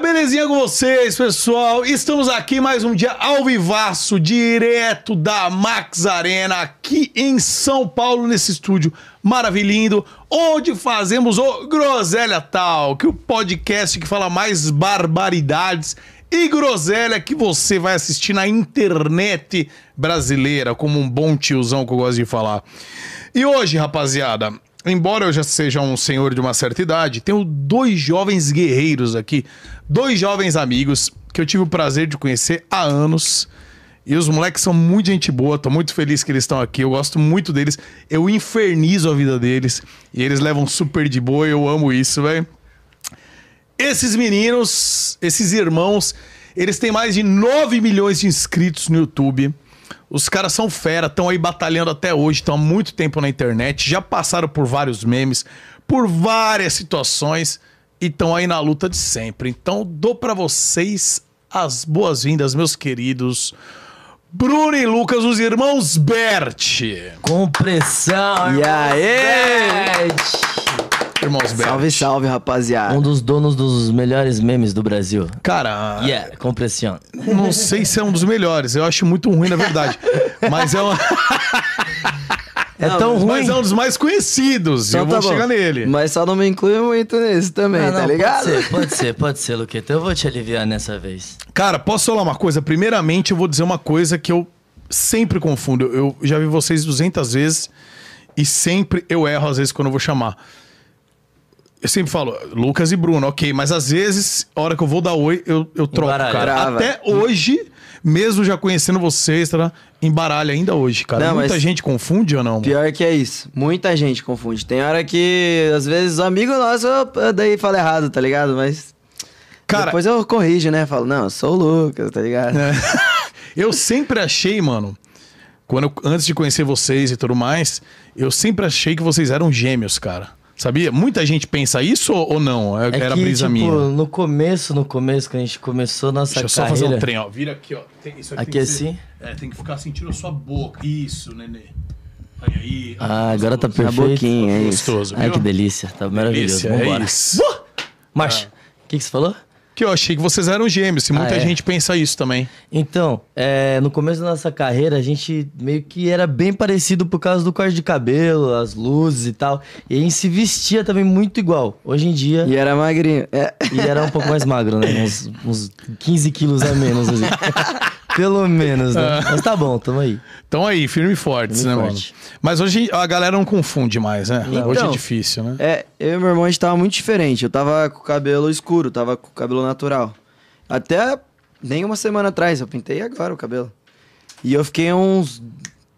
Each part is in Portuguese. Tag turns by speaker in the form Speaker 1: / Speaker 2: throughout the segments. Speaker 1: belezinha com vocês, pessoal? Estamos aqui mais um dia ao vivaço, direto da Max Arena, aqui em São Paulo, nesse estúdio maravilhindo, onde fazemos o Groselha Tal, que é o podcast que fala mais barbaridades e groselha que você vai assistir na internet brasileira, como um bom tiozão que eu gosto de falar. E hoje, rapaziada, embora eu já seja um senhor de uma certa idade, tenho dois jovens guerreiros aqui, dois jovens amigos que eu tive o prazer de conhecer há anos. E os moleques são muito gente boa, tô muito feliz que eles estão aqui, eu gosto muito deles, eu infernizo a vida deles e eles levam super de boa, eu amo isso, velho. Esses meninos, esses irmãos, eles têm mais de 9 milhões de inscritos no YouTube. Os caras são fera, estão aí batalhando até hoje, estão há muito tempo na internet, já passaram por vários memes, por várias situações e estão aí na luta de sempre. Então, dou pra vocês as boas-vindas, meus queridos. Bruno e Lucas, os irmãos Bert.
Speaker 2: Compressão,
Speaker 3: E aí?
Speaker 1: Irmãos Bert.
Speaker 3: Salve, salve, rapaziada.
Speaker 2: Um dos donos dos melhores memes do Brasil.
Speaker 1: Cara,
Speaker 2: Yeah, compressão.
Speaker 1: Não sei se é um dos melhores. Eu acho muito ruim, na verdade. Mas é, um,
Speaker 2: É
Speaker 3: Não,
Speaker 2: tão ruim.
Speaker 1: mas é um dos mais conhecidos.
Speaker 3: Então
Speaker 1: eu vou
Speaker 3: tá bom.
Speaker 1: chegar nele.
Speaker 3: Mas só não me inclui muito nesse também,
Speaker 2: Ah, não,
Speaker 3: tá ligado?
Speaker 2: Pode ser, pode ser, pode ser, Luqueta. Eu vou te aliviar nessa vez.
Speaker 1: Cara, posso falar uma coisa? Primeiramente, eu vou dizer uma coisa que eu sempre confundo. Eu já vi vocês 200 vezes e sempre eu erro, às vezes, quando eu vou chamar. Eu sempre falo, Lucas e Bruno, ok, mas às vezes, a hora que eu vou dar oi, eu, eu troco,
Speaker 2: Embaralha.
Speaker 1: cara.
Speaker 3: Trava.
Speaker 1: Até hoje, mesmo já conhecendo vocês, tá, embaralha ainda hoje, cara.
Speaker 3: Não, mas-
Speaker 1: Muita gente confunde ou não?
Speaker 3: Pior que é isso. Muita gente confunde. Tem hora que, às vezes, um amigo nosso, eu- daí fala errado, tá ligado? Mas
Speaker 1: Cara,
Speaker 3: depois eu corrijo, né? Falo, não, eu sou o Lucas, tá ligado?
Speaker 1: É. Eu sempre achei, mano, quando eu- antes de conhecer vocês e tudo mais, eu sempre achei que vocês eram gêmeos, cara. Sabia? Muita gente pensa isso ou ou não? É-
Speaker 2: É
Speaker 1: Era
Speaker 2: que,
Speaker 1: brisa
Speaker 2: tipo,
Speaker 1: minha.
Speaker 2: no começo, no começo, que a gente começou nossa
Speaker 1: Deixa eu só
Speaker 2: carreira...
Speaker 1: fazer um trem, ó. Vira aqui, ó. Tem- isso
Speaker 2: Aqui
Speaker 1: tem que
Speaker 2: assim?
Speaker 1: Ser, é, tem que ficar sentindo a sua boca. Isso, nenê. Aí, aí.
Speaker 2: Ah, agora tá
Speaker 3: Na
Speaker 2: perfeito.
Speaker 3: boquinha, é isso.
Speaker 1: Gostoso,
Speaker 2: Ai,
Speaker 1: viu?
Speaker 2: que delícia. Tá maravilhoso.
Speaker 1: Delícia,
Speaker 2: Vambora.
Speaker 1: é isso. Ah.
Speaker 2: Marcha. O que, que você falou?
Speaker 1: Que eu achei que vocês eram gêmeos. E muita
Speaker 2: Ah, é?
Speaker 1: gente pensa isso também.
Speaker 2: Então, é, no começo da nossa carreira, a gente meio que era bem parecido por causa do corte de cabelo, as luzes e tal. E a gente se vestia também muito igual. Hoje em dia,
Speaker 3: E era magrinho. É.
Speaker 2: e era um pouco mais magro, né? Uns, uns 15 quilos a menos, assim. Pelo menos,
Speaker 1: Ah.
Speaker 2: né? Mas tá bom, tamo aí.
Speaker 1: Então aí, firme e fortes,
Speaker 2: Firme e
Speaker 1: né,
Speaker 2: forte.
Speaker 1: mano? Mas hoje a galera não confunde mais, né?
Speaker 3: Não.
Speaker 1: Hoje é
Speaker 3: Então,
Speaker 1: difícil, né?
Speaker 3: É, eu e meu irmão a gente tava muito diferente. Eu tava com o cabelo escuro, tava com o cabelo natural. Até nem uma semana atrás, eu pintei agora o cabelo. E eu fiquei uns.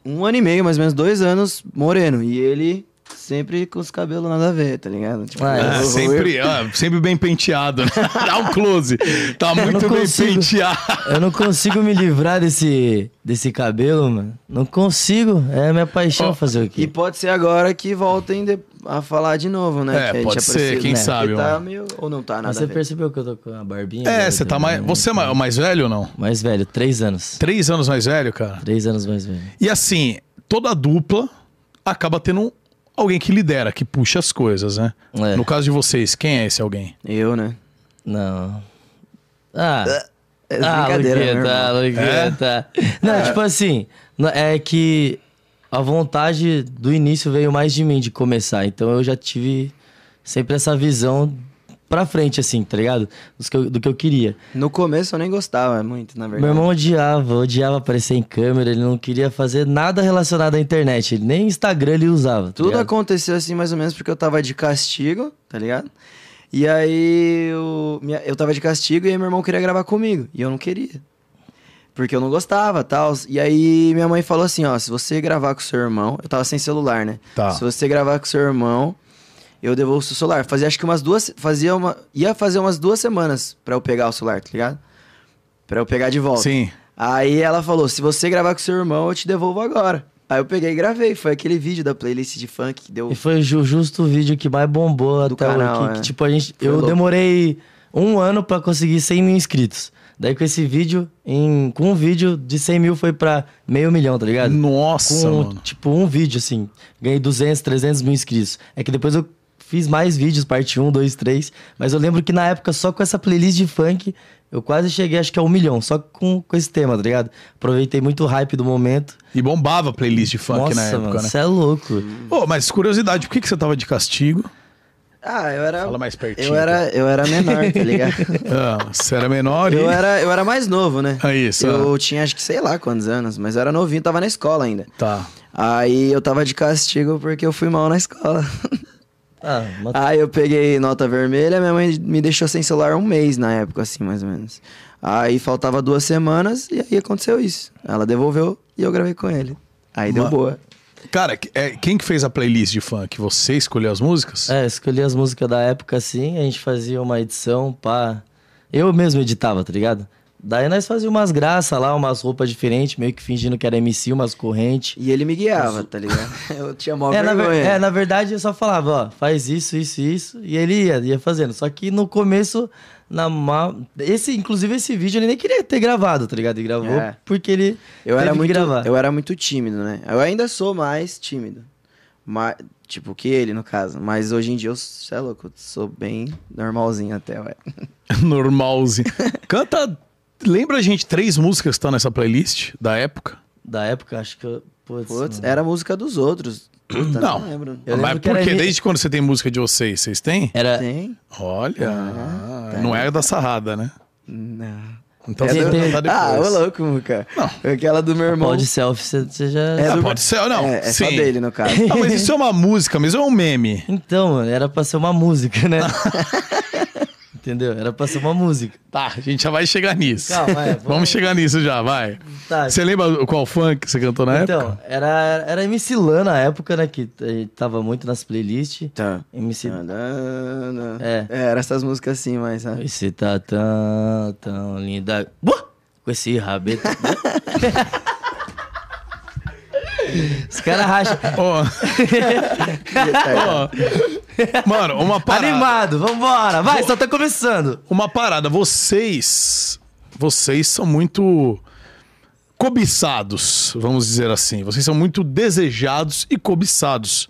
Speaker 3: um ano e meio, mais ou menos dois anos, moreno. E ele sempre com os cabelos nada a ver, tá ligado? Tipo,
Speaker 2: Ah,
Speaker 1: Ah,
Speaker 3: eu-
Speaker 1: sempre, ah, sempre bem penteado, né? Dá um close. Tá muito
Speaker 2: não
Speaker 1: bem
Speaker 2: consigo.
Speaker 1: penteado.
Speaker 2: Eu não consigo me livrar desse, desse cabelo, mano. Não consigo. É minha paixão
Speaker 1: Ó,
Speaker 2: fazer o
Speaker 3: E
Speaker 2: quê?
Speaker 3: pode ser agora que voltem de- a falar de novo, né?
Speaker 1: É,
Speaker 3: que a gente
Speaker 1: pode ser,
Speaker 3: apareceu,
Speaker 1: quem
Speaker 3: né?
Speaker 1: sabe,
Speaker 3: Porque tá
Speaker 1: mano.
Speaker 3: meio... Ou não tá nada
Speaker 2: Mas você
Speaker 3: a ver.
Speaker 2: percebeu que eu tô com a barbinha?
Speaker 1: É,
Speaker 2: agora
Speaker 1: você tá
Speaker 2: também,
Speaker 1: mais.
Speaker 2: né?
Speaker 1: Você é ma- mais velho ou não?
Speaker 2: Mais velho, três anos.
Speaker 1: Três anos mais velho, cara.
Speaker 2: Três anos mais velho.
Speaker 1: E assim, toda dupla acaba tendo um- alguém que lidera, que puxa as coisas, né?
Speaker 2: É.
Speaker 1: No caso de vocês, quem é esse alguém?
Speaker 3: Eu, né?
Speaker 2: Não. Ah.
Speaker 3: É
Speaker 2: ah,
Speaker 3: brincadeira, meu
Speaker 2: Luqueta,
Speaker 3: irmão. É?
Speaker 2: Luqueta. Não, tipo assim, n- é que a vontade do início veio mais de mim de começar. Então eu já tive sempre essa visão pra frente, assim, tá ligado? Dos que eu- do que eu queria.
Speaker 3: No começo eu nem gostava muito, na verdade.
Speaker 2: Meu irmão odiava, odiava aparecer em câmera, ele não queria fazer nada relacionado à internet, ele nem Instagram ele usava. tá
Speaker 3: Tudo
Speaker 2: ligado?
Speaker 3: aconteceu assim, mais ou menos, porque eu tava de castigo, tá ligado? E aí eu, minha- eu tava de castigo e aí meu irmão queria gravar comigo. E eu não queria. Porque eu não gostava tal. E aí minha mãe falou assim: ó, se você gravar com seu irmão. Eu tava sem celular, né?
Speaker 1: Tá.
Speaker 3: Se você gravar com seu irmão, eu devolvo o seu celular. Fazia acho que umas duas. Fazia uma. Ia fazer umas duas semanas pra eu pegar o celular, tá ligado? Pra eu pegar de volta.
Speaker 1: Sim.
Speaker 3: Aí ela falou: se você gravar com seu irmão, eu te devolvo agora. Aí eu peguei e gravei. Foi aquele vídeo da playlist de funk que deu.
Speaker 2: E foi ju- justo o vídeo que mais bombou
Speaker 3: Do
Speaker 2: até
Speaker 3: canal,
Speaker 2: hoje. que-
Speaker 3: é.
Speaker 2: que, tipo, a gente,
Speaker 3: Foi
Speaker 2: eu
Speaker 3: louco.
Speaker 2: demorei um ano pra conseguir 100 mil inscritos. Daí com esse vídeo, em, com um vídeo de 100 mil foi pra meio milhão, tá ligado?
Speaker 1: Nossa,
Speaker 2: com,
Speaker 1: mano.
Speaker 2: tipo, um vídeo, assim. Ganhei 200, 300 mil inscritos. É que depois eu fiz mais vídeos, parte 1, 2, 3. Mas eu lembro que na época, só com essa playlist de funk, eu quase cheguei, acho que a um milhão, só com, com esse tema, tá ligado? Aproveitei muito o hype do momento.
Speaker 1: E bombava a playlist de funk
Speaker 2: Nossa,
Speaker 1: na época,
Speaker 2: mano,
Speaker 1: né?
Speaker 2: você é louco.
Speaker 1: Ô, mas curiosidade, por que, que você tava de castigo?
Speaker 3: Ah, eu era.
Speaker 1: Fala mais pertinho, então.
Speaker 3: Eu era, eu era menor, tá ligado?
Speaker 1: Ah, você era menor e...
Speaker 3: Eu era, eu era mais novo, né?
Speaker 1: É isso,
Speaker 3: Eu tinha acho que sei lá quantos anos, mas eu era novinho, tava na escola ainda.
Speaker 1: Tá.
Speaker 3: Aí eu tava de castigo porque eu fui mal na escola.
Speaker 2: Ah, mas-
Speaker 3: Aí eu peguei nota vermelha, minha mãe me deixou sem celular um mês na época, assim, mais ou menos. Aí faltava duas semanas e aí aconteceu isso. Ela devolveu e eu gravei com ele. Aí deu
Speaker 1: Ma-
Speaker 3: boa.
Speaker 1: Cara, que- é, quem que fez a playlist de funk? Você escolheu as músicas?
Speaker 2: É, eu escolhi as músicas da época assim, a gente fazia uma edição pá. Eu mesmo editava, tá ligado? Daí nós fazia umas graças lá, umas roupas diferentes, meio que fingindo que era MC, umas correntes.
Speaker 3: E ele me guiava, tá ligado? Eu tinha mó
Speaker 2: É na, ver-
Speaker 3: vergonha.
Speaker 2: é, na verdade eu só falava, ó, faz isso, isso, isso, e ele ia, ia fazendo. Só que no começo, na ma... esse, inclusive esse vídeo ele nem queria ter gravado, tá ligado? Ele gravou
Speaker 3: É.
Speaker 2: porque ele
Speaker 3: Eu
Speaker 2: teve
Speaker 3: era
Speaker 2: que
Speaker 3: muito,
Speaker 2: gravar.
Speaker 3: eu era muito tímido, né? Eu ainda sou mais tímido. Mas, tipo que ele, no caso. Mas hoje em dia eu, cê é louco, eu sou bem normalzinho até, ué.
Speaker 1: Normalzinho. Canta. Lembra a gente três músicas que tá nessa playlist da época?
Speaker 2: Da época, acho que eu. Putz,
Speaker 3: Putz,
Speaker 2: mano.
Speaker 3: era a música dos outros. Puta,
Speaker 1: Não.
Speaker 3: não lembro.
Speaker 2: Eu
Speaker 1: Mas
Speaker 2: lembro que
Speaker 1: por
Speaker 2: era
Speaker 1: quê?
Speaker 2: re-
Speaker 1: Desde quando você tem música de vocês? Vocês têm?
Speaker 2: Era-
Speaker 3: Tem?
Speaker 1: Olha. não é da sarrada, né?
Speaker 3: Não.
Speaker 1: Então
Speaker 3: É
Speaker 1: você
Speaker 2: do-
Speaker 1: vai cantar depois.
Speaker 3: Ah, ô louco, Muca. Aquela do meu irmão.
Speaker 2: Pode selfie, você- você já.
Speaker 3: É
Speaker 1: Ah,
Speaker 3: do-
Speaker 1: pode ser, não.
Speaker 3: É, é só
Speaker 1: sim.
Speaker 3: dele, no caso.
Speaker 1: Ah, mas isso é uma música mesmo, é um meme.
Speaker 2: Então, mano, era pra ser uma música, né? Entendeu? Era pra ser uma música.
Speaker 1: Tá, a gente já vai chegar nisso.
Speaker 2: Calma, é,
Speaker 1: vamos...
Speaker 2: vamos-
Speaker 1: chegar nisso já, vai.
Speaker 2: Tá.
Speaker 1: Você lembra qual funk você cantou na época?
Speaker 2: Então, era, era MC Lan na época, né? Que eh, tava muito nas playlists.
Speaker 3: Tá.
Speaker 2: MC.
Speaker 1: Ah.
Speaker 3: É.
Speaker 2: É.
Speaker 3: Era essas músicas assim, mas. sabe?
Speaker 2: Você tá tão, tão linda. Buah! Com esse rabeto. Os caras racham.
Speaker 1: Ó, ó. Mano, uma parada.
Speaker 2: Animado, vambora. Vai, só tá começando.
Speaker 1: Uma parada, vocês. Vocês são muito cobiçados, vamos dizer assim. Vocês são muito desejados e cobiçados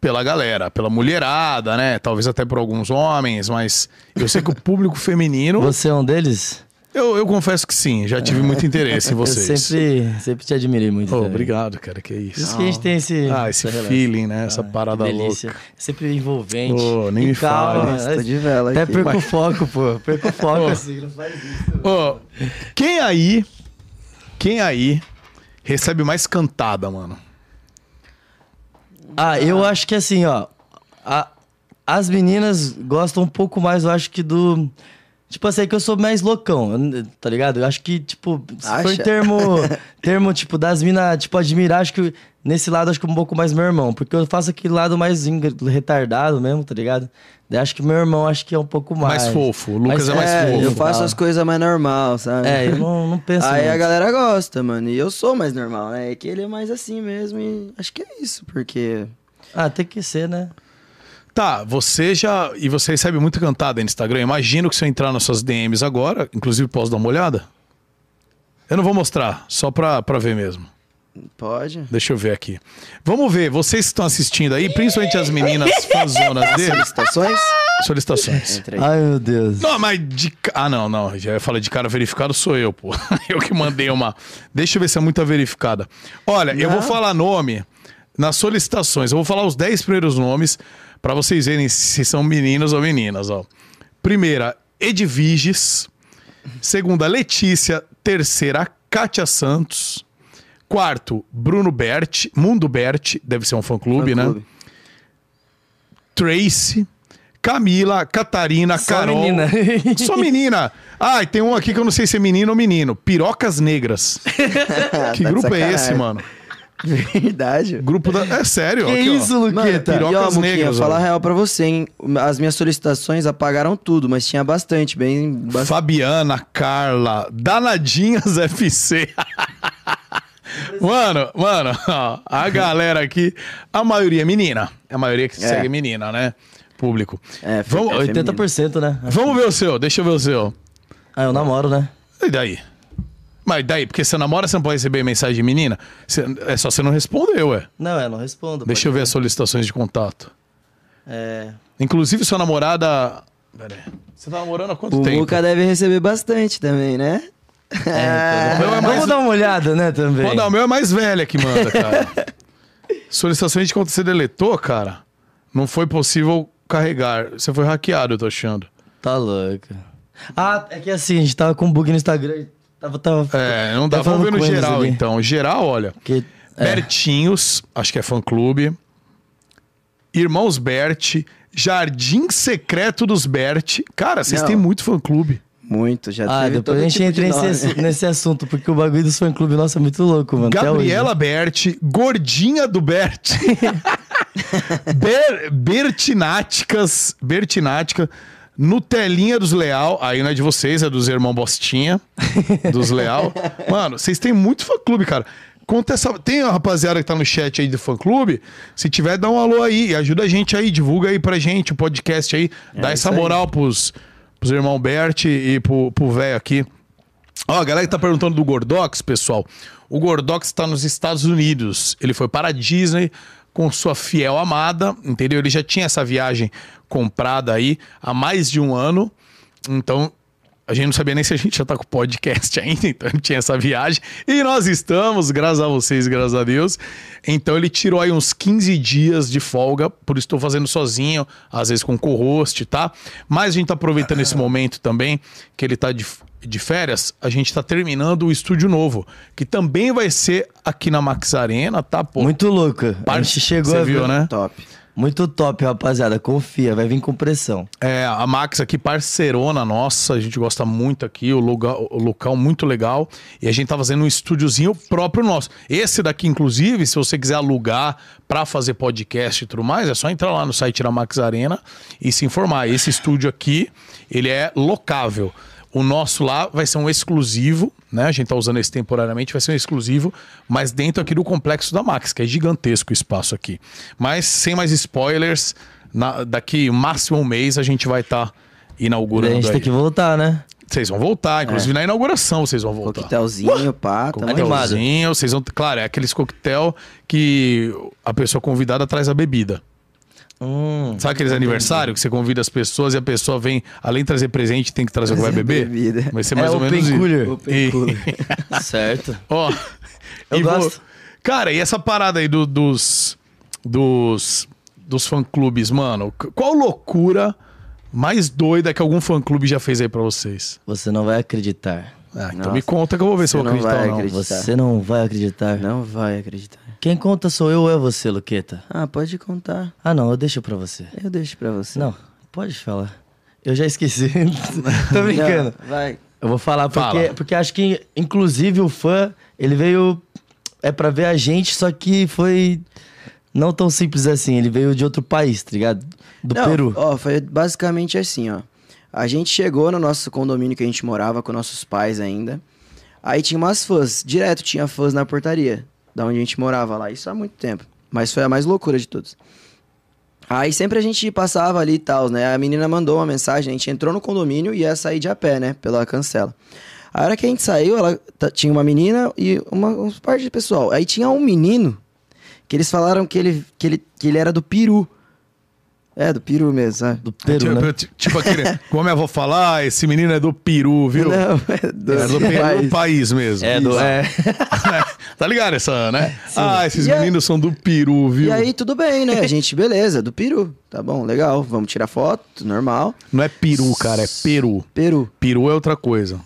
Speaker 1: pela galera, pela mulherada, né? Talvez até por alguns homens, mas eu sei que o público feminino.
Speaker 2: Você é um deles?
Speaker 1: Eu, eu confesso que sim, já tive muito interesse em vocês.
Speaker 2: Eu sempre, sempre te admirei muito.
Speaker 1: Ô,
Speaker 2: também.
Speaker 1: obrigado, cara, que isso.
Speaker 2: Por isso que a gente tem esse.
Speaker 1: Ah, esse
Speaker 2: essa relação.
Speaker 1: feeling, né? Essa
Speaker 2: Ah, que
Speaker 1: parada
Speaker 2: delícia.
Speaker 1: louca.
Speaker 2: Sempre envolvente.
Speaker 1: Ô, nem
Speaker 2: E
Speaker 1: me
Speaker 2: calma,
Speaker 1: fale.
Speaker 2: mas-
Speaker 3: Tô de vela
Speaker 2: Até
Speaker 3: aqui.
Speaker 2: perco o foco, pô. Perco o foco assim, não faz isso.
Speaker 1: Ô, quem aí, quem aí recebe mais cantada, mano?
Speaker 2: Ah, eu acho que assim, ó. a- as meninas gostam um pouco mais, eu acho que do. Tipo assim, é que eu sou mais loucão, eu- tá ligado? Eu acho que, tipo, se for em
Speaker 3: Acha?
Speaker 2: termo, termo, tipo, das minas, tipo, admirar, acho que nesse lado, acho que um pouco mais meu irmão. Porque eu faço aquele lado mais ingr- retardado mesmo, tá ligado? Daí acho que meu irmão, acho que é um pouco mais.
Speaker 1: Mais fofo, o Lucas é mais
Speaker 2: é,
Speaker 1: fofo.
Speaker 3: eu faço
Speaker 2: tá.
Speaker 3: as coisas mais normal, sabe?
Speaker 2: É, eu não, não penso
Speaker 3: Aí a
Speaker 2: muito.
Speaker 3: galera gosta, mano. E eu sou mais normal, né? É que ele é mais assim mesmo. E acho que é isso, porque.
Speaker 2: Ah, tem que ser, né?
Speaker 1: Tá, você já. E você recebe muito cantada no Instagram. Imagino que se eu entrar nas suas DMs agora, inclusive posso dar uma olhada? Eu não vou mostrar, só pra, pra ver mesmo.
Speaker 3: Pode.
Speaker 1: Deixa eu ver aqui. Vamos ver, vocês que estão assistindo aí, principalmente as meninas fanzonas deles,
Speaker 3: Solicitações?
Speaker 1: solicitações.
Speaker 3: Entra aí.
Speaker 2: Ai, meu Deus.
Speaker 1: Não, mas de. ca- Ah, não, não. Já ia falar de cara verificado, sou eu, pô. Eu que mandei uma. Deixa eu ver se é muita verificada. Olha, eu vou falar nome nas solicitações. Eu vou falar os 10 primeiros nomes pra vocês verem se são meninos ou meninas, ó. Primeira, Edviges. Segunda, Letícia. Terceira, Kátia Santos. Quarto, Bruno Berti. Mundo Berti. Deve ser um fã-clube, né?
Speaker 3: Clube.
Speaker 1: Tracy. Camila, Catarina,
Speaker 2: Só
Speaker 1: Carol.
Speaker 2: menina.
Speaker 1: Só menina. Ah, e tem um aqui que eu não sei se é menino ou menino. Pirocas Negras.
Speaker 3: Ah,
Speaker 1: Que
Speaker 3: tá de
Speaker 1: grupo é
Speaker 3: sacanagem.
Speaker 1: esse, mano?
Speaker 3: Verdade.
Speaker 1: Grupo da. É sério.
Speaker 2: Que
Speaker 1: aqui, ó.
Speaker 2: isso, Luqueta?
Speaker 1: Mano,
Speaker 3: e ó,
Speaker 1: Pirocas
Speaker 3: Muquinha,
Speaker 1: negras,
Speaker 3: falar
Speaker 1: ó.
Speaker 3: a real pra você, hein? As minhas solicitações apagaram tudo, mas tinha bastante, bem... ba-
Speaker 1: Fabiana, Carla, Danadinhas FC. mano, mano, ó, a galera aqui, a maioria é menina. A maioria que segue é menina, né? Público.
Speaker 3: É, fe-
Speaker 1: Vamos-
Speaker 3: é
Speaker 2: 80%, né?
Speaker 1: Vamos ver o seu, deixa eu ver o seu.
Speaker 2: Ah, eu namoro, né?
Speaker 1: E daí? Mas daí, porque você namora, você não pode receber mensagem de menina? Você- é só você não responder, ué.
Speaker 2: Não, é, não respondo.
Speaker 1: Deixa eu ver as solicitações de contato.
Speaker 2: É.
Speaker 1: Inclusive, sua namorada. Pera aí. Você tá namorando há quanto
Speaker 3: O
Speaker 1: tempo?
Speaker 3: Muca deve receber bastante também, né?
Speaker 2: É, então,
Speaker 1: meu é
Speaker 2: vamos
Speaker 1: mais-
Speaker 2: dar uma olhada, né, também.
Speaker 1: Manda, o meu é mais velha que manda, cara. Solicitações de conta você deletou, cara. Não foi possível carregar. Você foi hackeado, eu tô achando.
Speaker 2: Tá louca. Ah, é que assim, a gente tava com bug no Instagram. Tava, tava,
Speaker 1: É, não dá.
Speaker 2: tava Tá falando
Speaker 1: Vamos ver no
Speaker 2: com eles
Speaker 1: geral,
Speaker 2: ali,
Speaker 1: então. Geral, olha.
Speaker 2: que- é,
Speaker 1: Bertinhos, acho que é fã-clube. Irmãos Bert. Jardim Secreto dos Bert. Cara, vocês
Speaker 3: Não.
Speaker 1: têm muito fã-clube.
Speaker 3: Muito, já
Speaker 2: Ah,
Speaker 3: teve
Speaker 2: depois
Speaker 3: todo
Speaker 2: a gente
Speaker 3: tipo de
Speaker 2: entra
Speaker 3: nome.
Speaker 2: nesse, nesse assunto, porque o bagulho dos fã-clube, nossa, é muito louco, mano. até hoje.
Speaker 1: Gabriela Bert, gordinha do Bert. Ber, Bertináticas, Bertinática, Nutelinha dos Leal. Aí não é de vocês, é dos irmãos Bostinha, dos Leal. Mano, vocês têm muito fã-clube, cara. Conta essa. Tem a rapaziada que tá no chat aí do fã-clube. Se tiver, dá um alô aí. Ajuda a gente aí, divulga aí pra gente o podcast aí. dá essa
Speaker 3: isso aí.
Speaker 1: moral pros, pros irmãos Bert e pro pro véio aqui. Ó, a galera que tá perguntando do Gordox, pessoal. O Gordox tá nos Estados Unidos. Ele foi para a Disney com sua fiel amada, entendeu? Ele já tinha essa viagem comprada aí há mais de um ano. Então, a gente não sabia nem se a gente já tá com o podcast ainda, então ele tinha essa viagem. E nós estamos, graças a vocês, graças a Deus. Então ele tirou aí uns 15 dias de folga, por isso estou fazendo sozinho, às vezes com co-host, tá? Mas a gente tá aproveitando esse momento também, que ele tá de, de férias, a gente tá terminando o estúdio novo, que também vai ser aqui na Max Arena, tá? Pô,
Speaker 2: Muito louco. A gente chegou
Speaker 1: Você
Speaker 2: a
Speaker 1: viu,
Speaker 2: ver-
Speaker 1: né?
Speaker 3: Top.
Speaker 2: Muito top, rapaziada. Confia, vai vir com pressão.
Speaker 1: É, a Max aqui, parceirona nossa, a gente gosta muito aqui, o lugar, o local muito legal. E a gente tá fazendo um estúdiozinho próprio nosso. Esse daqui, inclusive, se você quiser alugar pra fazer podcast e tudo mais, é só entrar lá no site da Max Arena e se informar. Esse estúdio aqui, ele é locável. O nosso lá vai ser um exclusivo, né? A gente tá usando esse temporariamente, vai ser um exclusivo, mas dentro aqui do complexo da Max, que é gigantesco o espaço aqui. Mas sem mais spoilers, na- daqui máximo um mês a gente vai estar
Speaker 2: E a
Speaker 1: inaugurando.
Speaker 2: gente
Speaker 1: aí.
Speaker 2: tem que voltar, né?
Speaker 1: Vocês vão voltar, inclusive na inauguração vocês vão voltar.
Speaker 3: Coquetelzinho, pá. tamo aí.
Speaker 2: animado.
Speaker 1: Coquetelzinho, vocês vão. Claro, é aqueles coquetel que a pessoa convidada traz a bebida.
Speaker 2: Hum.
Speaker 1: Sabe aqueles aniversários que você convida as pessoas e a pessoa vem, além de trazer presente, tem que trazer o que vai
Speaker 3: Trazer
Speaker 1: beber?
Speaker 3: bebida.
Speaker 1: Vai ser mais
Speaker 2: É
Speaker 1: ou
Speaker 2: open
Speaker 1: menos isso.
Speaker 2: cooler.
Speaker 1: E-
Speaker 3: Open cooler.
Speaker 2: certo.
Speaker 1: Ó.
Speaker 2: Eu
Speaker 1: e vou-
Speaker 2: gosto.
Speaker 1: Cara, e essa parada aí do- dos. Dos. Dos fã-clubes, mano? c- Qual loucura mais doida que algum fã-clube já fez aí pra vocês?
Speaker 2: Você não vai acreditar.
Speaker 1: Ah, então
Speaker 3: Nossa.
Speaker 1: me conta que eu vou ver se
Speaker 3: Você
Speaker 1: eu vou
Speaker 3: não
Speaker 1: acreditar
Speaker 3: vai
Speaker 1: ou não.
Speaker 3: acreditar.
Speaker 2: Você não vai acreditar.
Speaker 3: Não vai acreditar.
Speaker 2: Quem conta sou eu ou é você, Luqueta?
Speaker 3: Ah, pode contar.
Speaker 2: Ah, não, eu deixo pra você.
Speaker 3: Eu deixo pra você.
Speaker 2: Não, pode falar. Eu já esqueci. Tô brincando.
Speaker 3: Não, vai.
Speaker 2: Eu vou falar porque,
Speaker 1: Fala.
Speaker 2: porque acho que, inclusive, o fã, ele veio é pra ver a gente, só que foi não tão simples assim. Ele veio de outro país, tá ligado? Do
Speaker 3: Não,
Speaker 2: Peru.
Speaker 3: Ó, foi basicamente assim, ó. A gente chegou no nosso condomínio que a gente morava com nossos pais ainda. Aí tinha umas fãs, direto tinha fãs na portaria, da onde a gente morava lá, isso há muito tempo. Mas foi a mais loucura de todas. Aí sempre a gente passava ali e tal, né? A menina mandou uma mensagem, a gente entrou no condomínio e ia sair de a pé, né? Pela cancela. A hora que a gente saiu, ela t- tinha uma menina e uma, uns par de pessoal. Aí tinha um menino que eles falaram que ele, que ele, que ele era do Peru. É, do Peru mesmo, sabe?
Speaker 2: Do Peru,
Speaker 1: Tipo,
Speaker 2: né?
Speaker 1: ti- tipo aquele. Como eu vou falar, esse menino é do Peru, viu?
Speaker 3: Não, é do,
Speaker 1: É do Peru,
Speaker 3: país.
Speaker 1: país mesmo.
Speaker 2: É, do, é.
Speaker 1: tá ligado essa, né? Ah, esses
Speaker 3: E aí-
Speaker 1: meninos são do Peru, viu?
Speaker 3: E aí, tudo bem, né? A gente, beleza, do Peru. Tá bom, legal. Vamos tirar foto, normal.
Speaker 1: Não é Peru, cara, é Peru.
Speaker 3: Peru.
Speaker 1: Peru é outra coisa.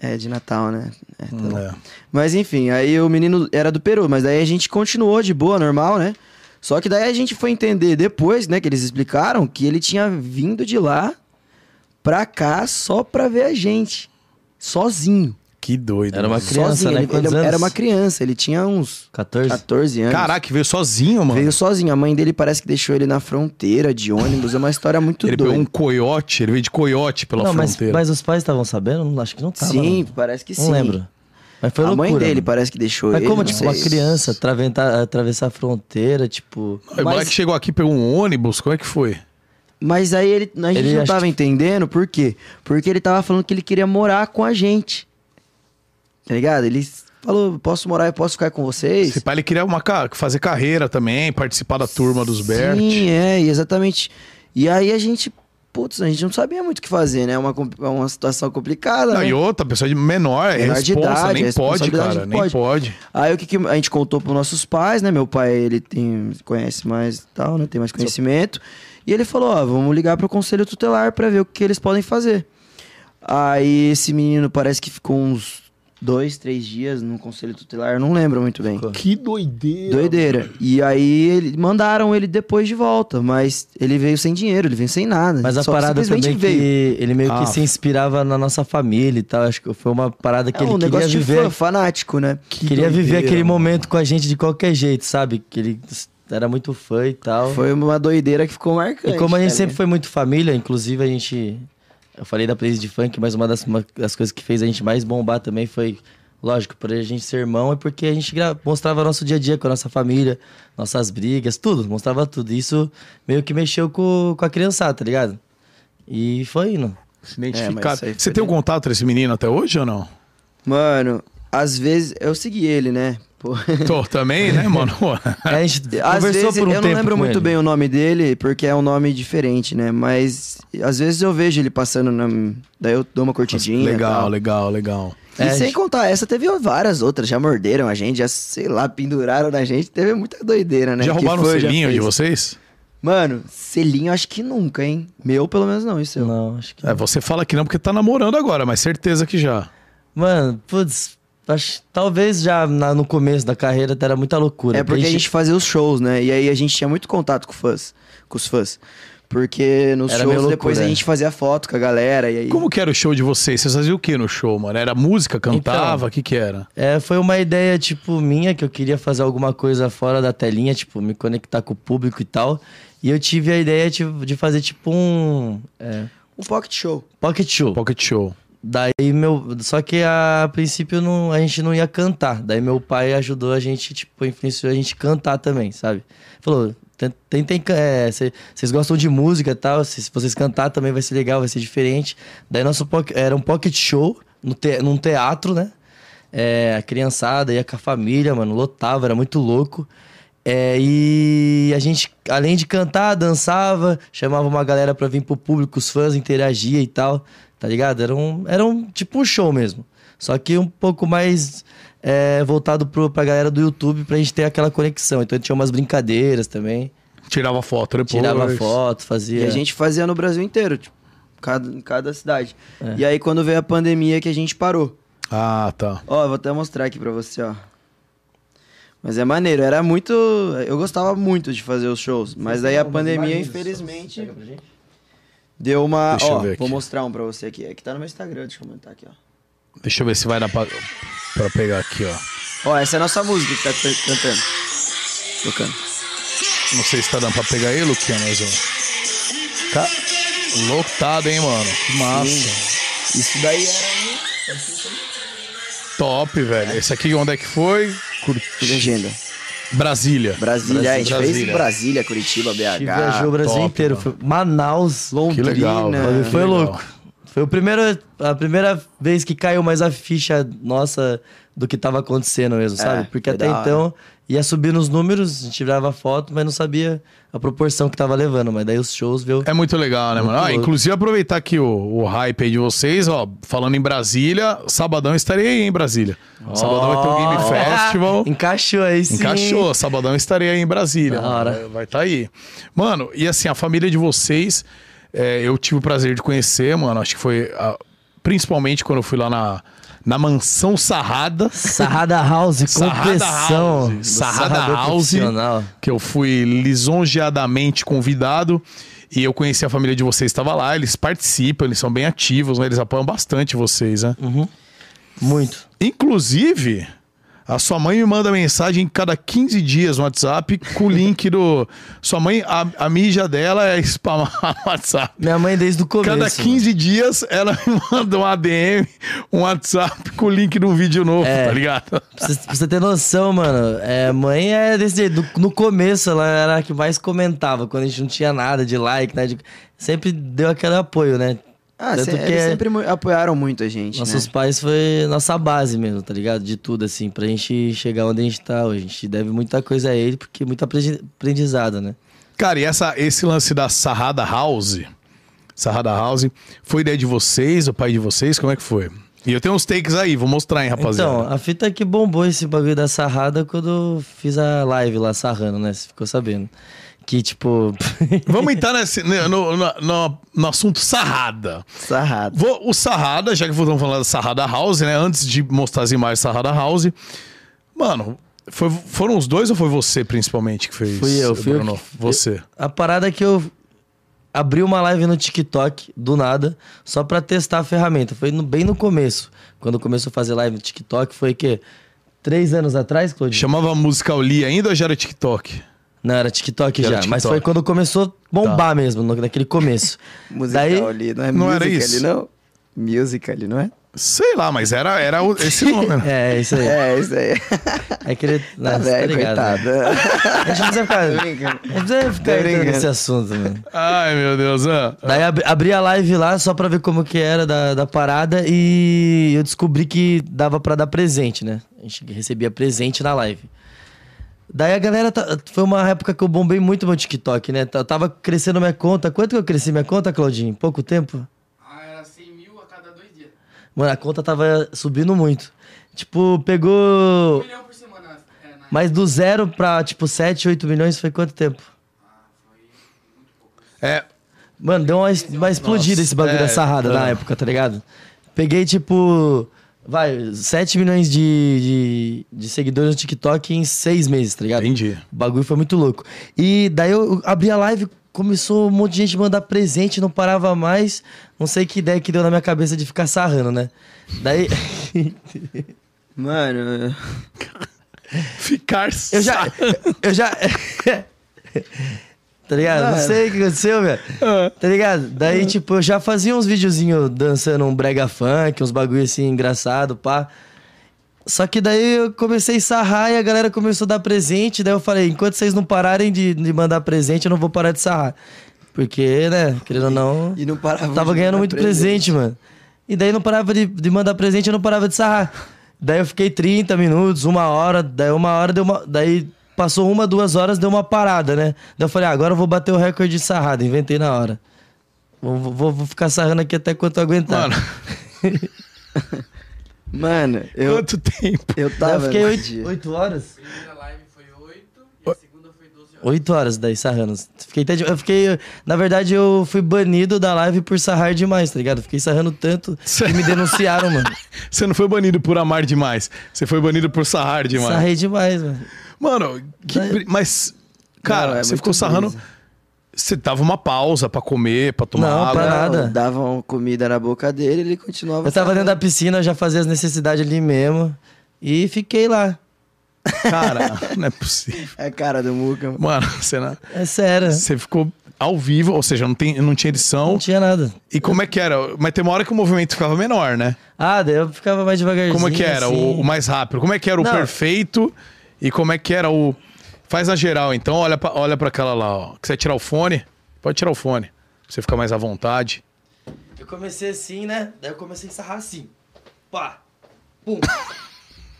Speaker 3: É de Natal, né? É, tá bom.
Speaker 1: É.
Speaker 3: Mas enfim, aí o menino era do Peru, mas daí a gente continuou de boa, normal, né? Só que daí a gente foi entender depois, né, que eles explicaram que ele tinha vindo de lá pra cá só pra ver a gente. Sozinho.
Speaker 1: Que doido.
Speaker 2: Era uma
Speaker 1: mano.
Speaker 2: Criança,
Speaker 3: sozinho.
Speaker 2: né?
Speaker 3: Ele- ele
Speaker 2: Quantos anos?
Speaker 3: era uma criança, ele tinha uns
Speaker 2: 14?
Speaker 3: 14 anos.
Speaker 1: Caraca, veio sozinho, mano.
Speaker 3: Né? Veio sozinho. A mãe dele parece que deixou ele na fronteira de ônibus. É uma história muito
Speaker 1: ele
Speaker 3: doida.
Speaker 1: pegou um coiote, ele veio de coiote pela
Speaker 2: não, mas,
Speaker 1: fronteira.
Speaker 2: mas os pais estavam sabendo? Não, Acho que não tava.
Speaker 3: Sim,
Speaker 2: não.
Speaker 3: parece que sim.
Speaker 2: Tá, Não lembro. Mas foi
Speaker 3: a
Speaker 2: loucura.
Speaker 3: mãe dele
Speaker 2: mano.
Speaker 3: parece que deixou
Speaker 2: Mas
Speaker 3: ele.
Speaker 2: como,
Speaker 3: não
Speaker 2: tipo,
Speaker 3: sei.
Speaker 2: uma criança atraventar- atravessar a fronteira, tipo...
Speaker 1: O moleque chegou aqui, pegou um ônibus, como é que foi?
Speaker 3: Mas aí ele, a gente
Speaker 2: Ele
Speaker 3: não
Speaker 2: acha
Speaker 3: tava
Speaker 2: que-
Speaker 3: entendendo por quê? Porque ele tava falando que ele queria morar com a gente. Tá ligado? Ele falou: posso morar, eu posso ficar com vocês?
Speaker 1: Esse pai
Speaker 3: é.
Speaker 1: ele queria uma, ca- fazer carreira também, participar da turma dos Bert.
Speaker 3: Sim, é, e exatamente. E aí a gente, putz, a gente não sabia muito o que fazer, né? É uma, com- é uma situação complicada.
Speaker 1: Não,
Speaker 3: né?
Speaker 1: e outra, pessoa de menor, é
Speaker 3: Menor de
Speaker 1: responsa,
Speaker 3: idade,
Speaker 1: nem
Speaker 3: é
Speaker 1: pode,
Speaker 3: responsabilidade,
Speaker 1: cara,
Speaker 3: não
Speaker 1: nem
Speaker 3: pode.
Speaker 1: pode.
Speaker 3: Aí o que, que a gente contou pros nossos pais, né? Meu pai, ele tem, conhece mais e tal, né? Tem mais conhecimento. E ele falou, ó, vamos ligar pro conselho tutelar pra ver o que eles podem fazer. Aí esse menino parece que ficou uns dois, três dias no conselho tutelar, eu não lembro muito bem.
Speaker 1: Que doideira.
Speaker 3: Doideira. E aí ele, mandaram ele depois de volta, mas ele veio sem dinheiro, ele veio sem nada.
Speaker 2: Mas a
Speaker 3: Só
Speaker 2: parada
Speaker 3: simplesmente
Speaker 2: também que ele meio que
Speaker 1: Ah.
Speaker 2: se inspirava na nossa família e tal. Acho que foi uma parada que
Speaker 3: É
Speaker 2: ele
Speaker 3: um
Speaker 2: queria
Speaker 3: negócio de
Speaker 2: viver.
Speaker 3: fã, fanático, né?
Speaker 2: queria
Speaker 1: doideira,
Speaker 2: viver aquele
Speaker 1: mano.
Speaker 2: momento com a gente de qualquer jeito, sabe? Que ele era muito fã e tal.
Speaker 3: Foi uma doideira que ficou marcante.
Speaker 2: E como a gente
Speaker 3: tá
Speaker 2: sempre foi muito família, inclusive a gente. Eu falei da playlist de funk, mas uma das, uma das coisas que fez a gente mais bombar também foi. Lógico, por a gente ser irmão é porque a gente gra- mostrava nosso dia a dia com a nossa família, nossas brigas, tudo, mostrava tudo. Isso meio que mexeu com, com a criançada, tá ligado? E foi indo.
Speaker 1: Se identificar.
Speaker 3: É, mas isso aí
Speaker 1: Você
Speaker 3: foi
Speaker 1: tem o
Speaker 3: bem-
Speaker 1: contato desse menino até hoje ou não?
Speaker 3: Mano, às vezes eu segui ele, né? Pô.
Speaker 1: Tô também, né, mano?
Speaker 2: Aí a gente
Speaker 3: Às
Speaker 2: conversou
Speaker 3: vezes
Speaker 2: por um
Speaker 3: eu
Speaker 2: tempo
Speaker 3: não lembro
Speaker 2: com
Speaker 3: muito
Speaker 2: ele.
Speaker 3: bem o nome dele, porque é um nome diferente, né? Mas às vezes eu vejo ele passando, na... daí eu dou uma curtidinha.
Speaker 1: legal,
Speaker 3: tal.
Speaker 1: legal, legal.
Speaker 3: E
Speaker 2: É,
Speaker 3: sem
Speaker 2: gente.
Speaker 3: contar, essa teve várias outras, já morderam a gente, já, sei lá, penduraram na gente, teve muita doideira, né?
Speaker 1: Já
Speaker 3: Que
Speaker 1: roubaram o
Speaker 3: fã já
Speaker 1: selinho de
Speaker 3: fez.
Speaker 1: vocês?
Speaker 3: Mano, selinho acho que nunca, hein? Meu, pelo menos não, isso eu.
Speaker 2: Não, acho que.
Speaker 1: É, você fala que não porque tá namorando agora, mas certeza que já.
Speaker 2: Mano, putz, acho- talvez já na- no começo da carreira era muita loucura.
Speaker 3: É porque a gente fazia os shows, né? E aí a gente tinha muito contato com fãs, com os fãs. Porque nos
Speaker 2: Era
Speaker 3: shows
Speaker 2: meio
Speaker 3: depois
Speaker 2: loucura,
Speaker 3: a
Speaker 2: é.
Speaker 3: gente fazia foto com a galera e aí.
Speaker 1: Como que era o show de vocês? Vocês faziam o que no show, mano? Era música, cantava? O que que era?
Speaker 2: É, foi uma ideia, tipo, minha, que eu queria fazer alguma coisa fora da telinha, tipo, me conectar com o público e tal. E eu tive a ideia tipo, de fazer, tipo, um é,
Speaker 3: Um pocket show.
Speaker 2: pocket show.
Speaker 1: Pocket show.
Speaker 2: Daí meu. Só que a princípio não, a gente não ia cantar. Daí meu pai ajudou a gente, tipo, influenciou a gente cantar também, sabe? Falou, "Ten- tentem. can- é, cê- Vocês gostam de música e tal. Se se vocês cantar também vai ser legal, vai ser diferente. Daí nosso poc- era um pocket show no te, num teatro, né? É, a criançada ia com a família, mano, lotava, era muito louco. É, e a gente, além de cantar, dançava, chamava uma galera pra vir pro público, os fãs interagia e tal, tá ligado? Era um, era um tipo um show mesmo. Só que um pouco mais é, voltado pro, pra galera do YouTube pra gente ter aquela conexão. Então tinha umas brincadeiras também.
Speaker 1: Tirava foto depois.
Speaker 2: Tirava foto, fazia.
Speaker 3: E a gente fazia no Brasil inteiro, tipo, cada, em cada cidade.
Speaker 1: É.
Speaker 3: E aí quando veio a pandemia que a gente parou.
Speaker 1: Ah, tá.
Speaker 3: Ó, eu vou até mostrar aqui pra você, ó. Mas é maneiro, era muito. Eu gostava muito de fazer os shows. Mas daí a pandemia, infelizmente, deu uma.
Speaker 1: Deixa eu
Speaker 3: ó,
Speaker 1: ver
Speaker 3: vou
Speaker 1: aqui.
Speaker 3: mostrar um pra você aqui. É que tá no meu Instagram, deixa eu aumentar aqui, ó.
Speaker 1: Deixa eu ver se vai dar pra, pra pegar aqui, ó.
Speaker 3: Ó, essa é a nossa música que tá can- cantando. Tocando.
Speaker 1: Não sei se tá dando pra pegar aí, Luquinha, mas ó. Tá lotado, hein, mano? Que massa.
Speaker 3: Isso daí é era
Speaker 1: Top, velho. Esse aqui onde é que foi? Curti.
Speaker 3: legenda.
Speaker 1: Brasília.
Speaker 3: Brasília, a gente fez em
Speaker 1: Brasília.
Speaker 3: Brasília, Curitiba, BH.
Speaker 2: E viajou o Brasil
Speaker 1: top,
Speaker 2: inteiro.
Speaker 1: mano.
Speaker 2: Foi Manaus,
Speaker 1: Que
Speaker 2: Londrina.
Speaker 1: legal, velho. Que
Speaker 2: Foi
Speaker 1: legal.
Speaker 2: louco. Foi o primeiro, a primeira vez que caiu mais a ficha nossa do que tava acontecendo mesmo,
Speaker 3: É,
Speaker 2: sabe? Porque
Speaker 3: foi
Speaker 2: até
Speaker 3: da hora.
Speaker 2: então ia subir nos números, a gente tirava foto, mas não sabia a proporção que tava levando. Mas daí os shows veio.
Speaker 1: É muito legal, né, mano? Ah,
Speaker 2: louco.
Speaker 1: inclusive, aproveitar aqui o, o hype aí de vocês, ó. Falando em Brasília, sabadão estarei aí em Brasília. Sabadão vai ter o Game
Speaker 2: Ó,
Speaker 1: Festival.
Speaker 2: Encaixou aí sim.
Speaker 1: Encaixou, sabadão estarei aí em Brasília.
Speaker 2: Da
Speaker 1: mano.
Speaker 2: hora.
Speaker 1: Vai- Vai estar aí. Mano, e assim, a família de vocês, é, eu tive o prazer de conhecer, mano. Acho que foi a- principalmente quando eu fui lá na, na Mansão Sarrada.
Speaker 2: Sarrada House,
Speaker 1: Sarrada
Speaker 2: compressão.
Speaker 1: House, Sarrada
Speaker 2: Sarrador
Speaker 1: House.
Speaker 2: profissional.
Speaker 1: que eu fui lisonjeadamente convidado e eu conheci a família de vocês, estava lá, eles participam, eles são bem ativos, né? eles apoiam bastante vocês, né?
Speaker 2: Muito.
Speaker 1: Inclusive, a sua mãe me manda mensagem cada 15 dias no WhatsApp com o link do... Sua mãe, a, a mídia dela é spamar o WhatsApp.
Speaker 2: Minha mãe desde o começo.
Speaker 1: Cada
Speaker 2: mano.
Speaker 1: 15 dias ela me manda um ADM, um WhatsApp com o link de um vídeo novo,
Speaker 2: É.
Speaker 1: tá ligado?
Speaker 2: Pra você, pra você ter noção, mano, é, mãe é desse jeito. Do- No começo, ela era a que mais comentava, quando a gente não tinha nada de like, né? de- sempre deu aquele apoio, né?
Speaker 3: Ah,
Speaker 2: Tanto
Speaker 3: se-
Speaker 2: que é
Speaker 3: eles sempre mu- apoiaram muito a gente,
Speaker 2: nossos
Speaker 3: né?
Speaker 2: pais foi nossa base mesmo, tá ligado? De tudo, assim, pra gente chegar onde a gente tá hoje. A gente deve muita coisa a ele, porque muito aprendi- aprendizado, né?
Speaker 1: Cara, e essa, esse lance da Sarrada House, Sarrada House, foi ideia de vocês, o pai de vocês? Como é que foi? E eu tenho uns takes aí, vou mostrar, hein, rapaziada.
Speaker 2: Então, a fita é que bombou esse bagulho da sarrada quando eu fiz a live lá sarrando, né? Você ficou sabendo. Que tipo.
Speaker 1: Vamos entrar nesse, né, no, no- no- no assunto sarrada.
Speaker 3: Sarrado.
Speaker 1: Vou- o Sarrada, já que estamos falando da Sarrada House, né? Antes de mostrar as imagens da Sarrada House. Mano, foi- foram os dois ou foi você principalmente que fez?
Speaker 2: Fui eu, fui eu
Speaker 1: Bruno?
Speaker 2: que-
Speaker 1: Você.
Speaker 2: a parada é que eu abri uma live no TikTok, do nada, só pra testar a ferramenta. Foi no- bem no começo. Quando começou a fazer live no TikTok, foi que. Três anos atrás, Claudinho?
Speaker 1: Chamava musical Lee ainda ou já era TikTok?
Speaker 2: Não, era TikTok
Speaker 1: Era
Speaker 2: já. Mas
Speaker 1: TikTok.
Speaker 2: foi quando começou a bombar mesmo, no- naquele começo.
Speaker 3: Musical
Speaker 2: Daí-
Speaker 3: ali, não é
Speaker 1: Não era
Speaker 3: musical
Speaker 1: isso.
Speaker 3: ali, não? Musical ali, não é?
Speaker 1: Sei lá, mas era, era o- esse nome, né?
Speaker 2: É, isso aí.
Speaker 3: É, isso aí.
Speaker 2: É aquele.
Speaker 3: Tá
Speaker 2: Nossa,
Speaker 3: velho,
Speaker 2: ligado, né?
Speaker 3: coitado.
Speaker 2: A gente precisa ficar.
Speaker 3: Tô
Speaker 2: A
Speaker 3: brincando.
Speaker 2: gente precisa
Speaker 3: Tô
Speaker 2: ficar entrando
Speaker 3: brincando.
Speaker 2: nesse assunto, mano.
Speaker 1: Ai, meu Deus. ah.
Speaker 2: Daí ab- abri a live lá só pra ver como que era da, da parada e eu descobri que dava pra dar presente, né? A gente recebia presente na live. Daí a galera. tá- foi uma época que eu bombei muito meu TikTok, né? Eu tava crescendo minha conta. Quanto que eu cresci minha conta, Claudinho? Pouco tempo?
Speaker 4: Ah, era 100 mil a cada dois dias.
Speaker 2: Mano, a conta tava subindo muito. Tipo, pegou.
Speaker 4: Um milhão por semana era na
Speaker 2: Mas do zero pra, tipo, 7, 8 milhões foi quanto tempo?
Speaker 1: É,
Speaker 2: Mano, deu uma, es- uma explodida esse bagulho
Speaker 1: é,
Speaker 2: da sarrada na
Speaker 1: é.
Speaker 2: época, tá ligado? Peguei, tipo, vai, 7 milhões de, de, de seguidores no TikTok em 6 meses, tá ligado?
Speaker 1: entendi.
Speaker 2: O bagulho foi muito louco. E daí eu abri a live, começou um monte de gente mandar presente, não parava mais. Não sei que ideia que deu na minha cabeça de ficar sarrando, né? Daí.
Speaker 3: Mano,
Speaker 1: Ficar
Speaker 2: Eu já. Eu já. tá ligado? Não
Speaker 3: Ah, é.
Speaker 2: sei o que aconteceu, velho.
Speaker 1: Ah.
Speaker 2: Tá ligado? Daí, tipo, eu já fazia uns videozinhos dançando um brega funk, uns bagulho assim engraçado, pá. Só que daí eu comecei a sarrar e a galera começou a dar presente. Daí eu falei, enquanto vocês não pararem de, de mandar presente, eu não vou parar de sarrar. Porque, né, querendo ou não.
Speaker 3: e não parava.
Speaker 2: Tava
Speaker 3: de
Speaker 2: ganhando
Speaker 3: mandar
Speaker 2: muito presente, mano. E daí não parava de, de mandar presente, eu não parava de sarrar. Daí eu fiquei 30 minutos, uma hora, daí uma hora deu uma. Daí passou uma, duas horas, deu uma parada, né? Daí eu falei, ah, agora eu vou bater o recorde de sarrada, inventei na hora. Vou, vou, vou ficar sarrando aqui até quanto eu aguentar.
Speaker 1: Mano,
Speaker 3: Mano, eu,
Speaker 1: quanto tempo?
Speaker 2: daí
Speaker 3: eu
Speaker 2: eu
Speaker 3: tava.
Speaker 2: fiquei
Speaker 3: nesse
Speaker 2: 8,
Speaker 3: dia.
Speaker 2: horas?
Speaker 4: primeira live foi 8 e a segunda foi 12 horas.
Speaker 2: 8 horas daí sarrando. Fiquei até de- eu fiquei. Na verdade, eu fui banido da live por sarrar demais, tá ligado? Fiquei sarrando tanto que me denunciaram, mano.
Speaker 1: Você não foi banido por amar demais. Você foi banido por sarrar demais.
Speaker 2: Sarrei é- demais, mano.
Speaker 1: Mano, que
Speaker 2: Daí-
Speaker 1: bri- mas cara,
Speaker 3: Não, é
Speaker 1: você
Speaker 3: muito
Speaker 1: ficou sarrando.
Speaker 3: brisa.
Speaker 1: Você dava uma pausa pra comer, pra tomar
Speaker 2: Não,
Speaker 1: água.
Speaker 2: pra
Speaker 3: Não,
Speaker 2: nada.
Speaker 3: Davam comida na boca dele ele continuava.
Speaker 2: Eu tava
Speaker 3: falando.
Speaker 2: dentro da piscina, eu já fazia as necessidades ali mesmo. E fiquei lá.
Speaker 1: Cara, não é possível.
Speaker 3: É a cara do Muca. mano.
Speaker 1: Mano, você, não-
Speaker 2: É sério.
Speaker 1: você ficou ao vivo, ou seja, não, tem, não tinha edição.
Speaker 2: Não tinha nada.
Speaker 1: E como é que era? Mas tem uma hora que o movimento ficava menor, né?
Speaker 2: Ah, daí eu ficava mais devagarzinho.
Speaker 1: Como é que era o,
Speaker 2: assim.
Speaker 1: o mais rápido? Como é que era o
Speaker 2: Não.
Speaker 1: perfeito? E como é que era o. Faz na geral, então. Olha pra, olha pra aquela lá, ó. Quiser tirar o fone? Pode tirar o fone. Pra você ficar mais à vontade.
Speaker 2: Eu comecei assim, né? Daí eu comecei a sarrar assim. Pá. Pum.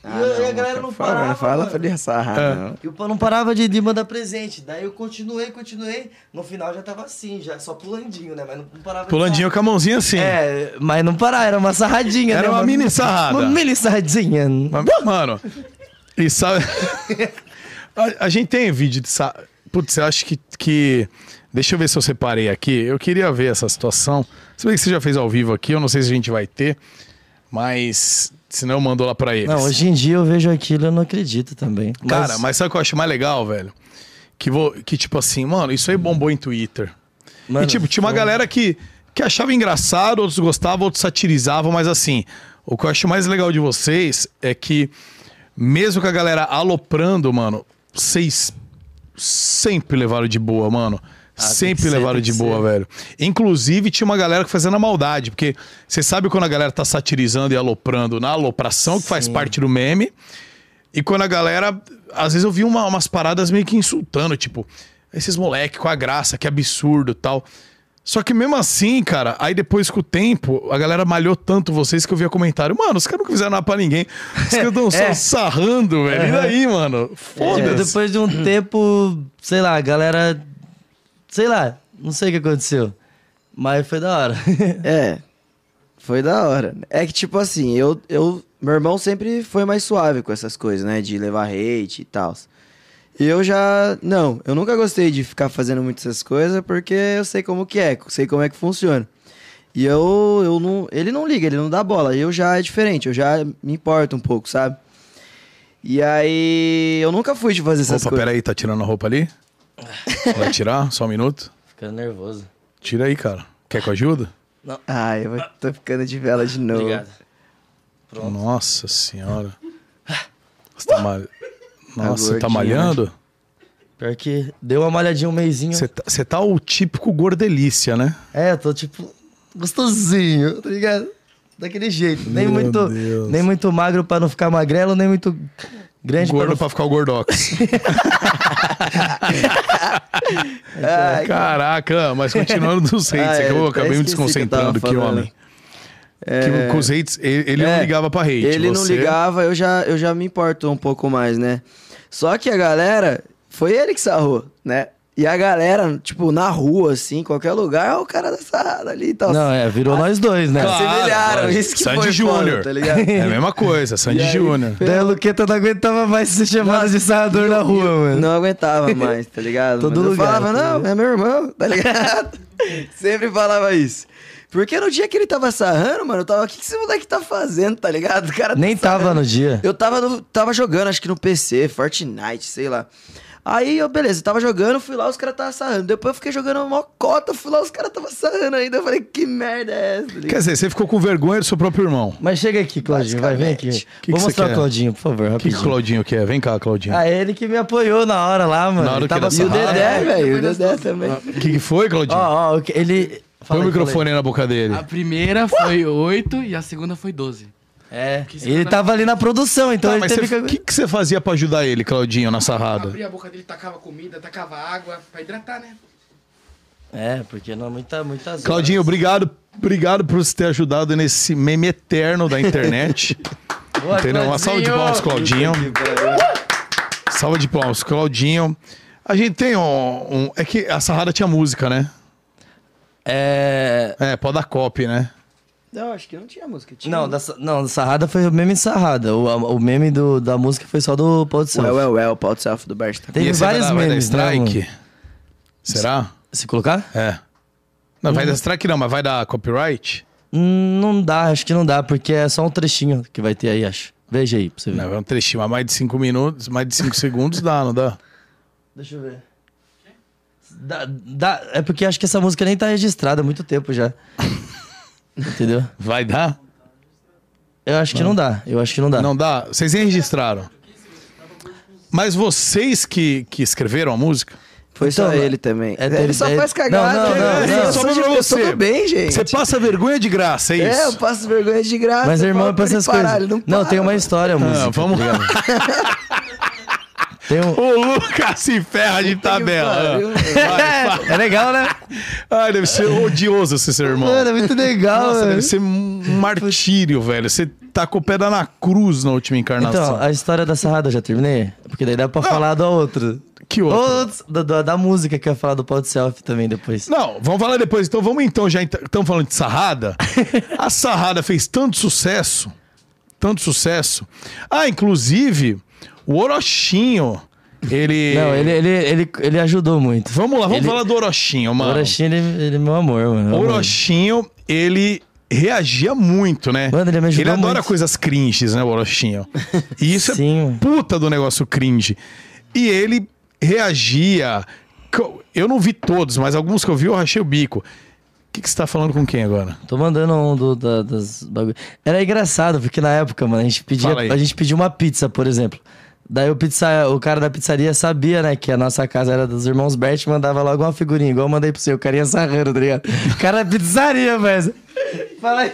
Speaker 3: Ah,
Speaker 2: e, eu- e a
Speaker 3: não,
Speaker 2: galera
Speaker 3: Muca,
Speaker 2: não
Speaker 3: fala,
Speaker 2: parava.
Speaker 3: né? Fala
Speaker 2: mano.
Speaker 3: pra ele sarrar,
Speaker 1: É.
Speaker 3: não.
Speaker 2: E o pau não parava de, de mandar presente. Daí eu continuei, continuei. No final já tava assim, já só pulandinho, né? Mas não não parava de
Speaker 1: Pulandinho com a mããozinha assim.
Speaker 2: É, mas não parar, era uma sarradinha,
Speaker 1: Era
Speaker 2: né?
Speaker 1: uma mini sarrada.
Speaker 2: Uma mini sarradinha.
Speaker 1: Mas, mano, e sabe. a, a gente tem vídeo de. sa- Putz, eu acho que, que. Deixa eu ver se eu separei aqui. Eu queria ver essa situação. Se bem que você já fez ao vivo aqui, eu não sei se a gente vai ter, mas. Se não, mandou lá pra eles.
Speaker 2: Não, hoje em dia eu vejo aquilo e eu não acredito também.
Speaker 1: Cara, mas sabe o que eu acho mais legal, velho? Que, vou, que tipo assim, mano, isso aí bombou em Twitter. e
Speaker 2: Mano,
Speaker 1: tipo, tinha uma
Speaker 2: foi- um
Speaker 1: galera que, que achava engraçado, outros gostavam, outros satirizavam, mas assim, o que eu acho mais legal de vocês é que, mesmo com a galera aloprando, mano, vocês sempre levaram de boa, mano.
Speaker 2: Ah, tem
Speaker 1: sempre
Speaker 2: que ser,
Speaker 1: levaram
Speaker 2: tem
Speaker 1: de
Speaker 2: que
Speaker 1: boa,
Speaker 2: ser.
Speaker 1: velho. Inclusive, tinha uma galera que fazendo a maldade, porque você sabe quando a galera tá satirizando e aloprando na alopração, que faz
Speaker 2: Sim.
Speaker 1: parte do meme. E quando a galera. Às vezes eu vi uma- umas paradas meio que insultando, tipo, esses moleque com a graça, que absurdo tal. Só que mesmo assim, cara, aí depois com o tempo, a galera malhou tanto vocês que eu via comentário. Mano, os caras não fizeram nada pra ninguém. Os caras estão só
Speaker 2: É.
Speaker 1: sarrando, velho. E
Speaker 2: Aham.
Speaker 1: daí, mano?
Speaker 2: Tipo,
Speaker 1: Foda-se.
Speaker 2: depois de um tempo, sei lá, a galera Sei lá, não sei o que aconteceu. Mas foi da hora.
Speaker 3: É. Foi da hora. É que, tipo assim, eu, eu. Meu irmão sempre foi mais suave com essas coisas, né? De levar hate e tal. E eu já. Não, eu nunca gostei de ficar fazendo muito essas coisas porque eu sei como que é, sei como é que funciona. E eu, eu não. Ele não liga, ele não dá bola. Eu já é diferente, eu já me importo um pouco, sabe? E aí. Eu nunca fui de fazer essas
Speaker 1: Opa,
Speaker 3: coisas.
Speaker 1: peraí, tá tirando a roupa ali? Vai tirar? Só um minuto?
Speaker 2: Ficando nervoso.
Speaker 1: Tira aí, cara. Quer que eu ajude?
Speaker 3: Ai, eu vou- tô ficando de vela de novo.
Speaker 2: Obrigado.
Speaker 1: Nossa senhora. Você tá mal... Nossa, você tá
Speaker 3: gordinho,
Speaker 1: malhando?
Speaker 2: Pior que deu uma malhadinha um meizinho.
Speaker 1: Você tá, você tá o típico gordelícia, né?
Speaker 2: É, eu tô tipo gostosinho, tá ligado? Daquele jeito. Nem
Speaker 1: Meu
Speaker 2: muito,
Speaker 1: Deus.
Speaker 2: nem muito magro pra não ficar magrelo, nem muito grande
Speaker 1: Gordo
Speaker 2: pra
Speaker 1: pra ficar o gordox.
Speaker 3: Ai,
Speaker 1: É, Caraca, ah, mas continuando nos hates,
Speaker 3: Ah,
Speaker 1: é que
Speaker 3: eu
Speaker 1: eu
Speaker 3: até
Speaker 1: acabei me
Speaker 3: esqueci que eu
Speaker 1: desconcentrando, que,
Speaker 3: tava falando.
Speaker 1: homem. Que, com os hates, ele, ele não
Speaker 3: É,
Speaker 1: ligava pra hate.
Speaker 3: Ele não
Speaker 1: você-
Speaker 3: ligava, eu já, eu já me importo um pouco mais, né? Só que a galera, foi ele que sarrou, né? E a galera, tipo, na rua, assim, qualquer lugar, é o cara da sarrada ali e tal.
Speaker 2: não... não, é, virou nós dois, né?
Speaker 1: Claro,
Speaker 3: Assemelharam,
Speaker 1: Ah, lógico.
Speaker 3: isso que
Speaker 1: Sandy
Speaker 3: foi foda,
Speaker 1: Júnior.
Speaker 3: tá ligado?
Speaker 1: É a mesma coisa, Sandy Júnior.
Speaker 2: Daí a Luqueta não aguentava mais ser chamada de sarrador na rua, mano.
Speaker 3: Não aguentava mais, tá ligado?
Speaker 2: é. Todo
Speaker 3: Mas eu
Speaker 2: lugar,
Speaker 3: falava,
Speaker 2: tá
Speaker 3: não, é meu irmão, tá ligado? Sempre falava isso. Porque no dia que ele tava sarrando, mano, eu tava, o que que esse moleque tá fazendo, tá ligado? O cara tá
Speaker 2: Nem tava no dia.
Speaker 3: Eu tava, no- tava jogando, acho que no PC, Fortnite, sei lá. Aí, eu, beleza, tava jogando, fui lá, os caras tava sarrando. Depois eu fiquei jogando uma cota, fui lá, os caras tava sarrando ainda. Eu falei, que merda é essa?
Speaker 1: Quer dizer, você ficou com vergonha do seu próprio irmão.
Speaker 2: Mas chega aqui, Claudinho, vai, vem aqui.
Speaker 3: Basicamente.
Speaker 1: Que
Speaker 2: Vou
Speaker 1: que
Speaker 2: mostrar
Speaker 1: você
Speaker 2: o
Speaker 1: quer?
Speaker 2: Claudinho, por favor,
Speaker 1: O que, que
Speaker 2: rapidinho.
Speaker 1: o Claudinho quer? Vem cá, Claudinho.
Speaker 2: Ah, ele que me apoiou na hora lá, mano.
Speaker 1: Na hora
Speaker 2: Ele
Speaker 1: que era
Speaker 2: tava
Speaker 3: E o
Speaker 1: sarrado.
Speaker 2: sarrado.
Speaker 3: Dedé, velho, o Dedé também.
Speaker 1: O que, que foi, Claudinho?
Speaker 2: Ó, ó, o que- ele...
Speaker 1: Põe
Speaker 2: Fala
Speaker 1: o
Speaker 2: aí, fala aí.
Speaker 1: É, microfone aí na boca dele.
Speaker 3: Então,
Speaker 4: A primeira foi 8 e a segunda foi 12.
Speaker 2: É,
Speaker 4: você
Speaker 2: ele
Speaker 4: tá-
Speaker 2: tava ali na produção, então
Speaker 1: Tá,
Speaker 2: ele
Speaker 1: mas
Speaker 2: teve
Speaker 1: você- o
Speaker 2: que...
Speaker 1: que, que você fazia pra ajudar ele, Claudinho, na sarrada?
Speaker 4: Abria a boca dele, tacava comida, tacava água, pra hidratar, né?
Speaker 2: É, porque não é muita, muitas
Speaker 1: Claudinho, obrigado. Obrigado por você ter ajudado nesse meme eterno da internet.
Speaker 2: horas. Boa,
Speaker 1: Entendeu? Uma salva de palmas, Claudinho. Salva de palmas, Claudinho. A gente tem um, um- É que a sarrada tinha música, né?
Speaker 2: É...
Speaker 1: É, pode dar copy, né?
Speaker 3: Não, acho que não tinha música. Tinha um
Speaker 2: Não, da, sa- não, da sarrada foi o meme sarrada. O, a- o meme do, da música foi só do produção.
Speaker 3: Well, well, well, Paul Self do Bart tá
Speaker 2: Tem
Speaker 1: E esse
Speaker 2: vários
Speaker 1: vai dar, vai dar
Speaker 2: memes, né,
Speaker 1: strike? Será?
Speaker 2: Se colocar?
Speaker 1: É. Não, vai dar strike não, mas vai dar copyright?
Speaker 2: Hum, Não dá, acho que não dá, porque é só um trechinho que vai ter aí, acho. Veja aí pra você ver.
Speaker 1: Não, é um trechinho, mas mais de 5 minutos, mais de 5 segundos dá, não dá?
Speaker 2: Deixa eu ver. Dá, dá- é porque acho que essa música nem tá registrada há muito tempo já. Entendeu?
Speaker 1: Vai dar?
Speaker 2: Eu acho que não dá. Eu acho que não dá.
Speaker 1: Não dá? Vocês nem registraram. Mas vocês que, que escreveram a música,
Speaker 3: Foi só
Speaker 2: Então,
Speaker 3: ele também.
Speaker 2: é, teve-
Speaker 3: ele só
Speaker 2: é-
Speaker 3: faz
Speaker 2: Não,
Speaker 3: cagada.
Speaker 2: não, não,
Speaker 3: né?
Speaker 2: não.
Speaker 3: Eu
Speaker 1: Só
Speaker 3: sou
Speaker 1: pra
Speaker 3: de- eu sou
Speaker 1: você.
Speaker 3: do bem, gente.
Speaker 1: você passa vergonha de graça, é
Speaker 3: É, eu
Speaker 1: isso?
Speaker 3: passo vergonha de graça.
Speaker 2: Mas,
Speaker 3: eu
Speaker 2: irmão, é
Speaker 3: falo
Speaker 2: pra
Speaker 3: ele
Speaker 2: essas
Speaker 3: parar,
Speaker 2: coisas.
Speaker 3: ele
Speaker 2: Não,
Speaker 3: para.
Speaker 2: tem uma história, a música.
Speaker 1: Ah, vamos
Speaker 2: tá
Speaker 1: lá.
Speaker 2: ligado? Tem um...
Speaker 1: O Lucas se ferra de tabela.
Speaker 3: pariu,
Speaker 1: Vai,
Speaker 2: É legal, né?
Speaker 1: vai. Ai, deve ser odioso esse seu irmão.
Speaker 2: Mano, é muito legal,
Speaker 1: Nossa,
Speaker 2: mano.
Speaker 1: deve ser um martírio, velho. Você tá com o pé da na cruz na última encarnação.
Speaker 2: Então, a história da sarrada eu já terminei? Porque daí dá pra falar da outra.
Speaker 1: Que outro?
Speaker 2: Outros- da, da- da música que eu ia falar do pau de selfie também depois.
Speaker 1: Não, vamos falar depois. Então vamos então, já estamos falando de sarrada. A sarrada fez tanto sucesso, tanto sucesso. Ah, inclusive, o Orochinho, ele...
Speaker 2: Não, ele, ele, ele, ele ajudou muito.
Speaker 1: É. Vamos lá, vamos
Speaker 2: ele-
Speaker 1: falar do Orochinho,
Speaker 2: O
Speaker 1: mano. Orochinho,
Speaker 2: Orochinho, ele, ele é meu amor, mano. Meu amor.
Speaker 1: ele reagia muito, né?
Speaker 2: Mano, ele me ajudou
Speaker 1: Ele adora
Speaker 2: muito.
Speaker 1: coisas cringes, né, o Orochinho? E isso
Speaker 2: Sim,
Speaker 1: é
Speaker 2: mano.
Speaker 1: puta do negócio cringe. E ele reagia... co- Eu não vi todos, mas alguns que eu vi eu rachei o bico. O que, que você tá falando com quem agora?
Speaker 2: Tô mandando um do, da- das bagulho. Era engraçado, porque na época, mano, a gente pedia,
Speaker 1: Fala aí.
Speaker 2: a gente pedia uma pizza, por exemplo. Daí o, pizza, o cara da pizzaria sabia, né, que a nossa casa era dos irmãos Bert mandava logo uma figurinha, igual eu mandei pro seu, o carinha sarrando, tá ligado? O cara da pizzaria, velho. Fala aí.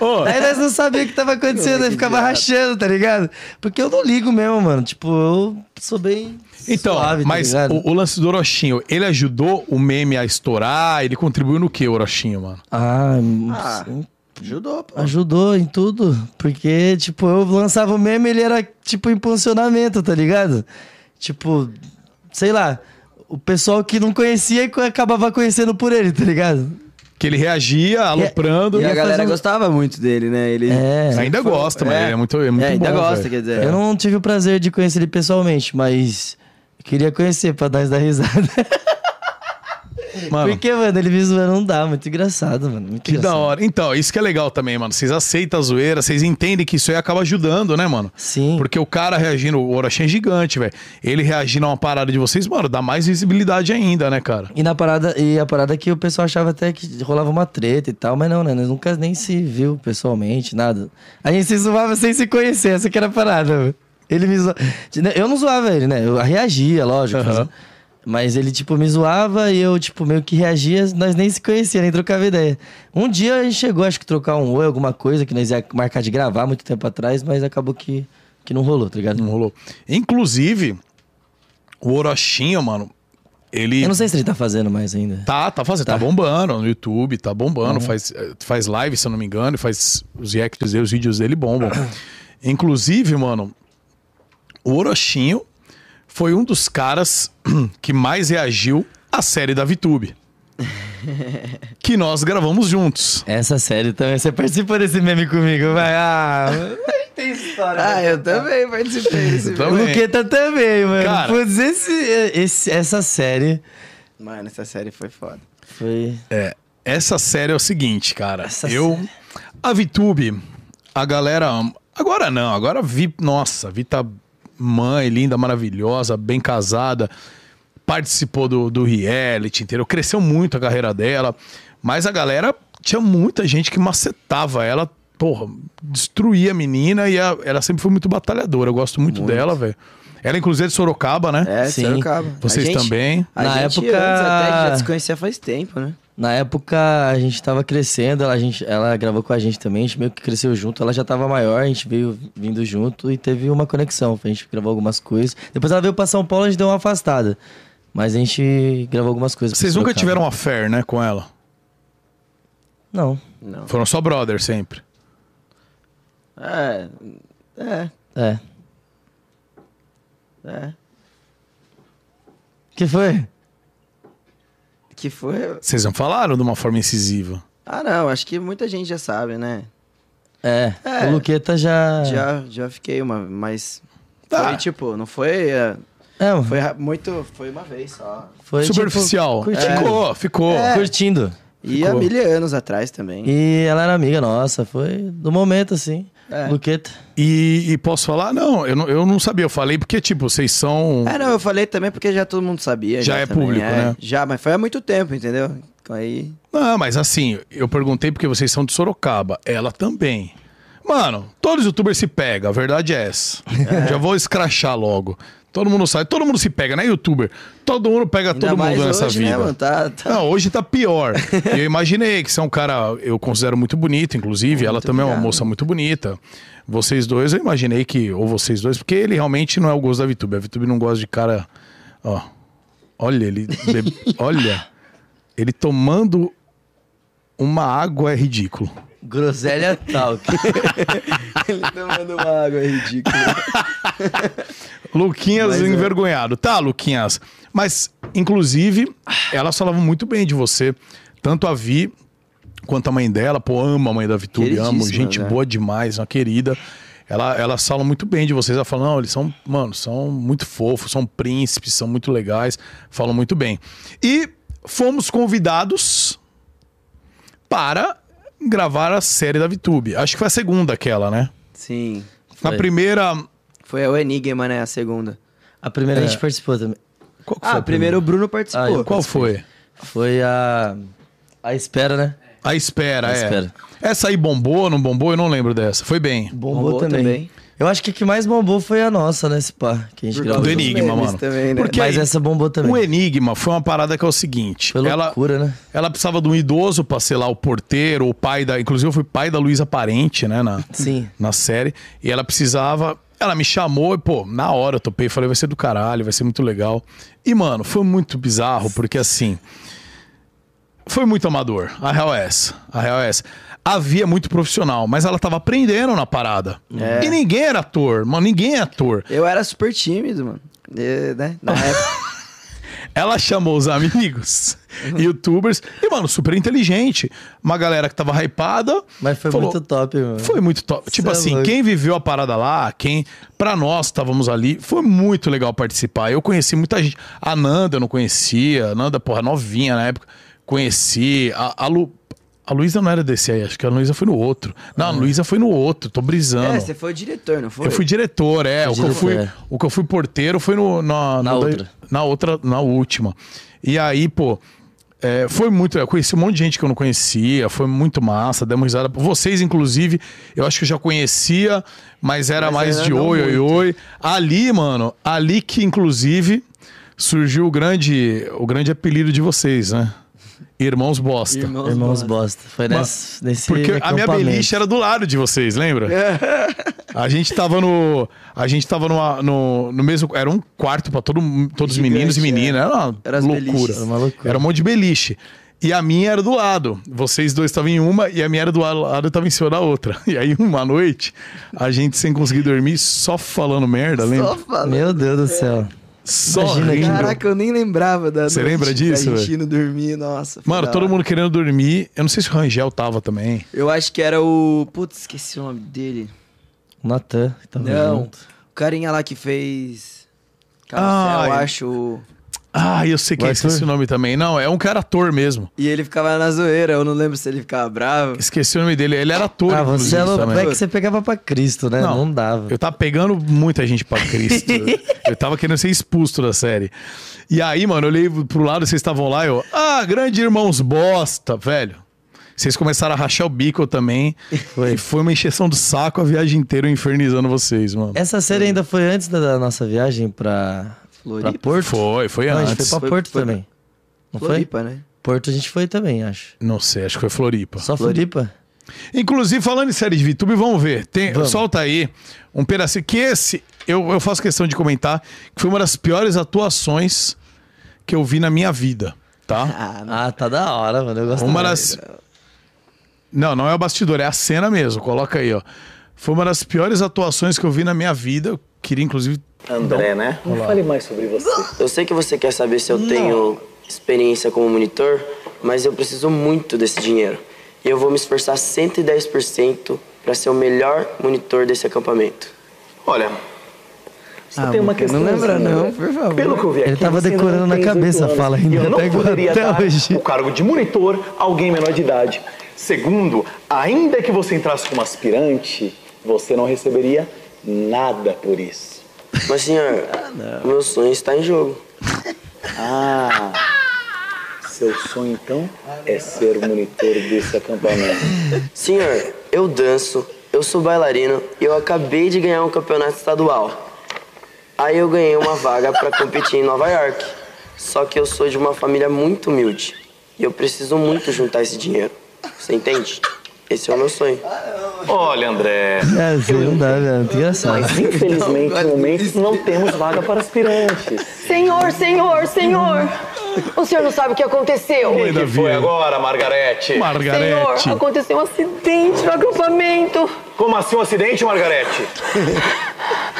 Speaker 1: Ô,
Speaker 2: Aí nós não sabíamos o que tava acontecendo, aí ficava
Speaker 3: idiota.
Speaker 2: rachando, tá ligado? Porque eu não ligo mesmo, mano. Tipo, eu sou bem.
Speaker 3: é
Speaker 1: então,
Speaker 2: suave, tá
Speaker 1: mas
Speaker 2: ligado?
Speaker 1: o, o lance do Orochinho, ele ajudou o meme a estourar? Ele contribuiu no que, o Orochinho, mano?
Speaker 2: Ah,
Speaker 3: Ah,
Speaker 2: sim.
Speaker 3: Ajudou, pô.
Speaker 2: Ajudou em tudo, porque, tipo, eu lançava o meme, ele era, tipo, impulsionamento, tá ligado? Tipo, sei lá, o pessoal que não conhecia e co- acabava conhecendo por ele, tá ligado?
Speaker 1: Que ele
Speaker 2: é-
Speaker 1: reagia aloprando.
Speaker 3: E a
Speaker 2: ia
Speaker 3: galera
Speaker 2: fazer um-
Speaker 3: gostava muito dele, né? Ele
Speaker 2: É.
Speaker 1: Ainda gosta, mas ele é muito, é muito
Speaker 3: É, ainda
Speaker 1: bom,
Speaker 3: gosta,
Speaker 1: velho.
Speaker 3: quer dizer.
Speaker 2: Eu não tive o prazer de conhecer ele pessoalmente, mas queria conhecer pra nós dar risada.
Speaker 1: Mano,
Speaker 2: Porque, mano, ele me zoando não dá, muito engraçado, mano. Muito
Speaker 1: Ah. que da
Speaker 2: engraçado.
Speaker 1: hora. Então, isso que é legal também, mano. Vocês aceitam a zoeira, vocês entendem que isso aí acaba ajudando, né, mano?
Speaker 2: Sim.
Speaker 1: Porque o cara reagindo, o Orochan é gigante, velho. Ele reagindo a uma parada de vocês, mano, dá mais visibilidade ainda, né, cara?
Speaker 2: E na parada, e a parada que o pessoal achava até que rolava uma treta e tal, mas não, né? Nós nunca nem se viu pessoalmente, nada. A gente se zoava sem se conhecer, essa que era a parada. mano. Ele me zoava. Eu não zoava ele, né? Eu reagia, lógico.
Speaker 1: Aham.
Speaker 2: Mas ele, tipo, me zoava e eu, tipo, meio que reagia, nós nem se conhecia, nem trocava ideia. Um dia a gente chegou, acho que trocar um oi, alguma coisa, que nós ia marcar de gravar muito tempo atrás, mas acabou que, que não rolou, tá ligado?
Speaker 1: Não rolou. Inclusive, o Orochinho, mano, ele.
Speaker 2: Eu não sei se ele tá fazendo mais ainda.
Speaker 1: Tá, tá fazendo, tá. bombando no YouTube, tá bombando, faz, eh, faz live, se eu não me engano, e faz os reacts dele, os vídeos dele bombam. Inclusive, mano, o Orochinho foi um dos caras que mais reagiu à série da VTube. que nós gravamos juntos.
Speaker 2: Essa série também, você participou desse meme comigo, vai. Ah, tem história.
Speaker 3: Ah, eu também participei desse
Speaker 1: Eu
Speaker 3: vídeo.
Speaker 2: O
Speaker 1: também.
Speaker 2: Luqueta também, mano.
Speaker 1: Cara.
Speaker 2: Putz, esse, esse- essa série
Speaker 3: Mano, essa série foi foda.
Speaker 2: foi.
Speaker 1: É, essa série é o seguinte, cara.
Speaker 2: Essa
Speaker 1: eu.
Speaker 2: série.
Speaker 1: A VTube, a galera ama. Agora não, agora a Vi. Nossa, a Vi tá mãe, linda, maravilhosa, bem casada. Participou do, do reality inteiro. Cresceu muito a carreira dela. Mas a galera tinha muita gente que macetava ela. Porra, destruía a menina e a- ela sempre foi muito batalhadora. Eu gosto muito, dela, velho. Ela, inclusive, é de Sorocaba, né?
Speaker 3: É,
Speaker 2: Sim.
Speaker 3: Sorocaba. A
Speaker 1: Vocês
Speaker 3: gente-
Speaker 1: também.
Speaker 3: A
Speaker 2: Na
Speaker 3: gente
Speaker 2: época-
Speaker 3: antes até que já se conhecia faz tempo, né?
Speaker 2: Na época a gente tava crescendo, ela, a gente, ela gravou com a gente também, a gente meio que cresceu junto, ela já tava maior, a gente veio vindo junto e teve uma conexão. A gente gravou algumas coisas. Depois ela veio pra São Paulo, a gente deu uma afastada. Mas a gente gravou algumas coisas. pra
Speaker 1: Vocês nunca
Speaker 2: Sorocaba.
Speaker 1: tiveram uma fé, né, com ela?
Speaker 2: Não.
Speaker 3: Não.
Speaker 1: Foram só brother sempre.
Speaker 3: É. É.
Speaker 2: É.
Speaker 3: É.
Speaker 2: Que foi?
Speaker 3: Que foi.
Speaker 1: Vocês não falaram de uma forma incisiva.
Speaker 3: Ah, não. Acho que muita gente já sabe, né?
Speaker 2: É.
Speaker 3: É.
Speaker 2: O Luqueta já.
Speaker 3: Já, já fiquei uma. Mas.
Speaker 1: Tá.
Speaker 3: Foi tipo, não foi. é,
Speaker 2: É, mano.
Speaker 3: Foi ra- muito. Foi uma vez só.
Speaker 2: Foi, tipo,
Speaker 1: Superficial. É.
Speaker 2: curtindo.
Speaker 1: Ficou, ficou.
Speaker 3: É.
Speaker 2: Curtindo.
Speaker 3: E
Speaker 1: Ficou.
Speaker 3: há mil anos atrás também.
Speaker 2: É. E ela era amiga nossa, foi do momento, assim.
Speaker 3: É.
Speaker 2: Luqueta.
Speaker 1: E, e posso falar? Não eu, não, eu não sabia. Eu falei porque, tipo, vocês são.
Speaker 3: É, não, eu falei também porque já todo mundo sabia.
Speaker 1: Já é
Speaker 3: também,
Speaker 1: público, né?
Speaker 3: Já, mas foi há muito tempo, entendeu? Aí.
Speaker 1: Não, mas assim, eu perguntei porque vocês são de Sorocaba. Ela também. Mano, todos os youtubers se pegam, a verdade é essa. Já vou escrachar logo. Todo mundo sai, todo mundo se pega, né, youtuber? Todo mundo pega
Speaker 3: Ainda
Speaker 1: todo
Speaker 3: mais
Speaker 1: mundo nessa
Speaker 3: hoje,
Speaker 1: vida.
Speaker 3: né, mano? Tá, tá-
Speaker 1: Não, hoje tá pior. Eu imaginei que você é um cara, eu considero muito bonito, inclusive. ela também é uma
Speaker 3: obrigado.
Speaker 1: moça muito bonita. Vocês dois, eu imaginei que. Ou vocês dois, porque ele realmente não é o gosto da VTube. A VTube não gosta de cara. Ó. Olha, ele. be- olha. Ele tomando uma água é ridículo.
Speaker 2: Groselha Talk.
Speaker 3: Ele tomando uma água é ridícula.
Speaker 1: Luquinhas
Speaker 3: Mas é.
Speaker 1: envergonhado. Tá, Luquinhas. Mas, inclusive, elas falavam muito bem de você. Tanto a Vi quanto a mãe dela. Pô, amo a mãe da Vitube, amo.
Speaker 3: Queridíssima,
Speaker 1: Gente
Speaker 3: né?
Speaker 1: boa demais, uma querida. Ela, elas falam muito bem de vocês. Ela fala, não, eles são, mano, são muito fofos, são príncipes, são muito legais. Falam muito bem. E fomos convidados para gravar a série da Vitube. Acho que foi a segunda aquela, né?
Speaker 3: Sim.
Speaker 1: Na
Speaker 2: Foi.
Speaker 1: primeira...
Speaker 3: Foi o Enigma, né? A segunda.
Speaker 2: A primeira
Speaker 1: É.
Speaker 2: a gente participou também.
Speaker 1: Qual que foi
Speaker 3: Ah,
Speaker 1: a
Speaker 3: primeiro o Bruno
Speaker 2: Ah,
Speaker 3: participou.
Speaker 2: eu-
Speaker 1: primeira? Qual foi?
Speaker 2: Foi a. A espera, né?
Speaker 1: A espera,
Speaker 2: A
Speaker 1: é.
Speaker 2: espera.
Speaker 1: Essa aí bombou, não bombou? Eu não lembro dessa. Foi bem.
Speaker 2: Bombou,
Speaker 3: Bombou
Speaker 2: também.
Speaker 3: também.
Speaker 2: Eu acho que a que mais bombou foi a nossa, né, esse pá? Que a gente
Speaker 3: Por
Speaker 2: gravou.
Speaker 3: causa
Speaker 1: Do
Speaker 3: dos
Speaker 1: Enigma,
Speaker 3: memes
Speaker 1: mano.
Speaker 3: também, né?
Speaker 1: Porque
Speaker 2: Mas essa bombou também.
Speaker 1: O Enigma foi uma parada que é o seguinte.
Speaker 2: Foi
Speaker 1: ela,
Speaker 2: loucura, né?
Speaker 1: ela precisava de um idoso pra ser lá o porteiro, o pai da... Inclusive eu fui pai da Luísa Parente, né? Na,
Speaker 2: Sim.
Speaker 1: na série. E ela precisava... Ela me chamou e, pô, na hora eu topei. Falei, vai ser do caralho, vai ser muito legal. E, mano, foi muito bizarro, porque assim... Foi muito amador. A real é essa. A real é essa. Havia muito profissional, mas ela tava aprendendo na parada.
Speaker 3: É.
Speaker 1: E ninguém era ator, mano. Ninguém é ator.
Speaker 3: Eu era super tímido, mano. E, né? Na época.
Speaker 1: Ela chamou os amigos, youtubers, e, mano, super inteligente. Uma galera que tava hypada.
Speaker 2: Mas foi
Speaker 1: falou-
Speaker 2: muito top, mano.
Speaker 1: Foi muito top. Tipo
Speaker 2: é
Speaker 1: assim,
Speaker 2: louco.
Speaker 1: quem viveu a parada lá, quem. Pra nós estávamos ali, foi muito legal participar. Eu conheci muita gente. A Nanda eu não conhecia. A Nanda, porra, novinha na época. Conheci. A, a Lu. A Luísa não era desse aí, acho que a Luísa foi no outro. Não,
Speaker 2: É.
Speaker 1: a Luísa foi no outro, tô brisando.
Speaker 3: É, você foi o diretor, não foi?
Speaker 1: Eu fui diretor, é. O que eu
Speaker 2: Diretor,
Speaker 1: fui,
Speaker 2: é.
Speaker 1: o que eu fui porteiro foi no, na,
Speaker 2: Na
Speaker 1: no-
Speaker 2: outra.
Speaker 1: na outra, na última. E aí, pô, é, foi muito. Eu conheci um monte de gente que eu não conhecia, foi muito massa, demos risada. Vocês, inclusive, eu acho que eu já conhecia, mas era
Speaker 3: Mas
Speaker 1: mais
Speaker 3: era
Speaker 1: de
Speaker 3: não
Speaker 1: oi, oi,
Speaker 3: muito.
Speaker 1: oi. Ali, mano, ali que, inclusive, surgiu o grande, o grande apelido de vocês, né? Irmãos Bosta.
Speaker 3: Irmãos,
Speaker 2: Irmãos
Speaker 3: Irmãos
Speaker 2: bosta. Foi nesse, nesse
Speaker 1: Porque a minha
Speaker 2: acampamento.
Speaker 1: beliche era do lado de vocês, lembra? A gente tava no. A gente tava numa- no, no mesmo. Era um quarto pra todo, todos os
Speaker 3: Gigante,
Speaker 1: meninos e meninas. é. Era uma
Speaker 3: Era as
Speaker 1: loucura.
Speaker 3: beliches.
Speaker 2: Era uma loucura.
Speaker 1: Era um monte de beliche. E a minha era do lado. Vocês dois estavam em uma e a minha era do lado e tava em cima da outra. E aí, uma noite, a gente sem conseguir dormir, só falando merda,
Speaker 3: Só
Speaker 1: lembra?
Speaker 3: falando.
Speaker 2: Meu Deus do
Speaker 1: É.
Speaker 2: céu.
Speaker 1: Só,
Speaker 2: imagina,
Speaker 1: rindo.
Speaker 3: Caraca, eu nem lembrava da
Speaker 1: Você
Speaker 3: noite
Speaker 1: lembra
Speaker 3: que
Speaker 1: disso,
Speaker 3: A gente indo dormir, nossa. foi
Speaker 1: Mano,
Speaker 3: da
Speaker 1: todo
Speaker 3: hora.
Speaker 1: mundo querendo dormir. Eu não sei se o Rangel tava também.
Speaker 3: Eu acho que era o. Putz, esqueci o nome dele.
Speaker 2: O Natan, que tava
Speaker 3: Não.
Speaker 2: junto.
Speaker 3: O carinha lá que fez. Carrossel, eu
Speaker 1: Ai.
Speaker 3: acho.
Speaker 1: Ah, eu sei quem
Speaker 2: Vai,
Speaker 1: é esse
Speaker 2: Arthur?
Speaker 1: nome também. Não, é um cara ator mesmo.
Speaker 3: E ele ficava na zoeira, eu não lembro se ele ficava bravo.
Speaker 1: Esqueci o nome dele. Ele era ator.
Speaker 2: Ah,
Speaker 1: inclusive,
Speaker 2: você é louco.
Speaker 1: também.
Speaker 2: É que você pegava pra Cristo, né? Não, dava.
Speaker 1: Eu tava pegando muita gente pra Cristo. eu tava querendo ser expulso da série. E aí, mano, eu olhei pro lado, vocês estavam lá, eu. Ah, grande irmãos bosta, velho. Vocês começaram a rachar o bico também. E foi uma encheção do saco a viagem inteira eu infernizando vocês, mano.
Speaker 2: Essa série ainda foi antes da- da nossa viagem pra, pra
Speaker 3: Floripa.
Speaker 2: Porto?
Speaker 1: Foi, foi
Speaker 2: Não, a gente
Speaker 1: antes.
Speaker 2: foi pra
Speaker 3: Foi-
Speaker 2: Porto
Speaker 3: foi-
Speaker 2: também. Não foi?
Speaker 3: Floripa, né?
Speaker 2: Porto a gente foi também, acho.
Speaker 1: Não sei, acho que foi Floripa.
Speaker 2: Só Floripa.
Speaker 1: Inclusive, falando em série de VTube, vamos ver. Tem,
Speaker 2: Vamos.
Speaker 1: Solta aí um pedacinho. Que esse, eu, eu faço questão de comentar, que foi uma das piores atuações que eu vi na minha vida, tá?
Speaker 3: Ah, não.
Speaker 2: Ah, tá da hora, mano. Eu gosto
Speaker 1: Uma
Speaker 2: muito.
Speaker 1: das. é Não, não é o bastidor, é a cena mesmo. Coloca aí, ó. Foi uma das piores atuações que eu vi na minha vida. Eu queria, inclusive.
Speaker 5: André, né?
Speaker 6: Não fale mais sobre você.
Speaker 5: Eu sei que você quer saber se eu tenho experiência como monitor, mas eu preciso muito desse dinheiro. E eu vou me esforçar 110% para ser o melhor monitor desse acampamento. Olha,
Speaker 6: Você
Speaker 2: Ah,
Speaker 6: tem uma questão.
Speaker 3: não lembra,
Speaker 6: assim,
Speaker 3: não,
Speaker 6: né?
Speaker 3: por favor.
Speaker 6: Pelo que eu vi aqui,
Speaker 2: Ele tava
Speaker 6: você não
Speaker 2: decorando na
Speaker 6: tem
Speaker 2: cabeça a
Speaker 6: 18
Speaker 2: fala
Speaker 6: anos.
Speaker 2: ainda,
Speaker 6: E Eu não
Speaker 2: até agora,
Speaker 6: poderia
Speaker 2: até
Speaker 6: dar
Speaker 2: hoje.
Speaker 6: o cargo de monitor a alguém menor de idade. Segundo, ainda que você entrasse como aspirante, você não receberia nada por isso.
Speaker 5: mas senhor, meu sonho está em jogo.
Speaker 6: Ah, seu sonho então é ser o monitor desse acampamento.
Speaker 5: Senhor, eu danço, eu sou bailarino e eu acabei de ganhar um campeonato estadual. Aí eu ganhei uma vaga para competir em Nova York. Só que eu sou de uma família muito humilde e eu preciso muito juntar esse dinheiro. Você entende? Esse é o meu sonho.
Speaker 6: Olha, André,
Speaker 2: É, assim, não dá, velho. Muito Engraçado.
Speaker 6: mas infelizmente no momento não temos vaga para aspirantes.
Speaker 7: Senhor, senhor, senhor! O senhor não sabe o que aconteceu?
Speaker 1: Oi, Davi.
Speaker 6: agora, Margarete?
Speaker 7: Senhor,
Speaker 1: Margarete.
Speaker 7: aconteceu um acidente no acampamento.
Speaker 6: Como assim um acidente, Margarete?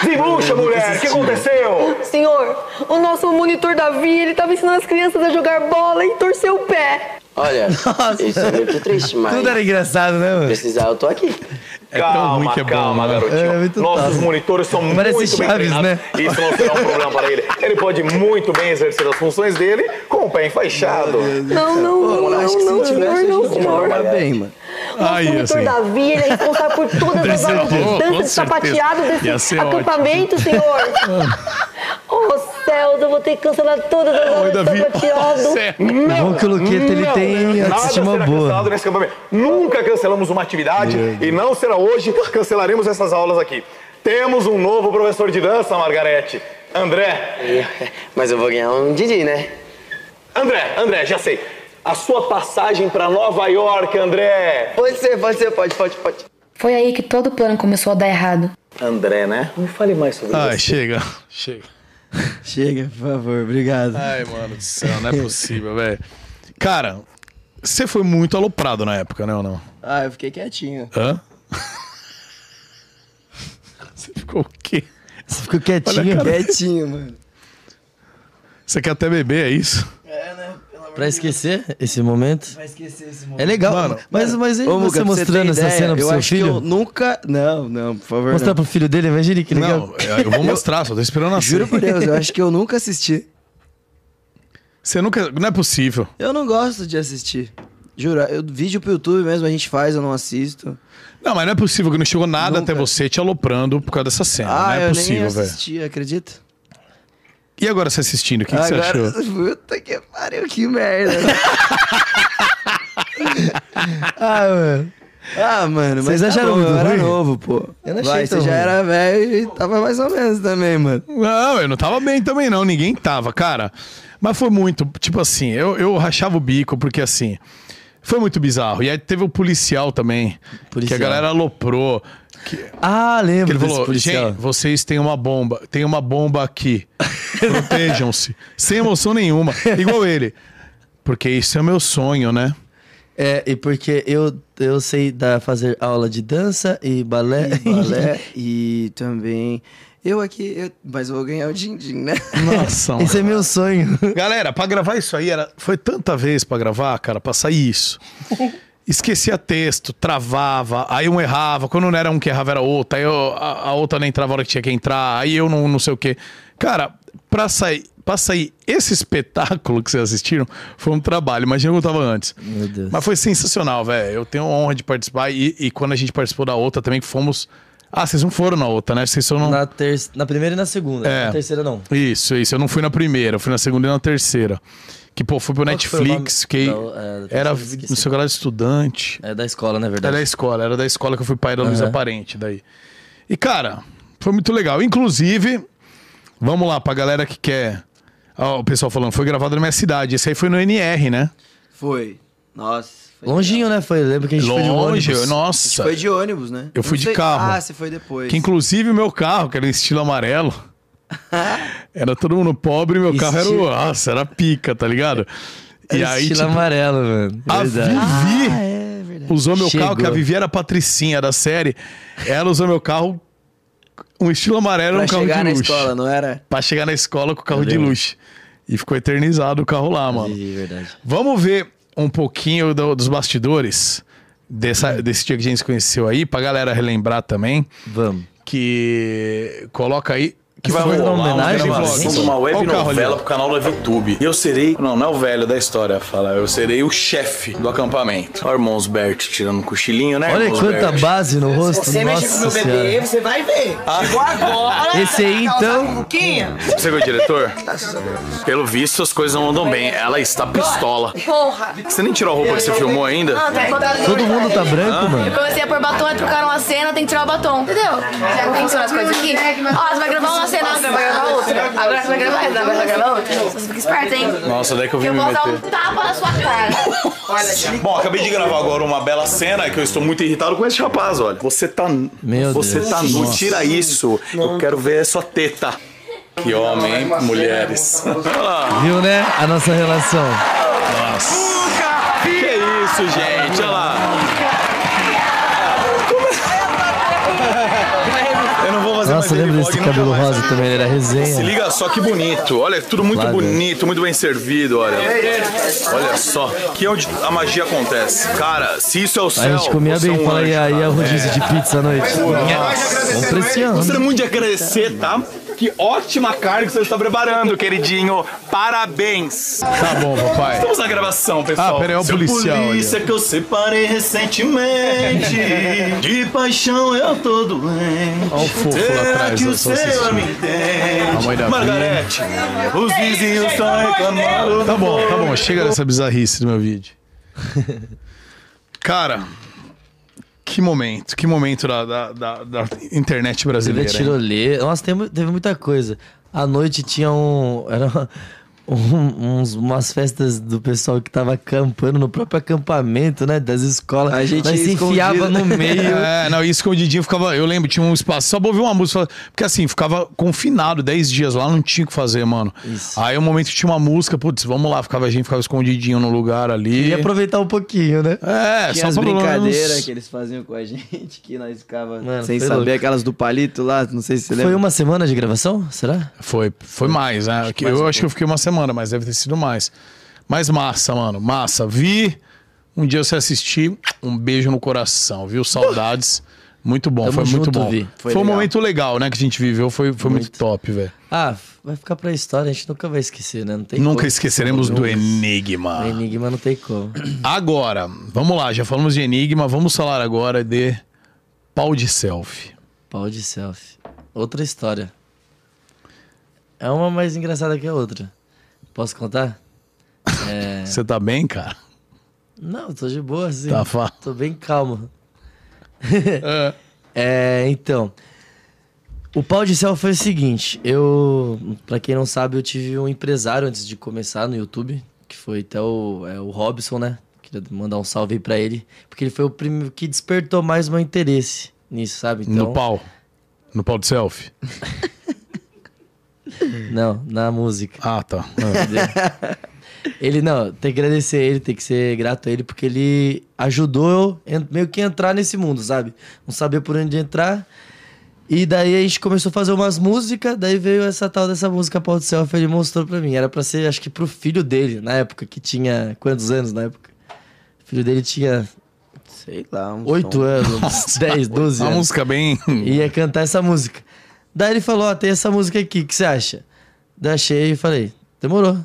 Speaker 6: Desembucha, mulher! O que
Speaker 2: né?
Speaker 6: aconteceu?
Speaker 7: Senhor, o nosso monitor Davi, ele tava ensinando as crianças a jogar bola e torceu o pé.
Speaker 5: Olha, isso é muito triste, mas
Speaker 2: Tudo era engraçado, né, mano?
Speaker 5: precisar eu tô aqui.
Speaker 1: É tão ruim que é bom.
Speaker 6: calma,
Speaker 1: né?
Speaker 6: garotinho.
Speaker 2: É, muito
Speaker 6: Nossos
Speaker 2: top.
Speaker 6: monitores são
Speaker 2: Parece
Speaker 6: muito
Speaker 2: Chaves,
Speaker 6: bem treinados.
Speaker 2: né?
Speaker 6: Isso não será um problema para ele. Ele pode muito bem exercer as funções dele com o pé enfaixado.
Speaker 7: Não, não, não, não, não, senhor, não, senhor.
Speaker 3: Tá bem, mano.
Speaker 1: Aí,
Speaker 7: o monitor
Speaker 1: assim.
Speaker 7: Davi, ele é responsável por todas as
Speaker 1: certeza.
Speaker 7: aulas de
Speaker 1: Com
Speaker 7: dança de
Speaker 1: certeza.
Speaker 7: sapateado
Speaker 1: Ia
Speaker 7: desse
Speaker 1: ser ótimo. Ah.
Speaker 7: acampamento, senhor. oh, céus, eu vou ter que cancelar todas as
Speaker 1: Oi,
Speaker 7: aulas de
Speaker 1: Davi.
Speaker 7: sapateado.
Speaker 2: O bom que o Luqueta, ele
Speaker 6: Não,
Speaker 2: tem
Speaker 6: nada
Speaker 2: autoestima
Speaker 6: será
Speaker 2: boa.
Speaker 6: cancelado nesse acampamento. Nunca cancelamos uma atividade e não será hoje. Cancelaremos essas aulas aqui. Temos um novo professor de dança, Margarete. André,
Speaker 5: Mas eu vou ganhar um Didi, né?
Speaker 6: André, André, já sei. A sua passagem pra Nova York, André.
Speaker 5: Pode ser, pode ser, pode, pode, pode.
Speaker 8: Foi aí que todo o plano começou a dar errado.
Speaker 6: André, né?
Speaker 4: Não fale mais sobre
Speaker 1: Ai, chega. Chega.
Speaker 3: Chega, por favor, obrigado.
Speaker 2: Ah.
Speaker 1: Ai, mano do céu, não é possível, velho. Cara, você foi muito aloprado na época, né ou não?
Speaker 3: Ah, eu fiquei quietinho.
Speaker 1: Hã? Você ficou o quê?
Speaker 2: Você ficou quietinho.
Speaker 1: Olha a cara
Speaker 3: Quietinho, mano.
Speaker 1: Você quer até beber, é isso?
Speaker 3: É, né? Pelo amor
Speaker 2: Pra esquecer esse momento.
Speaker 3: Vai esquecer esse momento.
Speaker 2: É legal,
Speaker 1: Mano,
Speaker 2: mas, mas e
Speaker 3: Ô,
Speaker 2: você
Speaker 3: Muca, pra você ter
Speaker 2: mostrando essa
Speaker 3: ideia,
Speaker 2: cena pro
Speaker 3: eu
Speaker 2: seu
Speaker 3: acho que
Speaker 2: filho?
Speaker 3: eu nunca... Não, não, por favor,
Speaker 2: Mostrar
Speaker 3: não.
Speaker 2: pro filho dele, imagine que legal.
Speaker 1: Não, eu vou mostrar, só tô esperando a
Speaker 3: Juro
Speaker 1: cena.
Speaker 3: por Deus, eu acho que eu nunca assisti.
Speaker 1: Você nunca. Não é possível.
Speaker 3: Eu não gosto de assistir. Juro, eu, vídeo pro YouTube mesmo a gente faz, eu não assisto.
Speaker 1: Não, mas não é possível que não chegou nada
Speaker 3: Nunca.
Speaker 1: até você te aloprando por causa dessa cena. não
Speaker 3: ah,
Speaker 1: é
Speaker 3: eu
Speaker 1: possível,
Speaker 3: nem
Speaker 1: velho.
Speaker 3: assisti, acredita?
Speaker 1: E agora você assistindo, o que, que você
Speaker 3: Agora-
Speaker 1: achou?
Speaker 3: Puta que pariu, que merda.
Speaker 2: Ah, mano.
Speaker 3: ah, mano, mas
Speaker 2: Vocês
Speaker 3: tá
Speaker 2: acharam
Speaker 3: bom,
Speaker 2: muito
Speaker 3: eu era
Speaker 2: ruim?
Speaker 3: novo, pô.
Speaker 2: Eu não achei
Speaker 3: Vai,
Speaker 2: tão
Speaker 3: você já
Speaker 2: ruim.
Speaker 3: era velho e tava mais ou menos também, mano.
Speaker 1: Não, eu não tava bem também, não. Ninguém tava, cara. Mas foi muito. Tipo assim, eu, eu rachava o bico, porque assim. Foi muito bizarro. E aí teve o policial também. Que a
Speaker 2: Policial.
Speaker 1: galera aloprou. Que,
Speaker 2: Ah,
Speaker 1: que
Speaker 2: lembro
Speaker 1: ele
Speaker 2: desse
Speaker 1: falou:
Speaker 2: policial.
Speaker 1: gente, vocês têm uma bomba. Tem uma bomba aqui. Protejam-se. Sem emoção nenhuma. Igual ele. Porque isso é meu sonho, né?
Speaker 2: É, e porque eu, eu sei dar, fazer aula de dança e balé.
Speaker 3: E balé e também... Eu aqui, eu- mas eu vou ganhar o din-din, né?
Speaker 1: Nossa, mano.
Speaker 2: Esse é meu sonho.
Speaker 1: Galera, pra gravar isso aí, era... foi tanta vez pra gravar, cara, pra sair isso. Esquecia texto, travava, aí um errava, quando não era um que errava, era outro, aí eu- a, a outra não entrava a hora que tinha que entrar, aí eu não, não sei o quê. Cara, pra sair, pra sair esse espetáculo que vocês assistiram, foi um trabalho, imagina como eu tava antes.
Speaker 2: Meu Deus.
Speaker 1: Mas foi sensacional, velho. Eu tenho a honra de participar e, e quando a gente participou da outra também, que fomos. Ah, vocês não foram na outra, né? Vocês só não.
Speaker 2: Na, ter... na primeira e na segunda.
Speaker 1: É.
Speaker 2: Na terceira, não.
Speaker 1: Isso, isso. Eu não fui na primeira, eu fui na segunda e na terceira. Que, pô, fui pro
Speaker 2: Qual que foi o
Speaker 1: Netflix,
Speaker 2: nome?
Speaker 1: fiquei.
Speaker 2: Não, é, eu
Speaker 1: era
Speaker 2: esqueci.
Speaker 1: no seu grau de estudante.
Speaker 2: É da escola, na
Speaker 1: Era
Speaker 2: verdade.
Speaker 1: da escola, era da escola que eu fui pai da Luísa
Speaker 2: Aham.
Speaker 1: Parente, daí. E, cara, foi muito legal. Inclusive, vamos lá, pra galera que quer. Ó, o pessoal falando, foi gravado na minha cidade. Esse aí foi no NR, né?
Speaker 3: Foi. Nossa. Foi
Speaker 2: Longinho, né? Foi. Eu lembro que a gente foi de
Speaker 1: Longe,
Speaker 2: ônibus.
Speaker 3: A gente
Speaker 1: nossa.
Speaker 3: foi de ônibus, né?
Speaker 1: Eu fui
Speaker 3: Não
Speaker 1: de
Speaker 3: sei-
Speaker 1: carro.
Speaker 3: Ah, você foi depois.
Speaker 1: Que inclusive o meu carro, que era em estilo amarelo, era todo mundo pobre, meu carro era. o-
Speaker 2: Estilo-
Speaker 1: Nossa, era pica, tá ligado? E
Speaker 2: Era
Speaker 1: aí,
Speaker 2: estilo
Speaker 1: tipo,
Speaker 2: amarelo, mano.
Speaker 1: A
Speaker 2: Verdade.
Speaker 1: Vivi usou meu
Speaker 2: é. Chegou.
Speaker 1: carro, que a Vivi era a patricinha da série. Ela usou meu carro, um estilo amarelo,
Speaker 3: Pra
Speaker 1: um carro
Speaker 3: chegar
Speaker 1: de
Speaker 3: na
Speaker 1: luxo.
Speaker 3: escola, não era?
Speaker 1: Pra chegar na escola com o carro
Speaker 2: né? Eu
Speaker 1: de
Speaker 2: lembro.
Speaker 1: luxo. E ficou eternizado o carro lá, mano.
Speaker 2: Vivi, verdade.
Speaker 1: Vamos ver um pouquinho do- dos bastidores dessa- desse dia que a gente se conheceu aí, pra galera relembrar também.
Speaker 2: Vamos.
Speaker 1: Que coloca aí. Que
Speaker 2: Essa
Speaker 1: vai
Speaker 2: foi uma
Speaker 1: rolar uma
Speaker 2: homenagem pra
Speaker 1: gravação
Speaker 2: gente?
Speaker 1: de uma web novela pro canal da VTube. E eu serei. Não, não é o velho da história, fala. Eu serei o chefe do acampamento. Ó, irmãos Bert tirando um cochilinho, né?
Speaker 2: Olha
Speaker 1: irmãos
Speaker 2: quanta
Speaker 1: Bert?
Speaker 2: base no rosto.
Speaker 9: Você
Speaker 2: Nossa
Speaker 9: mexe com meu
Speaker 2: senhora.
Speaker 1: é.
Speaker 9: bebê, você vai ver.
Speaker 1: Ah.
Speaker 9: Chegou agora.
Speaker 2: Esse aí,
Speaker 9: vai
Speaker 2: então-
Speaker 9: causar um pouquinho.
Speaker 1: Você viu o diretor? Pelo visto, as coisas não andam bem. Ela está pistola.
Speaker 9: Porra.
Speaker 1: Você nem tirou a roupa que você filmou ainda?
Speaker 2: Todo mundo tá branco, mano.
Speaker 8: Eu comecei a pôr batom, aí trocaram a cena, tem que tirar o batom, entendeu? Já funciona as coisas aqui. Ó, você vai gravar uma cena, agora vai gravar outra. Agora você vai gravar essa, agora você vai gravar outra. Você fica esperto, hein?
Speaker 1: Nossa, daí que eu vim
Speaker 8: Eu
Speaker 1: me
Speaker 8: vou dar um
Speaker 1: meter.
Speaker 8: tapa na sua cara.
Speaker 1: Bom, acabei de gravar agora uma bela cena que eu estou muito irritado com esse rapaz, olha.
Speaker 6: Você tá.
Speaker 2: Meu
Speaker 6: você
Speaker 2: Deus.
Speaker 6: tá nu,
Speaker 2: Nossa.
Speaker 6: tira isso. Eu quero ver sua teta.
Speaker 1: Que homem, hein? mulheres. Ah,
Speaker 2: Viu, né? A nossa relação.
Speaker 1: Que isso, gente? Olha lá. Eu não vou fazer
Speaker 2: Nossa,
Speaker 1: mais
Speaker 2: lembra
Speaker 1: vlog
Speaker 2: desse
Speaker 1: nunca
Speaker 2: cabelo
Speaker 1: mais.
Speaker 2: rosa também? Ele era
Speaker 1: Se
Speaker 2: resenha.
Speaker 1: liga só que bonito. Olha, é tudo muito
Speaker 2: Lá,
Speaker 1: bonito, muito bem servido, olha. Olha só, que é onde a magia acontece. Cara, se isso é o
Speaker 2: A
Speaker 1: céu,
Speaker 2: gente comia
Speaker 1: você é
Speaker 2: bem,
Speaker 1: um É.
Speaker 2: fala e
Speaker 1: anjo,
Speaker 2: aí
Speaker 1: cara.
Speaker 2: a rodízio de pizza à noite. Vamos pra esse ano.
Speaker 6: Gostaria muito de agradecer, tá? Que ótima carne que você está preparando, queridinho. Parabéns.
Speaker 1: Tá bom, papai.
Speaker 6: Estamos na gravação, pessoal.
Speaker 1: Ah, pera aí, é o
Speaker 6: Seu
Speaker 1: policial ali, ó.
Speaker 6: polícia que eu separei recentemente. De paixão eu tô doente.
Speaker 1: Olha o fofo lá
Speaker 6: Será
Speaker 1: atrás,
Speaker 6: que
Speaker 1: eu
Speaker 6: o
Speaker 1: só
Speaker 6: senhor
Speaker 1: assistindo.
Speaker 6: me entende?
Speaker 1: A mãe da
Speaker 6: Margarete, os vizinhos estão reclamando.
Speaker 1: Tá bom, tá bom. Chega dessa bizarrice do meu vídeo. Cara, que momento, que momento da, da- da- da internet
Speaker 2: Teve
Speaker 1: brasileira. hein?
Speaker 2: tirolesa. Nossa, teve, mu- teve muita coisa. À noite tinha um. Era uma- um- uns- umas festas do pessoal que tava acampando no próprio acampamento, né? Das escolas.
Speaker 3: A gente
Speaker 2: Nós se
Speaker 3: escondido.
Speaker 2: enfiava no meio.
Speaker 1: É, não, isso escondidinho ficava. Eu lembro, tinha um espaço, só pra ouvir uma música. Porque assim, ficava confinado 10 dias lá, não tinha o que fazer, mano.
Speaker 2: Isso.
Speaker 1: Aí o momento que tinha uma música, putz, vamos lá, ficava, a gente ficava escondidinho no lugar ali.
Speaker 2: E aproveitar um pouquinho, né?
Speaker 1: É,
Speaker 3: Tinha
Speaker 1: só
Speaker 3: as
Speaker 1: pelo menos-
Speaker 3: brincadeiras que eles faziam com a gente, que nós ficava
Speaker 2: Mano,
Speaker 3: sem
Speaker 2: foi
Speaker 3: saber
Speaker 2: louco.
Speaker 3: aquelas do palito lá, não sei se você lembra.
Speaker 2: Foi uma semana de gravação? Será? um
Speaker 1: Foi, foi mais, né? eu acho que eu fiquei uma semana, mas deve ter sido mais. Mas massa, mano, massa. Vi, um dia você assistir, um beijo no coração, viu? Saudades. Muito bom,
Speaker 2: Tamo
Speaker 1: foi muito
Speaker 2: junto,
Speaker 1: bom.
Speaker 2: Vi.
Speaker 1: Foi,
Speaker 2: Foi
Speaker 1: um
Speaker 2: legal.
Speaker 1: momento legal, né, que a gente viveu, foi, foi muito, top, velho.
Speaker 2: Ah, vai ficar pra história, a gente nunca vai esquecer, né? Não tem
Speaker 1: Nunca
Speaker 2: como.
Speaker 1: esqueceremos do
Speaker 2: Nunca.
Speaker 1: Enigma.
Speaker 2: Do Enigma não tem como.
Speaker 1: Agora, vamos lá, já falamos de Enigma, vamos falar agora de pau de selfie.
Speaker 2: Pau de selfie. Outra história. É uma mais engraçada que a outra. Posso contar? É...
Speaker 1: Você tá bem, cara?
Speaker 2: Não, tô de boa, assim.
Speaker 1: Tá fa-
Speaker 2: Tô bem calmo. é, então. O pau de selfie foi o seguinte, eu, pra quem não sabe, eu tive um empresário antes de começar no YouTube, que foi até o, é, o Robson, né? Queria mandar um salve aí pra ele, porque ele foi o primeiro que despertou mais meu interesse nisso, sabe? Então,
Speaker 1: No pau. No pau de selfie.
Speaker 2: Não, na música.
Speaker 1: Ah, tá.
Speaker 2: ele, não, tem que agradecer ele, tem que ser grato a ele, porque ele ajudou eu en- meio que entrar nesse mundo, sabe? Não sabia por onde entrar. E daí a gente começou a fazer umas músicas, daí veio essa tal dessa música Pau do Selfie, ele mostrou pra mim. Era pra ser, acho que pro filho dele, na época, que tinha quantos anos na época? O filho dele tinha
Speaker 3: Sei lá. uns
Speaker 2: Oito
Speaker 3: sons.
Speaker 2: anos, uns 10, 12
Speaker 1: Uma
Speaker 2: anos.
Speaker 1: música bem.
Speaker 2: Ia cantar essa música. Daí ele falou: Ó, tem essa música aqui, o que você acha? Daí achei e falei: Demorou.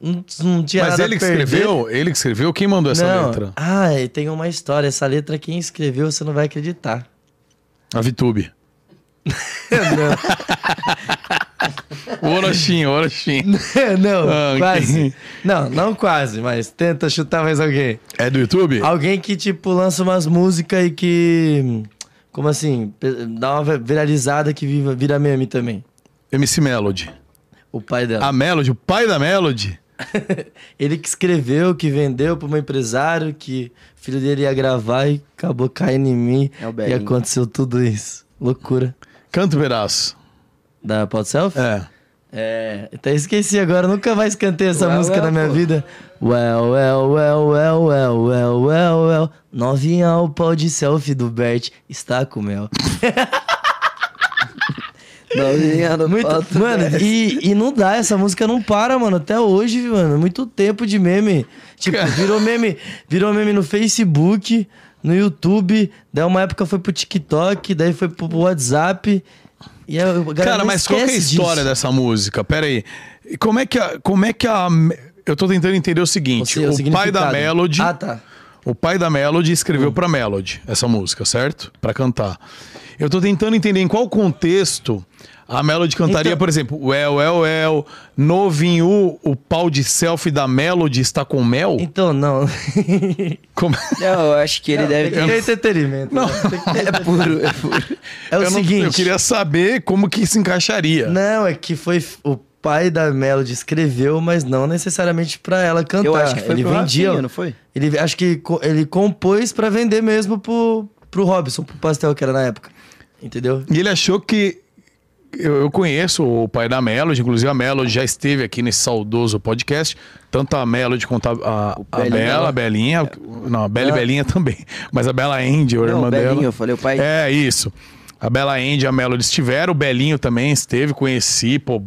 Speaker 2: Não, não tinha
Speaker 1: Mas
Speaker 2: nada a
Speaker 1: ele que
Speaker 2: perder.
Speaker 1: escreveu? Ele que escreveu? Quem mandou essa
Speaker 2: Não.
Speaker 1: letra?
Speaker 2: Ah, e tem uma história. Essa letra, quem escreveu, você não vai acreditar.
Speaker 1: A Vitube. O Orochinho, o Orochinho.
Speaker 2: não,
Speaker 1: Ah,
Speaker 2: quase.
Speaker 1: ok.
Speaker 2: Não, não quase, mas tenta chutar mais alguém.
Speaker 1: É do YouTube?
Speaker 2: Alguém que, tipo, lança umas músicas e que. Como assim? pe- Dá uma vi- viralizada que viva- vira meme também.
Speaker 1: MC Melody.
Speaker 2: O pai dela.
Speaker 1: A Melody, o pai da Melody.
Speaker 2: Ele que escreveu, que vendeu para um empresário, que o filho dele ia gravar e acabou caindo em mim.
Speaker 3: É o
Speaker 2: e
Speaker 3: Belinho.
Speaker 2: aconteceu tudo isso. Loucura.
Speaker 1: Canta um pedaço.
Speaker 2: Da Pod Self?
Speaker 1: É.
Speaker 2: É. Até esqueci agora, nunca mais cantei essa
Speaker 3: Ué,
Speaker 2: música
Speaker 3: ué,
Speaker 2: na minha
Speaker 3: pô.
Speaker 2: vida. Well, well, well, well, well, well, well, well. Novinha, o pau de selfie do Bert está com mel.
Speaker 3: Novinha do
Speaker 2: Muito,
Speaker 3: pau do
Speaker 2: mano,
Speaker 3: Bert.
Speaker 2: e, e não dá, essa música não para, mano. Até hoje, mano. Muito tempo de meme. Tipo, virou meme, virou meme no Facebook, no YouTube. Daí uma época foi pro TikTok, daí foi pro WhatsApp. E a galera
Speaker 1: Cara,
Speaker 2: não
Speaker 1: mas qual que é a
Speaker 2: esquece
Speaker 1: história
Speaker 2: disso.
Speaker 1: dessa música? Pera aí. E Como é que a. Como é que a. Eu tô tentando entender o seguinte:
Speaker 2: Ou
Speaker 1: é o,
Speaker 2: seja,
Speaker 1: pai da
Speaker 2: é significado.
Speaker 1: Melody.
Speaker 2: Ah, tá.
Speaker 1: O pai da Melody
Speaker 2: Hum.
Speaker 1: escreveu pra Melody essa música, certo? Pra cantar. Eu tô tentando entender em qual contexto a Melody cantaria,
Speaker 2: Então-
Speaker 1: por exemplo, Well, well, well, novinho, o pau de selfie da Melody está com mel?
Speaker 2: Então, não.
Speaker 1: Como-
Speaker 3: Não, eu acho que ele
Speaker 1: É,
Speaker 3: deve
Speaker 2: Tem que
Speaker 3: ter.
Speaker 2: ter entretenimento. né? Tem que ter-
Speaker 3: É puro, é puro.
Speaker 2: É o
Speaker 1: eu, não-
Speaker 2: seguinte.
Speaker 1: eu queria saber como que se encaixaria.
Speaker 2: Não, é que foi f- o pai da Melody escreveu, mas não necessariamente pra ela cantar.
Speaker 3: Eu acho que foi
Speaker 2: ele
Speaker 3: pro
Speaker 2: vendia,
Speaker 3: Rafinha, não foi?
Speaker 2: Ele acho que co- ele compôs pra vender mesmo pro, pro Robson, pro pastel que era na época. Entendeu?
Speaker 1: E ele achou que. Eu, eu conheço o pai da Melody, inclusive a Melody já esteve aqui nesse saudoso podcast. Tanto a Melody quanto a, a, a
Speaker 3: Belinha.
Speaker 1: Bela, a Belinha. Não, a Bela e
Speaker 2: Ah.
Speaker 1: Belinha também. Mas a Bela Andy, a irmã
Speaker 3: Belinho,
Speaker 1: dela.
Speaker 3: eu falei, o pai.
Speaker 1: É, isso. A Bela Andy e a Melody estiveram. O Belinho também esteve, conheci, pô,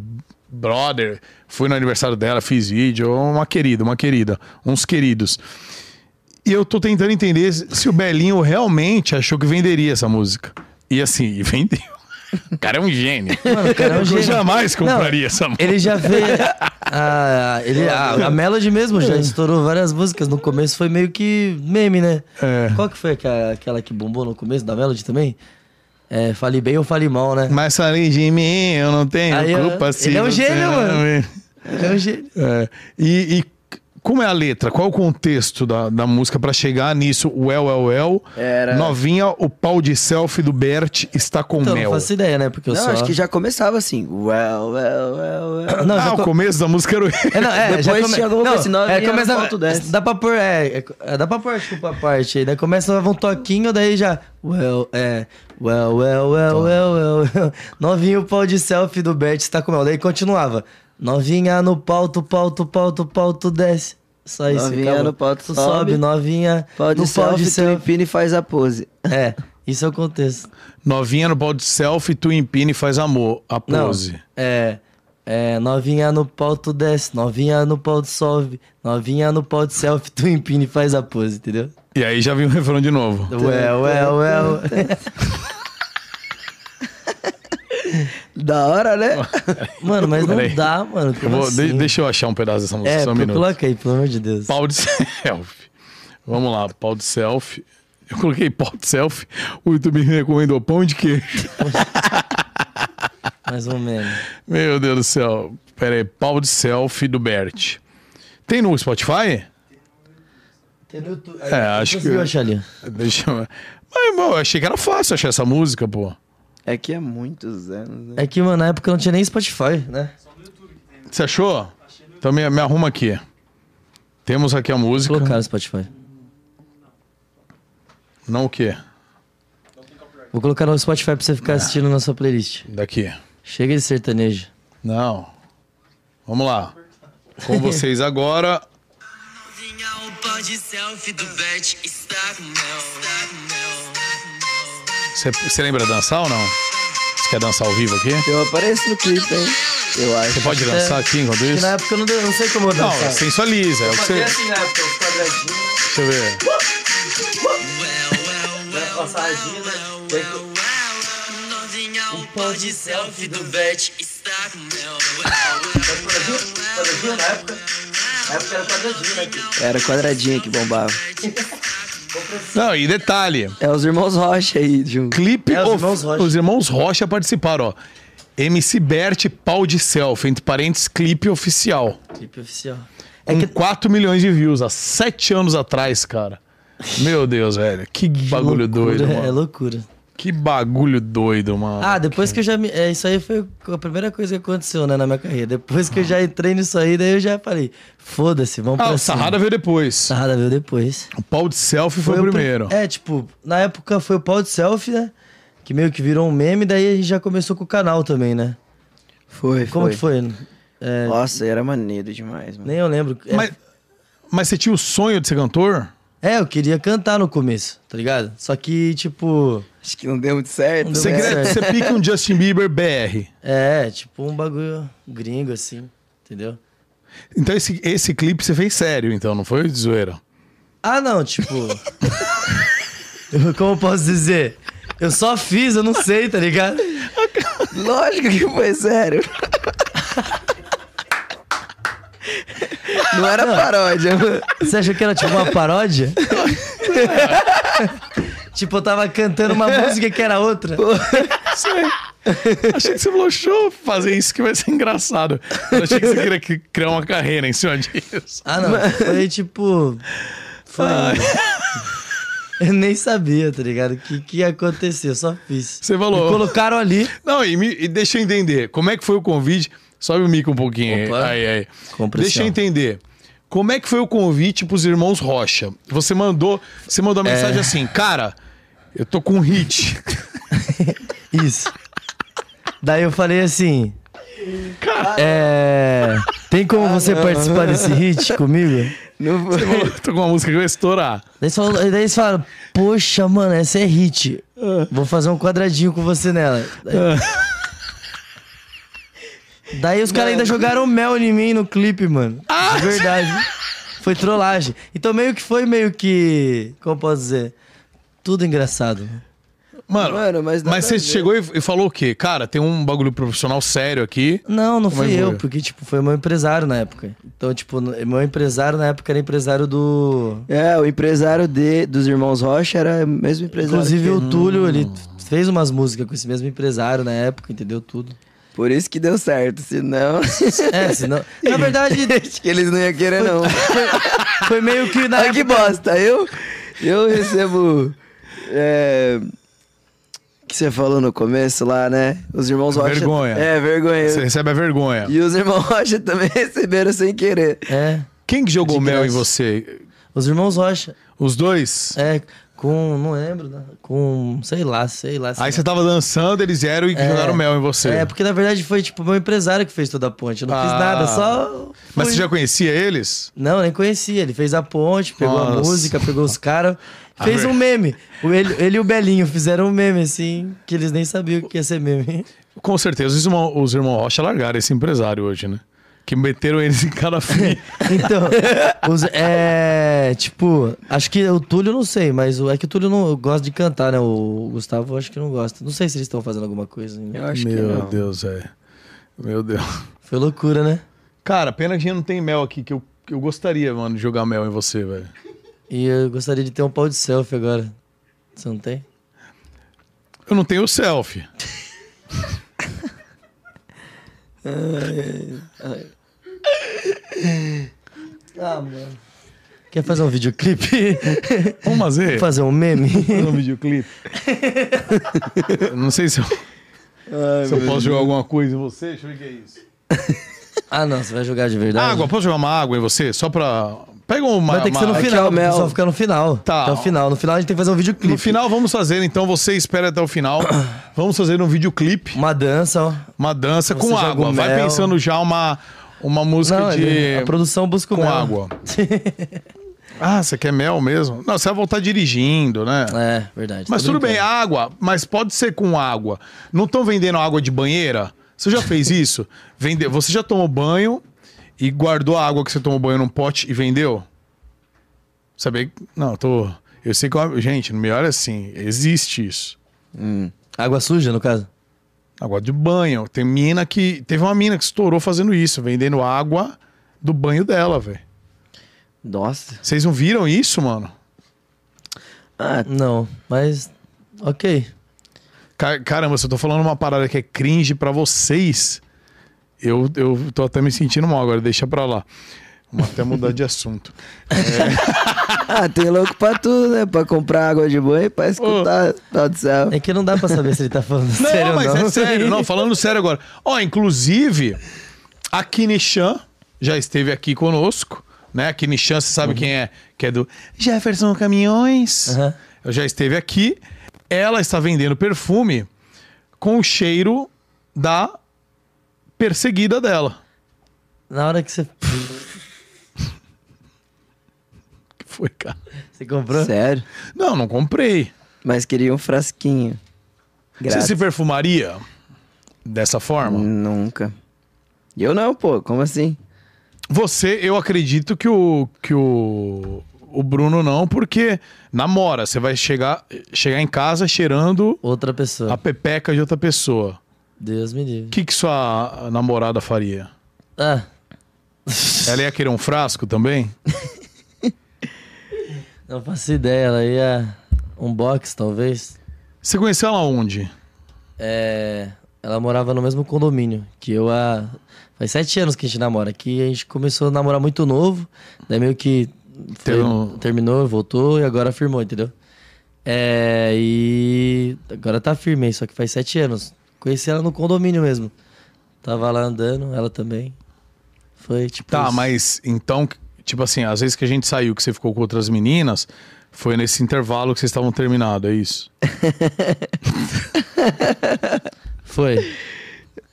Speaker 1: brother. Fui no aniversário dela, fiz vídeo. Uma querida, uma querida. Uns queridos. E eu tô tentando entender se se o Belinho realmente achou que venderia essa música. E assim, e vendeu. O cara é um gênio.
Speaker 2: Mano, o cara é um
Speaker 1: Eu
Speaker 2: gênio.
Speaker 1: jamais compraria essa música.
Speaker 2: Ele já fez. a, ele, ah, a, a Melody mesmo já estourou várias músicas. No começo foi meio que meme, né?
Speaker 1: É.
Speaker 2: Qual que foi aquela, aquela que bombou no começo da Melody também? É, fale bem ou fale mal, né?
Speaker 1: Mas falei de mim, eu não tenho
Speaker 2: Aí, ó,
Speaker 1: culpa. se
Speaker 2: ele é um
Speaker 1: você
Speaker 2: gênio,
Speaker 1: não
Speaker 2: mano.
Speaker 1: me-
Speaker 2: É um gênio.
Speaker 1: É, e, e c- como é a letra? Qual é o contexto da, da música pra chegar nisso? Well, well, well.
Speaker 3: Era-
Speaker 1: Novinha, o pau de selfie do Bert está com
Speaker 2: Então,
Speaker 1: mel.
Speaker 2: não faço ideia, né? Porque eu
Speaker 3: Não,
Speaker 2: só...
Speaker 3: acho que já começava assim. Well, well, well, well.
Speaker 2: Não, já
Speaker 1: ah,
Speaker 2: co-
Speaker 1: o começo da música era o...
Speaker 2: É, não, é,
Speaker 3: Depois
Speaker 2: já come...
Speaker 3: tinha alguma
Speaker 2: não,
Speaker 3: coisa, senão
Speaker 2: é,
Speaker 3: vinha
Speaker 2: começa...
Speaker 3: foto dessa.
Speaker 2: Dá pra pôr, é, é, dá pra pôr, tipo, a parte aí, daí começa a um toquinho, daí já, well, é, well, well,
Speaker 3: Tá.
Speaker 2: well, well, well, well. novinho o pau de selfie do Bert está com mel, daí continuava, novinha no pau, tu pau, tu pau, tu pau, tu desce, só isso,
Speaker 3: Novinha
Speaker 2: acabou.
Speaker 3: no pau, tu
Speaker 2: tu
Speaker 3: sobe,
Speaker 2: sobe, novinha
Speaker 3: Pau de
Speaker 2: no pau
Speaker 3: selfie,
Speaker 2: de
Speaker 3: tu
Speaker 2: selfie,
Speaker 3: empina e faz a pose.
Speaker 2: é, isso é o contexto.
Speaker 1: Novinha no pau de selfie, tu empina e faz amor. A
Speaker 2: Não,
Speaker 1: pose.
Speaker 2: é, É, novinha no pau tu desce, novinha no pau tu sobe, novinha no pau de selfie tu empina e faz a pose, entendeu?
Speaker 1: E aí já vem o refrão de novo.
Speaker 2: Ué, ué, ué, ué.
Speaker 3: Da hora, né?
Speaker 2: Mano, mas não
Speaker 1: Peraí.
Speaker 2: dá, mano.
Speaker 1: Eu
Speaker 2: Como
Speaker 1: vou- de-
Speaker 2: assim?
Speaker 1: deixa eu achar um pedaço dessa música,
Speaker 2: É,
Speaker 1: só um
Speaker 2: pô,
Speaker 1: minuto.
Speaker 2: coloca aí, pelo amor de Deus.
Speaker 1: Pau de selfie. Vamos lá, pau de selfie. Eu coloquei pau de selfie, o YouTube me recomendou pão de queijo.
Speaker 2: Mais ou menos.
Speaker 1: Meu Deus do céu. Pera aí, pau de selfie do Bert. Tem no Spotify? É, acho que.
Speaker 2: conseguiu achar ali.
Speaker 1: Deixa eu... Mas, bom, eu achei que era fácil achar essa música, pô.
Speaker 3: É que é muitos anos, né?
Speaker 2: É que, mano, na época não tinha nem Spotify, né?
Speaker 1: Você achou? Então me, me arruma aqui. Temos aqui a música.
Speaker 2: Colocaram o Spotify.
Speaker 1: Não o quê?
Speaker 2: Vou colocar no Spotify pra você
Speaker 1: Ah.
Speaker 2: ficar assistindo na sua playlist.
Speaker 1: Daqui.
Speaker 2: Chega de sertanejo.
Speaker 1: Não. Vamos lá. Com vocês agora. Você você lembra dançar ou não? Você quer dançar ao vivo aqui?
Speaker 3: Eu apareço no clipe, hein? Eu acho.
Speaker 1: Você pode dançar aqui enquanto
Speaker 2: Que
Speaker 1: isso?
Speaker 2: na época eu não, eu não sei como eu
Speaker 1: Não,
Speaker 2: dançava.
Speaker 1: sensualiza. É o que você...
Speaker 2: assim na época, os quadradinhos,
Speaker 1: Deixa eu ver.
Speaker 2: né, passadinha, né? Tem que- O pau de selfie do Bet está com mel. Quadradinho? Quadradinho na época? Na época era quadradinho, né? tio?
Speaker 3: Era quadradinha que bombava.
Speaker 1: Não, e detalhe.
Speaker 3: É os irmãos Rocha aí, de um.
Speaker 1: Clipe.
Speaker 2: É, os
Speaker 1: of-
Speaker 2: irmãos Rocha.
Speaker 1: os irmãos Rocha participaram, ó. MC Bert Pau de Selfie, entre parênteses, clipe oficial.
Speaker 2: Clipe
Speaker 1: é
Speaker 2: oficial. É
Speaker 1: Com 4 milhões de views há 7 anos atrás, cara. Meu Deus, velho. Que bagulho
Speaker 2: Loucura,
Speaker 1: doido,
Speaker 2: É
Speaker 1: mano.
Speaker 2: loucura.
Speaker 1: Que bagulho doido, mano.
Speaker 2: Ah, depois que eu já me. É, isso aí foi a primeira coisa que aconteceu, né, na minha carreira. Depois que eu já entrei nisso aí, daí eu já falei, foda-se, vamos
Speaker 1: Ah,
Speaker 2: pra
Speaker 1: o
Speaker 2: cima.
Speaker 1: Sarrada veio depois.
Speaker 2: Sarrada veio depois.
Speaker 1: O pau de selfie foi,
Speaker 2: Foi
Speaker 1: o
Speaker 2: pri-
Speaker 1: primeiro.
Speaker 2: É, tipo, na época foi o pau de selfie, né? Que meio que virou um meme, daí a gente já começou com o canal também, né?
Speaker 3: Foi,
Speaker 2: Como que foi? É,
Speaker 3: Nossa, era maneiro demais, mano.
Speaker 2: nem eu lembro. É,
Speaker 1: Mas, mas você tinha o sonho de ser cantor?
Speaker 2: é, eu queria cantar no começo, tá ligado? Só que, tipo.
Speaker 3: Acho que não deu muito certo.
Speaker 2: Não deu
Speaker 1: Você,
Speaker 2: muito
Speaker 3: né?
Speaker 1: queria-
Speaker 2: certo.
Speaker 1: você pica um Justin Bieber BR.
Speaker 2: É, tipo um bagulho gringo, assim, entendeu?
Speaker 1: Então esse, esse clipe você fez sério, então, não foi de zoeira?
Speaker 2: Ah, não, tipo. Eu- Como eu posso dizer? Eu só fiz, eu não sei, tá ligado?
Speaker 3: Lógico que foi sério. Não era paródia, mano.
Speaker 2: Você achou que era tipo uma paródia? tipo, eu tava cantando uma música que era outra.
Speaker 1: Sei. Achei que você falou, show, fazer isso que vai ser engraçado. Eu achei que você queria cri- criar uma carreira em cima disso.
Speaker 2: Ah, não. Foi tipo. Foi. Eu nem sabia, tá ligado? O que, que ia acontecer, eu só fiz.
Speaker 1: Você falou.
Speaker 2: Me colocaram ali.
Speaker 1: Não, e, me- e deixa eu entender, como é que foi o convite? Sobe o mico um pouquinho.
Speaker 2: Opa.
Speaker 1: Aí, aí.
Speaker 2: Compressão.
Speaker 1: Deixa eu entender. Como é que foi o convite pros irmãos Rocha? Você mandou, você mandou a
Speaker 2: É.
Speaker 1: mensagem assim, cara, eu tô com um hit.
Speaker 2: Isso. Daí eu falei assim. É. Tem como você participar desse hit comigo?
Speaker 3: Não foi.
Speaker 1: Pô, eu tô com uma música que vai estourar.
Speaker 2: Daí eles, falam, daí eles falam, poxa, mano, essa é hit. Vou fazer um quadradinho com você nela. Daí, Daí os caras ainda jogaram mel em mim no clipe, mano.
Speaker 3: Ah!
Speaker 2: De verdade. Foi trollagem. Então meio que foi meio que. Como posso dizer? Tudo engraçado.
Speaker 1: Mano,
Speaker 3: Mano,
Speaker 1: mas,
Speaker 3: mas nada
Speaker 1: você
Speaker 3: a ver.
Speaker 1: chegou e, e falou o quê? Cara, tem um bagulho profissional sério aqui.
Speaker 2: Não, não
Speaker 1: Como é
Speaker 2: fui
Speaker 1: que
Speaker 2: eu,
Speaker 1: foi?
Speaker 2: porque, tipo, foi meu empresário na época. Então, tipo, no- meu empresário na época era empresário do.
Speaker 3: É, o empresário de, dos irmãos Rocha era o mesmo empresário.
Speaker 2: Inclusive
Speaker 3: que- é. Hum.
Speaker 2: o Túlio, ele fez umas músicas com esse mesmo empresário na época, entendeu? Tudo.
Speaker 3: Por isso que deu certo, senão.
Speaker 2: É, senão. Na verdade,
Speaker 3: Acho que eles não iam querer, não.
Speaker 2: Foi meio que na
Speaker 1: É
Speaker 3: Olha que bosta. Eu, eu recebo. É. O que você falou no começo lá, né? Os irmãos Rocha.
Speaker 1: Vergonha.
Speaker 3: É, vergonha.
Speaker 1: Você recebe a vergonha.
Speaker 3: E os irmãos Rocha também receberam sem querer.
Speaker 2: É.
Speaker 1: Quem que jogou
Speaker 2: De
Speaker 1: mel em
Speaker 2: graça.
Speaker 1: você?
Speaker 2: Os irmãos Rocha.
Speaker 1: Os dois?
Speaker 2: É, com. Não lembro, né? Com. Sei lá, sei lá. sei
Speaker 1: Aí
Speaker 2: lá.
Speaker 1: você tá tava dançando, eles vieram e
Speaker 2: É.
Speaker 1: jogaram mel em você.
Speaker 2: É, porque na verdade foi tipo meu empresário que fez toda a ponte. Eu não
Speaker 1: Ah.
Speaker 2: fiz nada, só.
Speaker 1: Mas
Speaker 2: fui.
Speaker 1: você já conhecia eles?
Speaker 2: Não, nem conhecia. Ele fez a ponte, pegou a
Speaker 1: Nossa.
Speaker 2: música, pegou os caras. Fez
Speaker 1: ver-
Speaker 2: um meme. O ele, ele e o Belinho fizeram um meme, assim, que eles nem sabiam o que ia ser meme.
Speaker 1: Com certeza os irmãos os irmão Rocha largaram esse empresário hoje, né? Que meteram eles em cada fim.
Speaker 2: Então, os- é. Tipo, acho que o Túlio não sei, mas o, é que o Túlio não gosta de cantar, né? O Gustavo acho que não gosta. Não sei se eles estão fazendo alguma coisa ainda. Eu
Speaker 1: Meu Deus, velho. Meu Deus.
Speaker 2: Foi loucura, né?
Speaker 1: Cara, pena que a gente não tem mel aqui, que eu, que eu gostaria, mano, de jogar mel em você, velho.
Speaker 2: E eu gostaria de ter um pau de selfie agora. Você não tem?
Speaker 1: Eu não tenho selfie.
Speaker 2: Ah, mano. Quer fazer um videoclipe?
Speaker 1: Vamos fazer?
Speaker 2: fazer um meme?
Speaker 1: Fazer um videoclipe. não sei se eu, se eu posso jogar alguma coisa em você. Deixa eu ver o que é isso.
Speaker 2: Ah, não, você vai jogar de verdade?
Speaker 1: Água, Ah, é posso jogar uma água em você? Só pra. Pega uma.
Speaker 2: Vai ter que ser no
Speaker 1: uma-
Speaker 2: final,
Speaker 3: o mel.
Speaker 2: só ficar no final.
Speaker 1: Tá.
Speaker 2: Até o final. No final a gente tem que fazer um videoclipe.
Speaker 1: No final vamos fazer, então você espera até o final. Vamos fazer um videoclipe,
Speaker 2: Uma dança, ó.
Speaker 1: uma dança
Speaker 2: Você
Speaker 1: com
Speaker 2: joga
Speaker 1: água.
Speaker 2: o
Speaker 1: Vai
Speaker 2: mel.
Speaker 1: pensando já uma, uma música
Speaker 2: Não,
Speaker 1: de.
Speaker 2: ele- a produção busca o
Speaker 1: com
Speaker 2: mel.
Speaker 1: água. Ah, você quer mel mesmo? Não, você vai voltar dirigindo, né?
Speaker 2: É, verdade.
Speaker 1: Mas
Speaker 2: Tô
Speaker 1: tudo bem,
Speaker 2: brincando.
Speaker 1: água, mas pode ser com água. Não estão vendendo água de banheira? Você já fez isso? Vende... Você já tomou banho e guardou a água que você tomou banho num pote e vendeu? Saber. Não, eu tô. Eu sei que. eu- Gente, no melhor é assim. Existe isso.
Speaker 2: Água suja, no caso?
Speaker 1: Água de banho. Tem mina que. Teve uma mina que estourou fazendo isso, vendendo água do banho dela, velho.
Speaker 3: Nossa.
Speaker 1: Vocês não viram isso, mano?
Speaker 3: Ah,
Speaker 2: Não, mas. Ok.
Speaker 1: Ca- Caramba, se eu tô falando uma parada que é cringe pra vocês, eu, eu tô até me sentindo mal agora, deixa pra lá. Vamos até mudar de assunto.
Speaker 3: ah, tem louco pra tudo, né? Pra comprar água de banho e pra escutar. Tá do céu.
Speaker 2: É que não dá pra saber se ele tá falando
Speaker 1: Não,
Speaker 2: sério
Speaker 1: mas
Speaker 2: ou não.
Speaker 1: é sério, não, falando sério agora. Ó, inclusive, a Kinichan já esteve aqui conosco, né? A Kinichan, você sabe quem é? Que é do Jefferson Caminhões.
Speaker 2: Uhum. Aham.
Speaker 1: Eu já esteve aqui. Ela está vendendo perfume com o cheiro da perseguida dela.
Speaker 2: Na hora que você.
Speaker 1: Que foi, cara?
Speaker 2: Você comprou?
Speaker 3: Sério.
Speaker 1: Não, não comprei.
Speaker 3: Mas queria um frasquinho.
Speaker 1: Você
Speaker 3: Grátis.
Speaker 1: se perfumaria dessa forma?
Speaker 3: Nunca. Eu não, pô. Como assim?
Speaker 1: Você, eu acredito que o que o, o Bruno não, porque namora, você vai chegar chegar em casa cheirando
Speaker 2: Outra pessoa.
Speaker 1: a pepeca de outra pessoa.
Speaker 2: Deus me
Speaker 1: O
Speaker 2: livre.
Speaker 1: que que sua namorada faria?
Speaker 2: Ah,
Speaker 1: Ela ia querer um frasco também?
Speaker 2: não faço ideia. Ela ia. Um box, talvez.
Speaker 1: Você conheceu ela onde?
Speaker 2: É, Ela morava no mesmo condomínio que eu há. Faz sete anos que a gente namora. Que a gente começou a namorar muito novo. Daí meio que. foi-
Speaker 1: Teve um-
Speaker 2: Terminou, voltou e agora firmou, entendeu? É. E. Agora tá firme, aí, só que faz sete anos. Conheci ela no condomínio mesmo. Tava lá andando, ela também. Foi tipo.
Speaker 1: Tá,
Speaker 2: isso.
Speaker 1: mas então, tipo assim, às vezes que a gente saiu, que você ficou com outras meninas, foi nesse intervalo que vocês estavam terminado, é isso?
Speaker 2: Foi.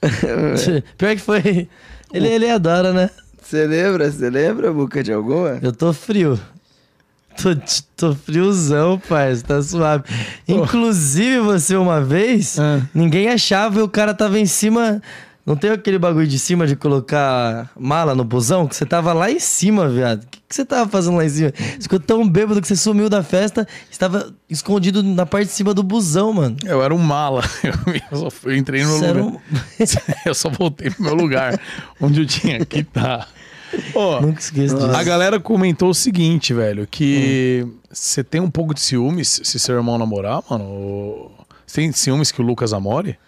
Speaker 2: Pior que foi. Ele, ele adora, né?
Speaker 3: Você lembra? Você lembra, Buca, de alguma?
Speaker 2: Eu tô frio. Tô, tô friozão, parça. Tá suave. Inclusive, você uma vez,
Speaker 1: Ah.
Speaker 2: ninguém achava e o cara tava em cima. Não tem aquele bagulho de cima de colocar mala no busão? Que você tava lá em cima, viado. O que, que você tava fazendo lá em cima? Você ficou tão bêbado que você sumiu da festa. Estava escondido na parte de cima do busão, mano.
Speaker 1: Eu era um mala. Eu, só fui- eu entrei no meu
Speaker 2: Você era
Speaker 1: lugar.
Speaker 2: um-
Speaker 1: Eu só voltei pro meu lugar, onde eu tinha que estar. Ó,
Speaker 2: Nunca esqueço disso.
Speaker 1: a galera comentou o seguinte, velho, que você tem um pouco de ciúmes se seu irmão namorar, mano? Ou- Você tem ciúmes que o Lucas namore?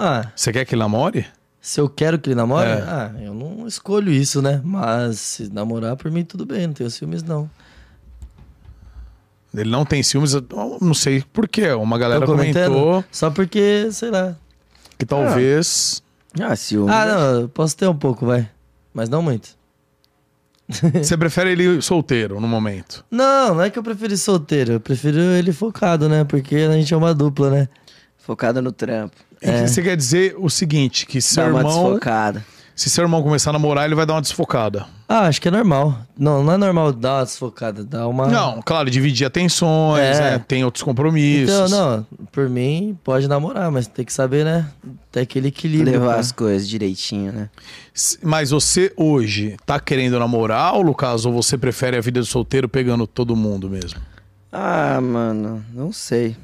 Speaker 2: Ah,
Speaker 1: Você quer que ele namore?
Speaker 2: se eu quero que ele namore?
Speaker 1: É.
Speaker 2: Ah, eu não escolho isso, né? Mas se namorar, por mim, tudo bem. Não tenho ciúmes, não.
Speaker 1: Ele não tem ciúmes, eu não sei porquê. Uma galera
Speaker 2: Tô comentando?
Speaker 1: comentou
Speaker 2: Só porque, sei lá.
Speaker 1: que talvez.
Speaker 3: Ah, ciúme.
Speaker 2: Ah, não, eu posso ter um pouco, vai. Mas não muito.
Speaker 1: Você prefere ele solteiro no momento.
Speaker 2: Não, não é que eu prefiro solteiro. Eu prefiro ele focado, né? Porque a gente é uma dupla, né?
Speaker 3: Focada no trampo.
Speaker 1: E que Você quer dizer o seguinte: que seu
Speaker 3: Dá uma
Speaker 1: irmão.
Speaker 3: desfocada.
Speaker 1: Se seu irmão começar a namorar, ele vai dar uma desfocada.
Speaker 2: Ah, acho que é normal. Não, não é normal dar uma desfocada, dar uma.
Speaker 1: Não, claro, dividir atenções,
Speaker 2: É.
Speaker 1: né? tem outros compromissos.
Speaker 2: Então, não, por mim pode namorar, mas tem que saber, né? Ter aquele equilíbrio.
Speaker 3: Levar
Speaker 2: cara.
Speaker 3: as coisas direitinho, né?
Speaker 1: S- Mas você hoje tá querendo namorar, ou, Lucas, ou você prefere a vida de solteiro pegando todo mundo mesmo?
Speaker 3: Ah, mano, não sei.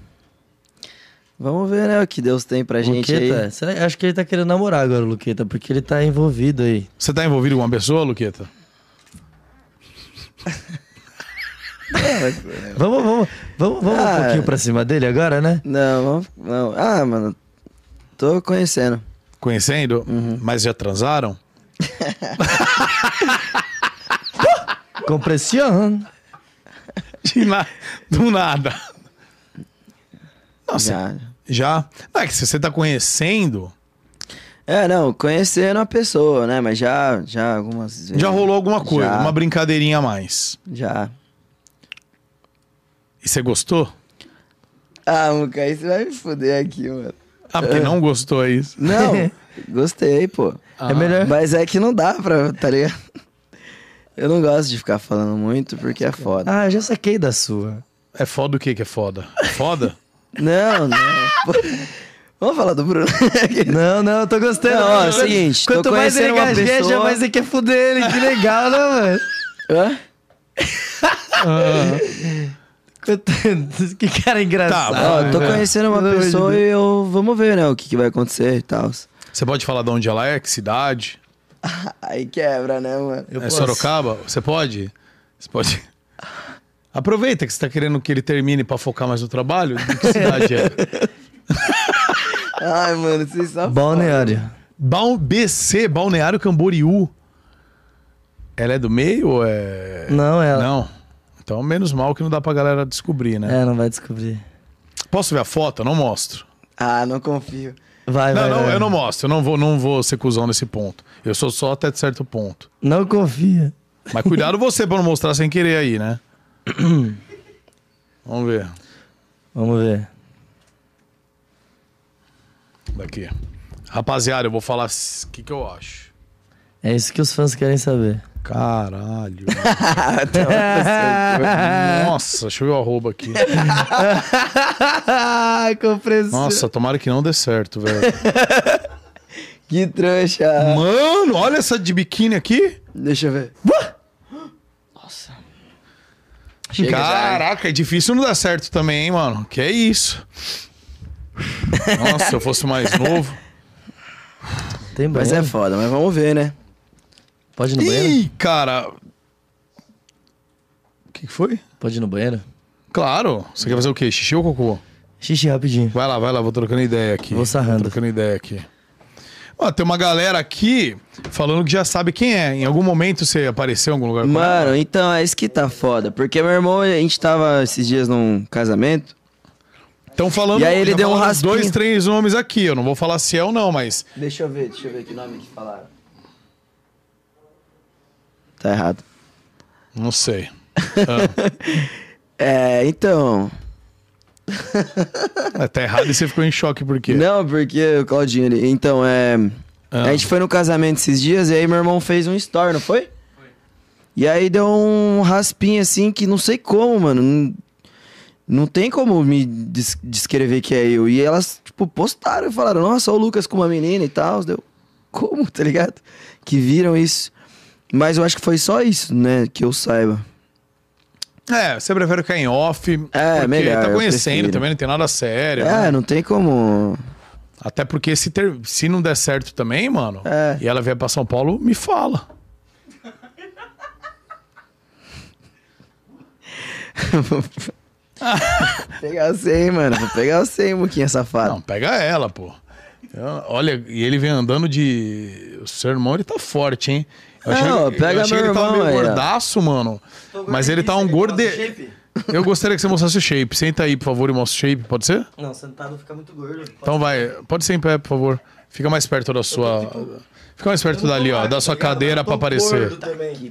Speaker 3: Vamos ver, né, o que Deus tem pra gente
Speaker 2: Luqueta,
Speaker 3: aí.
Speaker 2: será- acho que ele tá querendo namorar agora, o Luqueta, porque ele tá envolvido aí.
Speaker 1: Você tá envolvido com uma pessoa, Luqueta?
Speaker 2: Vamos, vamos, vamos, vamos
Speaker 3: É. Ah.
Speaker 2: um pouquinho pra cima dele agora, né?
Speaker 3: Não, vamos- não. Ah, mano, tô conhecendo.
Speaker 1: Conhecendo? Mas já transaram?
Speaker 2: Compressão.
Speaker 1: De na- Do nada. Nossa,
Speaker 3: Já.
Speaker 1: já? Não, é que se você tá conhecendo,
Speaker 3: É, não, conhecendo a pessoa, né? Mas já, já algumas vezes.
Speaker 1: já rolou alguma coisa,
Speaker 3: É, Já.
Speaker 1: uma brincadeirinha a mais.
Speaker 3: Já.
Speaker 1: E você gostou?
Speaker 3: Ah, Muca, aí você vai me fuder aqui, mano.
Speaker 1: Ah, porque não gostou é isso.
Speaker 3: Não, gostei, pô.
Speaker 2: É melhor.
Speaker 3: Mas é que não dá pra, tá ligado? Eu não gosto de ficar falando muito porque é foda.
Speaker 2: Ah, já saquei da sua.
Speaker 1: É foda o que que é foda? Foda?
Speaker 3: Não, não. Pô, Vamos falar do Bruno.
Speaker 2: Não, não, é eu tô gostando.
Speaker 3: Não, ó,
Speaker 2: Quanto-
Speaker 3: seguinte, tô
Speaker 2: quanto mais ele
Speaker 3: conhecendo uma
Speaker 2: gagueja,
Speaker 3: pessoa-
Speaker 2: mais ele quer fuder ele. Que legal, né, mano?
Speaker 3: Hã?
Speaker 2: Quanto- Que cara engraçado.
Speaker 1: Tá,
Speaker 3: Ó,
Speaker 1: Ah,
Speaker 3: eu tô
Speaker 1: é.
Speaker 3: conhecendo uma
Speaker 2: Pelo amor de
Speaker 3: pessoa e eu vamos ver, né, o que, que vai acontecer e tal.
Speaker 1: Você pode falar de onde ela é, que cidade?
Speaker 3: Aí quebra, né, mano?
Speaker 1: é Sorocaba? Você pode? Você pode. Aproveita que você tá querendo que ele termine pra focar mais no trabalho. De que cidade é?
Speaker 3: Ai, mano, vocês só.
Speaker 2: Balneário.
Speaker 1: Baun- BC, Balneário Camboriú. Ela é do meio ou é.
Speaker 2: Não, ela.
Speaker 1: Não. Então, menos mal que não dá pra galera descobrir, né?
Speaker 2: É, não vai descobrir.
Speaker 1: Posso ver a foto? Eu não mostro.
Speaker 3: Ah, não confio.
Speaker 2: Vai,
Speaker 1: não,
Speaker 2: vai.
Speaker 1: não,
Speaker 2: vai.
Speaker 1: eu não mostro. Eu não vou, não vou ser cuzão nesse ponto. Eu sou só até certo ponto.
Speaker 2: Não confia.
Speaker 1: Mas cuidado você pra não mostrar sem querer aí, né? Vamos ver.
Speaker 2: Vamos ver.
Speaker 1: Daqui. Rapaziada, eu vou falar o que, que eu acho.
Speaker 2: É isso que os fãs querem saber.
Speaker 1: Caralho. Nossa, deixa eu ver o arroba aqui.
Speaker 2: Ai, compressão.
Speaker 1: Nossa, tomara que não dê certo, velho.
Speaker 3: Que trouxa.
Speaker 1: Mano, olha essa de biquíni aqui.
Speaker 3: Deixa eu ver.
Speaker 1: Caraca, é difícil não dar certo também, hein, mano? Que é isso. Nossa, se eu fosse mais novo.
Speaker 2: Tem
Speaker 3: Mas é
Speaker 2: banheiro?
Speaker 3: foda, mas vamos ver, né?
Speaker 2: Pode ir no banheiro?
Speaker 1: Ih, cara. O que que foi?
Speaker 2: Pode ir no banheiro?
Speaker 1: Claro. Você quer fazer o quê? Xixi ou cocô?
Speaker 2: Xixi, rapidinho.
Speaker 1: Vai lá, vai lá, vou trocando ideia aqui.
Speaker 2: Vou sarrando.
Speaker 1: trocando ideia aqui. Ó, tem uma galera aqui falando que já sabe quem é. Em algum momento você apareceu em algum lugar? com ela?
Speaker 3: Mano, então é isso que tá foda. Porque meu irmão, a gente tava esses dias num casamento.
Speaker 1: Estão falando.
Speaker 3: E aí ele
Speaker 1: já
Speaker 3: deu um
Speaker 1: falaram
Speaker 3: raspinho.
Speaker 1: Dois, três nomes aqui. Eu não vou falar se é ou não, mas.
Speaker 3: Deixa eu ver, deixa eu ver que nome que falaram. Tá errado.
Speaker 1: Não sei.
Speaker 3: É, então.
Speaker 1: É, tá errado e você ficou em choque por quê?
Speaker 3: Não, porque o Claudinho ali. Então, é. A gente foi no casamento esses dias e aí meu irmão fez um story, não foi? Foi. E aí deu um raspinho assim que não sei como, mano. Não, não tem como me des- descrever que é eu. E elas, tipo, postaram e falaram: Nossa, olha o Lucas com uma menina e tal. Deu. Como, tá ligado? Que viram isso. Mas eu acho que foi só isso, né? Que eu saiba.
Speaker 1: É, você prefere ficar em off.
Speaker 3: É,
Speaker 1: porque
Speaker 3: melhor,
Speaker 1: Tá
Speaker 3: eu
Speaker 1: conhecendo
Speaker 3: prefiro.
Speaker 1: também, não tem nada sério. né?
Speaker 3: É, não tem como.
Speaker 1: Até porque se, ter- se não der certo também, mano,
Speaker 3: É.
Speaker 1: e ela vier pra São Paulo, me fala.
Speaker 3: pegar o 100, mano. Vou pegar o 100, Muquinha safado.
Speaker 1: Não, pega ela, pô. Eu- Olha, e ele vem andando de. O seu irmão, ele tá forte, hein? Eu
Speaker 3: Não,
Speaker 1: eu
Speaker 3: pega
Speaker 1: achei
Speaker 3: meu
Speaker 1: que ele tava
Speaker 3: irmão
Speaker 1: meio
Speaker 3: aí, ó.
Speaker 1: gordaço, mano. Mas ele tá um gorde. Eu gostaria que você mostrasse o shape. Senta aí, por favor, e mostra o shape, pode ser?
Speaker 2: Não, sentado fica muito gordo.
Speaker 1: Então vai, pode ser em pé, por favor. Fica mais perto da sua. Fica mais perto dali, ó, da
Speaker 6: tá
Speaker 1: sua cadeira pra aparecer.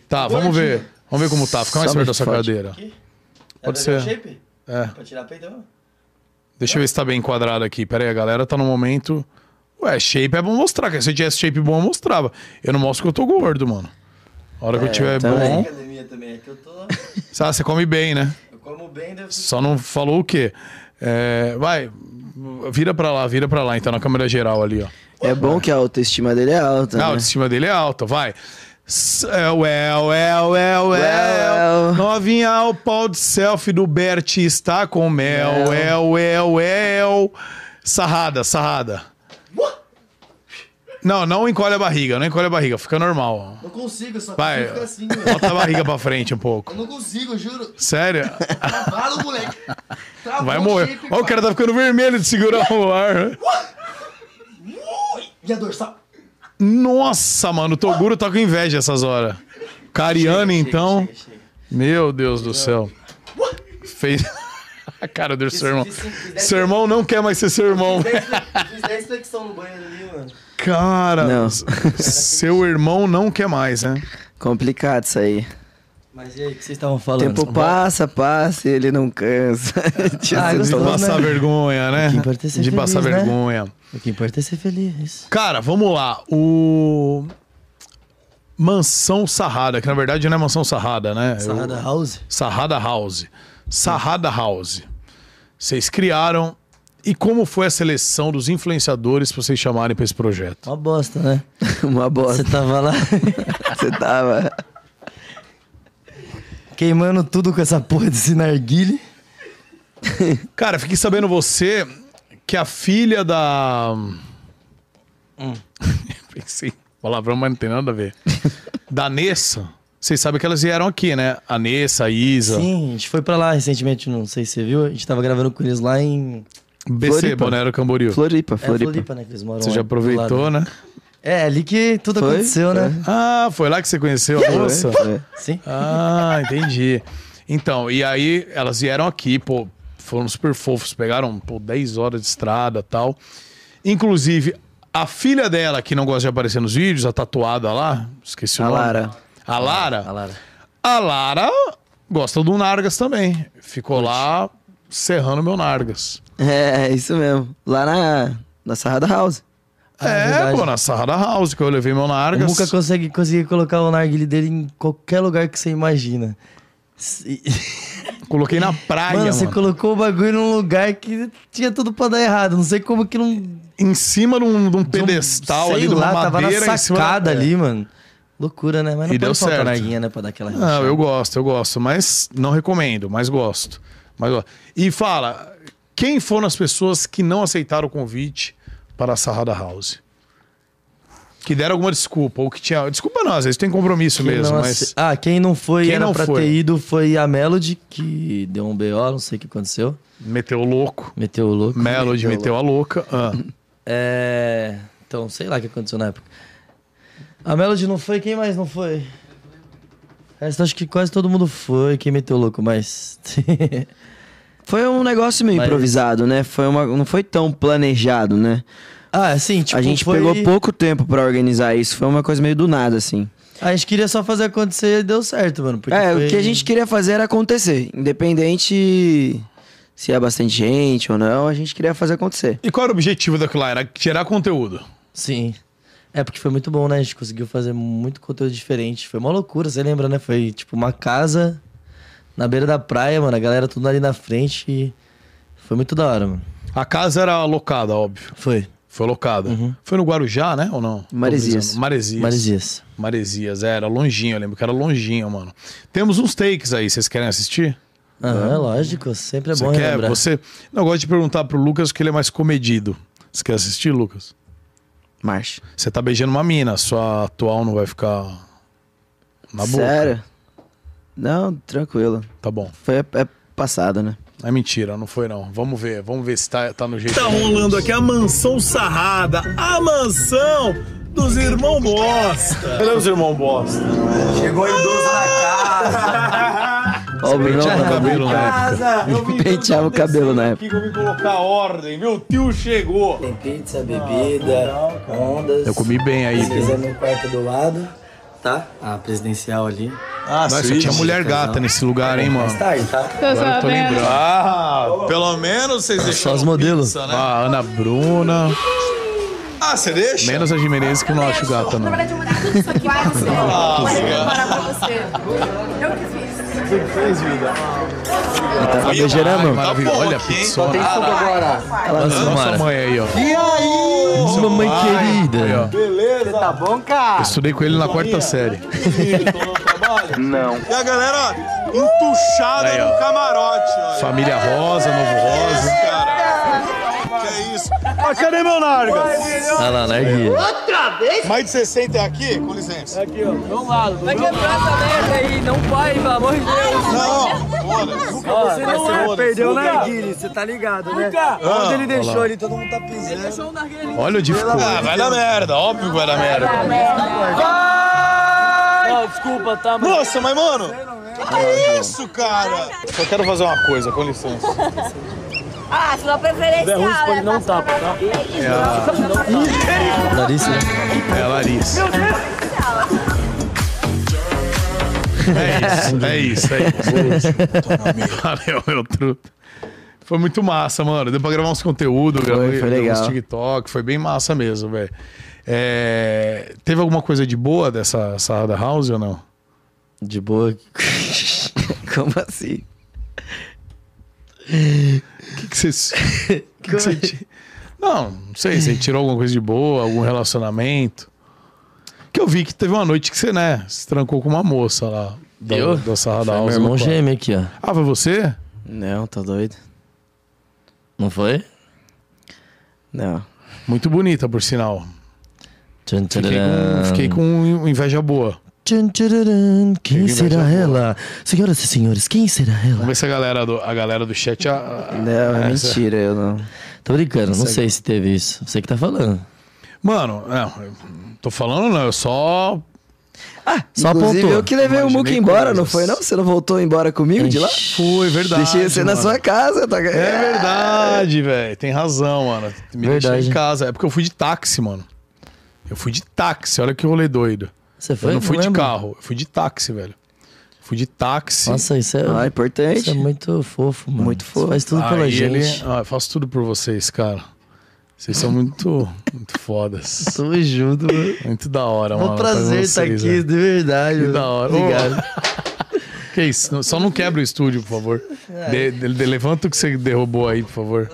Speaker 1: Tá, vamos ver. Vamos ver como tá. Fica mais
Speaker 3: Só
Speaker 1: perto
Speaker 3: me
Speaker 1: da sua
Speaker 3: fode.
Speaker 1: cadeira. Pode
Speaker 6: Tá
Speaker 1: ser. É.
Speaker 2: Pra tirar peito,
Speaker 1: Deixa eu ver se tá bem enquadrado aqui. Pera aí, a galera tá no momento. Ué, shape é bom mostrar. cara. Se eu tivesse shape bom, eu mostrava. Eu não mostro que eu tô gordo, mano. A hora que eu tiver bom.
Speaker 2: academia também, é que eu tô...
Speaker 1: Sabe, você come bem, né?
Speaker 2: Eu como bem, deve
Speaker 1: Só não falou o quê? É, vai, vira pra lá, vira pra lá, então, na câmera geral ali, ó.
Speaker 3: É bom que a autoestima dele é alta.
Speaker 1: Não, a
Speaker 3: né?
Speaker 1: autoestima dele é alta, vai. S- é, Well, well, well, well.
Speaker 3: Well.
Speaker 1: Novinha, o pau de selfie do Bert está com mel. É, Well, well, well. é Sarrada, sarrada. Não, não encolhe a barriga, não encolhe a barriga, fica normal.
Speaker 9: Não consigo, eu só
Speaker 1: Vai,
Speaker 9: consigo ficar assim, velho.
Speaker 1: bota a barriga pra frente um pouco.
Speaker 9: Eu não consigo, eu juro.
Speaker 1: Sério?
Speaker 9: Travado, moleque. Travou
Speaker 1: Vai
Speaker 9: o
Speaker 1: morrer.
Speaker 9: Um shape,
Speaker 1: Ó, o
Speaker 9: pai.
Speaker 1: cara tá ficando vermelho de segurar o ar.
Speaker 9: Ui! E a dorsal?
Speaker 1: Nossa, mano, o Toguro tá com inveja essas horas. Cariana, então. Meu Deus do céu. Fez. A cara do seu irmão. Seu irmão não quer mais ser seu irmão.
Speaker 2: Fiz 10 flexão no banheiro ali, mano.
Speaker 1: Cara,
Speaker 3: Não.
Speaker 1: seu irmão não quer mais, né?
Speaker 3: Complicado isso aí.
Speaker 2: Mas e aí, o que vocês estavam falando?
Speaker 3: Tempo passa, passa e ele não cansa. Tinha
Speaker 2: Ah,
Speaker 3: sido
Speaker 1: De
Speaker 2: Tô, né?
Speaker 1: passar vergonha, né?
Speaker 2: que importa é ser
Speaker 1: De
Speaker 2: feliz,
Speaker 1: passar
Speaker 2: né?
Speaker 1: vergonha.
Speaker 2: O que importa é ser feliz.
Speaker 1: Cara, vamos lá. O. Mansão Sarrada, que na verdade não é Mansão Sarrada, né?
Speaker 2: Sarrada House?
Speaker 1: Sarrada House. Sarrada House. Vocês criaram. E como foi a seleção dos influenciadores pra vocês chamarem pra esse projeto?
Speaker 2: Uma bosta, né?
Speaker 3: Uma
Speaker 2: Você
Speaker 3: bosta.
Speaker 2: tava lá
Speaker 3: Você tava.
Speaker 2: queimando tudo com essa porra desse narguile.
Speaker 1: Cara, fiquei sabendo você que a filha da. Pensei, palavrão, mas não tem nada a ver. da Nessa. Vocês sabem que elas vieram aqui, né? A Nessa, a Isa.
Speaker 2: Sim, a gente foi pra lá recentemente, não sei se você viu. A gente tava gravando com eles lá em.
Speaker 1: BC,
Speaker 3: Floripa.
Speaker 1: Bonero Camboriú.
Speaker 3: Floripa,
Speaker 2: É, Floripa.
Speaker 3: Floripa.
Speaker 2: né? Que eles moram
Speaker 1: Você
Speaker 2: lá
Speaker 1: já
Speaker 2: do lado.
Speaker 1: aproveitou, né?
Speaker 2: É, ali que tudo
Speaker 3: Foi?
Speaker 2: aconteceu, né?
Speaker 1: Ah, foi lá que você conheceu a moça?
Speaker 3: É, é.
Speaker 2: Sim.
Speaker 1: Ah, entendi. Então, e aí elas vieram aqui, pô, foram super fofos, pegaram, pô, 10 horas de estrada e tal. Inclusive, a filha dela, que não gosta de aparecer nos vídeos, a tatuada lá, esqueci o
Speaker 3: A
Speaker 1: nome.
Speaker 3: Lara.
Speaker 1: A Lara?
Speaker 2: A Lara.
Speaker 1: A Lara gosta do Nargas também. Ficou lá serrando meu Nargas.
Speaker 3: É, isso mesmo. Lá na, na Sarrada House.
Speaker 1: é,
Speaker 2: Ah, verdade.
Speaker 1: pô, na Sarrada House, que eu levei meu
Speaker 2: O
Speaker 1: Nargas.
Speaker 2: Muca consegue, conseguir colocar o narguile dele em qualquer lugar que você imagina. Se-
Speaker 1: Coloquei na praia,
Speaker 2: mano, você
Speaker 1: mano.
Speaker 2: colocou o bagulho num lugar que tinha tudo pra dar errado. Não sei como que não.
Speaker 1: Em cima de um, de um pedestal
Speaker 2: sei
Speaker 1: ali, de uma
Speaker 2: lá, tava na
Speaker 1: madeira. em cima da- É.
Speaker 2: sacada ali, mano. Loucura, né? Mas não
Speaker 1: E deu
Speaker 2: pode faltar
Speaker 1: certo.
Speaker 2: narguinha, né? Pra dar aquela
Speaker 1: Não,
Speaker 2: relaxada.
Speaker 1: eu gosto, eu gosto, mas não recomendo, mas gosto. Mas, gosto. e fala, quem foram as pessoas que não aceitaram o convite para a Sarrada House? Que deram alguma desculpa, ou que tinha. Desculpa não, às vezes tem compromisso
Speaker 2: Quem
Speaker 1: mesmo,
Speaker 2: não
Speaker 1: mas.
Speaker 2: ace- Ah, quem não foi,
Speaker 1: Quem
Speaker 2: era
Speaker 1: não
Speaker 2: pra
Speaker 1: foi?
Speaker 2: ter ido, foi a Melody, que deu um BO, não sei o que aconteceu.
Speaker 1: Meteu o louco.
Speaker 2: Meteu o louco.
Speaker 1: Melody meteu a louca. Ah,
Speaker 2: É. Então, sei lá o que aconteceu na época. A Melody não foi, quem mais não foi? O resto, acho que quase todo mundo foi, quem meteu o louco, mas.
Speaker 3: Foi um negócio meio
Speaker 2: Mas-
Speaker 3: improvisado, né? Foi uma, não foi tão planejado, né?
Speaker 2: ah, assim, tipo.
Speaker 3: a gente
Speaker 2: foi-
Speaker 3: pegou pouco tempo pra organizar isso. Foi uma coisa meio do nada, assim.
Speaker 2: A gente queria só fazer acontecer e deu certo, mano. porque
Speaker 3: É,
Speaker 2: foi-
Speaker 3: o que a gente queria fazer era acontecer. Independente se é bastante gente ou não, a gente queria fazer acontecer.
Speaker 1: E qual era o objetivo daquilo lá? Era gerar conteúdo.
Speaker 2: Sim. É porque foi muito bom, né? A gente conseguiu fazer muito conteúdo diferente. Foi uma loucura, você lembra, né? Foi tipo uma casa na beira da praia, mano. A galera tudo ali na frente. e Foi muito da hora, mano.
Speaker 1: A casa era alocada, óbvio.
Speaker 2: Foi.
Speaker 1: Foi alocada. Foi no Guarujá, né? Ou não?
Speaker 3: Maresias.
Speaker 1: Maresias.
Speaker 2: Maresias.
Speaker 1: Maresias, é, era longinho, eu lembro que era longinho, mano. Temos uns takes aí, vocês querem assistir?
Speaker 2: Aham, é lógico. Sempre é
Speaker 1: Você
Speaker 2: bom
Speaker 1: quer?
Speaker 2: relembrar.
Speaker 1: Você. Não, eu gosto de perguntar pro Lucas que ele é mais comedido. Você quer assistir, Lucas?
Speaker 3: Marcha.
Speaker 1: Você tá beijando uma mina, sua atual não vai ficar na Tá boca.
Speaker 3: Sério? Não, tranquilo.
Speaker 1: Tá bom.
Speaker 3: Foi é passado, né?
Speaker 1: É mentira, não foi não. Vamos ver, vamos ver se tá, tá no jeito.
Speaker 9: Tá
Speaker 1: rolando aqui a mansão sarrada, a mansão dos irmão bosta. Cadê os irmão bosta?
Speaker 2: Chegou idoso na
Speaker 3: Ó, o Bruno
Speaker 1: Penteava o é tá cabelo na época.
Speaker 9: Casa! Eu vim
Speaker 3: penteava o cabelo na época.
Speaker 1: que eu vim colocar ordem. Meu tio chegou.
Speaker 2: casa. Pizza, bebida, ondas.
Speaker 1: Eu comi bem aí.
Speaker 2: no quarto do lado, tá? A presidencial ali.
Speaker 1: Ah, Nossa, tinha mulher gata nesse lugar, hein, mano?
Speaker 2: tarde, tá?
Speaker 1: Agora eu tô lembrando.
Speaker 10: Tá
Speaker 1: Ah, pelo menos vocês deixaram
Speaker 2: os modelos.
Speaker 1: pizza, né? A Ana Bruna. Ah, você deixa? Menos a Jimenez que eu não acho gata,
Speaker 8: Na
Speaker 1: não.
Speaker 2: É,
Speaker 8: verdade, eu mandei tudo isso aqui pra você.
Speaker 10: Tá Ah,
Speaker 8: Mas eu vou parar pra você. Eu que fiz.
Speaker 3: Ela tá beijando, mano.
Speaker 1: Maravilha. Olha a pizzona.
Speaker 10: Tá
Speaker 2: Ela
Speaker 1: Nossa
Speaker 2: mano.
Speaker 1: mãe aí, ó.
Speaker 10: E aí?
Speaker 2: Mamãe
Speaker 1: Aí, ó.
Speaker 2: querida.
Speaker 10: Beleza? Tá bom,
Speaker 1: Eu
Speaker 10: cara?
Speaker 1: estudei com ele na quarta série.
Speaker 6: Não.
Speaker 10: E a galera entuchada
Speaker 1: Aí, ó.
Speaker 10: no camarote, olha.
Speaker 1: Família Rosa, Novo Rosa.
Speaker 10: Cara, que isso? Ah, cadê meu Nargas?
Speaker 2: Olha Ah lá, na erguia.
Speaker 10: Mais de 60 é aqui? Com licença. Não, olha. Você não é, perdeu o Narguile, você tá ligado, né? Onde ele deixou ele, todo mundo tá pisando.
Speaker 1: Olha o de ficou.
Speaker 10: Ah, vai dar merda, óbvio que vai dar merda.
Speaker 2: desculpa, tá,
Speaker 10: Nossa, mas mano, que é isso, cara? Só quero fazer uma coisa, com licença.
Speaker 8: Ah, sua preferencial. né?
Speaker 2: não tapa, tá? Larissa, né?
Speaker 1: É, Larissa. É isso, é isso, é isso. Valeu, meu truto. Foi muito massa, mano. Deu pra gravar uns conteúdos, gravei
Speaker 3: foi
Speaker 1: gravei uns
Speaker 3: legal.
Speaker 1: TikTok, foi bem massa mesmo, velho. É, Teve alguma coisa de boa dessa Sarada House ou não?
Speaker 2: De boa.
Speaker 3: Como assim?
Speaker 1: O que, que vocês. o que que você ti- Não, não sei. Você tirou alguma coisa de boa, algum relacionamento? Que eu vi que teve uma noite que você, né, se trancou com uma moça lá. Da,
Speaker 2: Eu?
Speaker 1: da Sarada
Speaker 2: Foi meu
Speaker 1: House. no
Speaker 2: irmão
Speaker 1: quarto.
Speaker 2: gêmeo aqui, ó.
Speaker 1: Ah, foi você?
Speaker 3: Não, tá doido?
Speaker 2: Não foi?
Speaker 3: Não.
Speaker 1: Muito bonita, por sinal.
Speaker 2: Tchan,
Speaker 1: Fiquei
Speaker 2: tcharam.
Speaker 1: com, fiquei com inveja boa.
Speaker 2: Tchan, tcharam. Quem
Speaker 1: Fiquei
Speaker 2: será
Speaker 1: invejando.
Speaker 2: ela? Senhoras e senhores, quem será
Speaker 1: Vamos
Speaker 2: ela?
Speaker 1: ver se a galera do, a galera do chat. a- a-
Speaker 3: Não, é
Speaker 1: essa-
Speaker 3: mentira, eu não.
Speaker 2: Tô brincando, não sei se teve isso. Você que tá falando.
Speaker 1: Mano, não, eu tô falando não, eu só.
Speaker 2: Só
Speaker 3: Inclusive,
Speaker 2: apontou.
Speaker 3: eu que levei o
Speaker 1: Imaginei
Speaker 3: Muca embora,
Speaker 1: coisas.
Speaker 3: não foi não? Você não voltou embora comigo de lá?
Speaker 1: Foi É verdade.
Speaker 3: Deixei você na
Speaker 1: mano.
Speaker 3: sua casa, tá? É
Speaker 1: É verdade, velho. Tem razão, mano. Me
Speaker 2: Verdade.
Speaker 1: deixou em casa. É porque eu fui de táxi, mano. Eu fui de táxi, olha que rolê doido.
Speaker 2: Você foi?
Speaker 1: eu não fui de
Speaker 2: lembro.
Speaker 1: carro, eu fui de táxi, velho. Fui de táxi.
Speaker 2: Nossa, isso é,
Speaker 3: Ah,
Speaker 2: isso
Speaker 3: importante.
Speaker 2: é muito fofo, mano.
Speaker 3: Muito
Speaker 2: Você
Speaker 3: fofo.
Speaker 2: Faz tudo pela
Speaker 1: Aí ele-
Speaker 2: gente.
Speaker 1: Ah, eu faço tudo por vocês, cara. Vocês são muito, muito fodas.
Speaker 2: Tamo junto, mano.
Speaker 1: Muito da hora,
Speaker 2: É
Speaker 1: mano.
Speaker 2: um
Speaker 1: pra
Speaker 2: prazer estar
Speaker 1: vocês,
Speaker 2: aqui,
Speaker 1: né?
Speaker 2: de verdade.
Speaker 1: Que
Speaker 2: mano.
Speaker 1: da hora.
Speaker 2: Obrigado.
Speaker 1: Que isso? não- Só não quebra o estúdio, por favor.
Speaker 2: É.
Speaker 1: De- de- de- levanta o que você derrubou aí, por favor.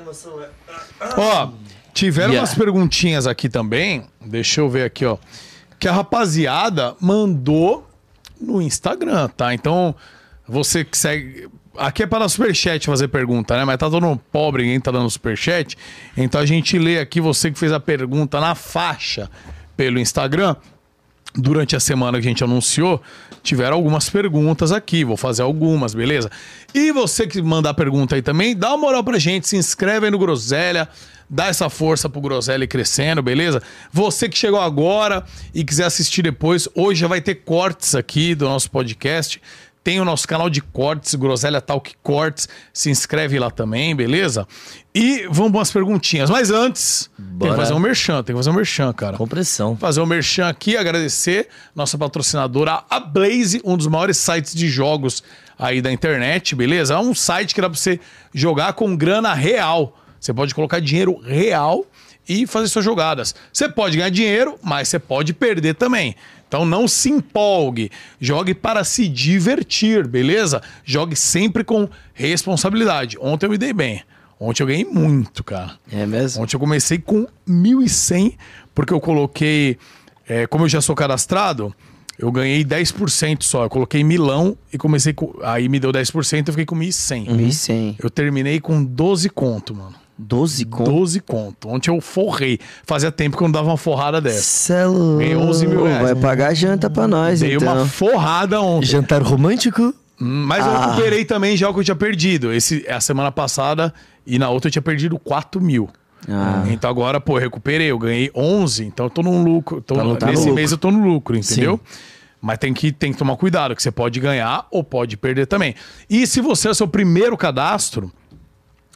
Speaker 1: Ó, tiveram
Speaker 2: Yeah.
Speaker 1: umas perguntinhas aqui também. Deixa eu ver aqui, ó. Que a rapaziada mandou no Instagram, tá? Então, você que segue. Aqui é para superchat fazer pergunta, né? Mas tá todo mundo pobre, ninguém tá dando superchat. Então a gente lê aqui você que fez a pergunta na faixa pelo Instagram durante a semana que a gente anunciou, tiveram algumas perguntas aqui. Vou fazer algumas, beleza? E você que mandar pergunta aí também, dá uma moral pra gente, se inscreve aí no Groselha, dá essa força pro Groselha ir crescendo, beleza? Você que chegou agora e quiser assistir depois, hoje já vai ter cortes aqui do nosso podcast. Tem o nosso canal de cortes, Groselha Talk Cortes. Se inscreve lá também, beleza? E vamos para umas perguntinhas. Mas antes, tem
Speaker 2: Bora.
Speaker 1: que fazer um merchan, tem que fazer um merchan, cara
Speaker 2: Compressão.
Speaker 1: fazer um merchan aqui, agradecer nossa patrocinadora, a Blaze, um dos maiores sites de jogos aí da internet, beleza? É um site que dá pra você jogar com grana real. Você pode colocar dinheiro real e fazer suas jogadas. Você pode ganhar dinheiro, mas você pode perder também. Então não se empolgue, jogue para se divertir, beleza? Jogue sempre com responsabilidade. Ontem eu me dei bem. Ontem eu ganhei muito, cara.
Speaker 3: É mesmo?
Speaker 1: Ontem eu comecei com 1.100, porque eu coloquei, é, como eu já sou cadastrado, eu ganhei 10% só. Eu coloquei milão e comecei com. Aí me deu 10%, eu fiquei com 1.100.
Speaker 3: Uhum. 1.100.
Speaker 1: Eu terminei com 12 conto, mano.
Speaker 3: 12 conto.
Speaker 1: 12 conto. Ontem eu forrei. Fazia tempo que eu não dava uma forrada dessa.
Speaker 2: Celo.
Speaker 1: Ganhei 11 mil reais. né?
Speaker 3: Vai pagar janta pra nós,
Speaker 1: Dei
Speaker 3: então.
Speaker 1: uma forrada ontem.
Speaker 2: Jantar romântico?
Speaker 1: Hum, Mas
Speaker 3: Ah.
Speaker 1: eu recuperei também já o que eu tinha perdido. Esse, a semana passada e na outra eu tinha perdido 4 mil.
Speaker 3: Ah.
Speaker 1: Então agora, pô, eu recuperei, eu ganhei 11, então eu tô num lucro. Tô,
Speaker 3: Tá no- tá no
Speaker 1: nesse
Speaker 3: lucro.
Speaker 1: mês eu tô no lucro, entendeu? Mas tem que, tem que tomar cuidado, que você pode ganhar ou pode perder também. E se você é o seu primeiro cadastro,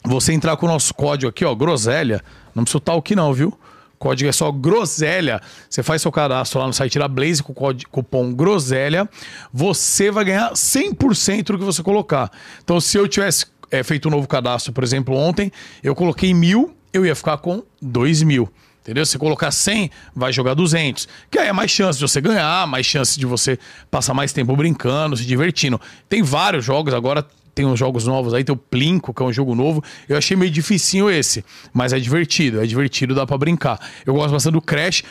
Speaker 1: você entrar com o nosso código aqui, ó, Groselha, não precisa o que não, viu? Código é só Groselha. Você faz seu cadastro lá no site da Blaze com o código- cupom Groselha. Você vai ganhar 100% do que você colocar. Então, se eu tivesse eh, é, feito um novo cadastro, por exemplo, ontem, eu coloquei mil, eu ia ficar com dois mil. Entendeu? Se você colocar 100, vai jogar 200. Que aí é mais chance de você ganhar, mais chance de você passar mais tempo brincando, se divertindo. Tem vários jogos agora, tem uns jogos novos aí, tem o Plinko, que é um jogo novo. Eu achei meio dificinho esse, mas é divertido, é divertido, dá pra brincar. Eu gosto bastante do Crash.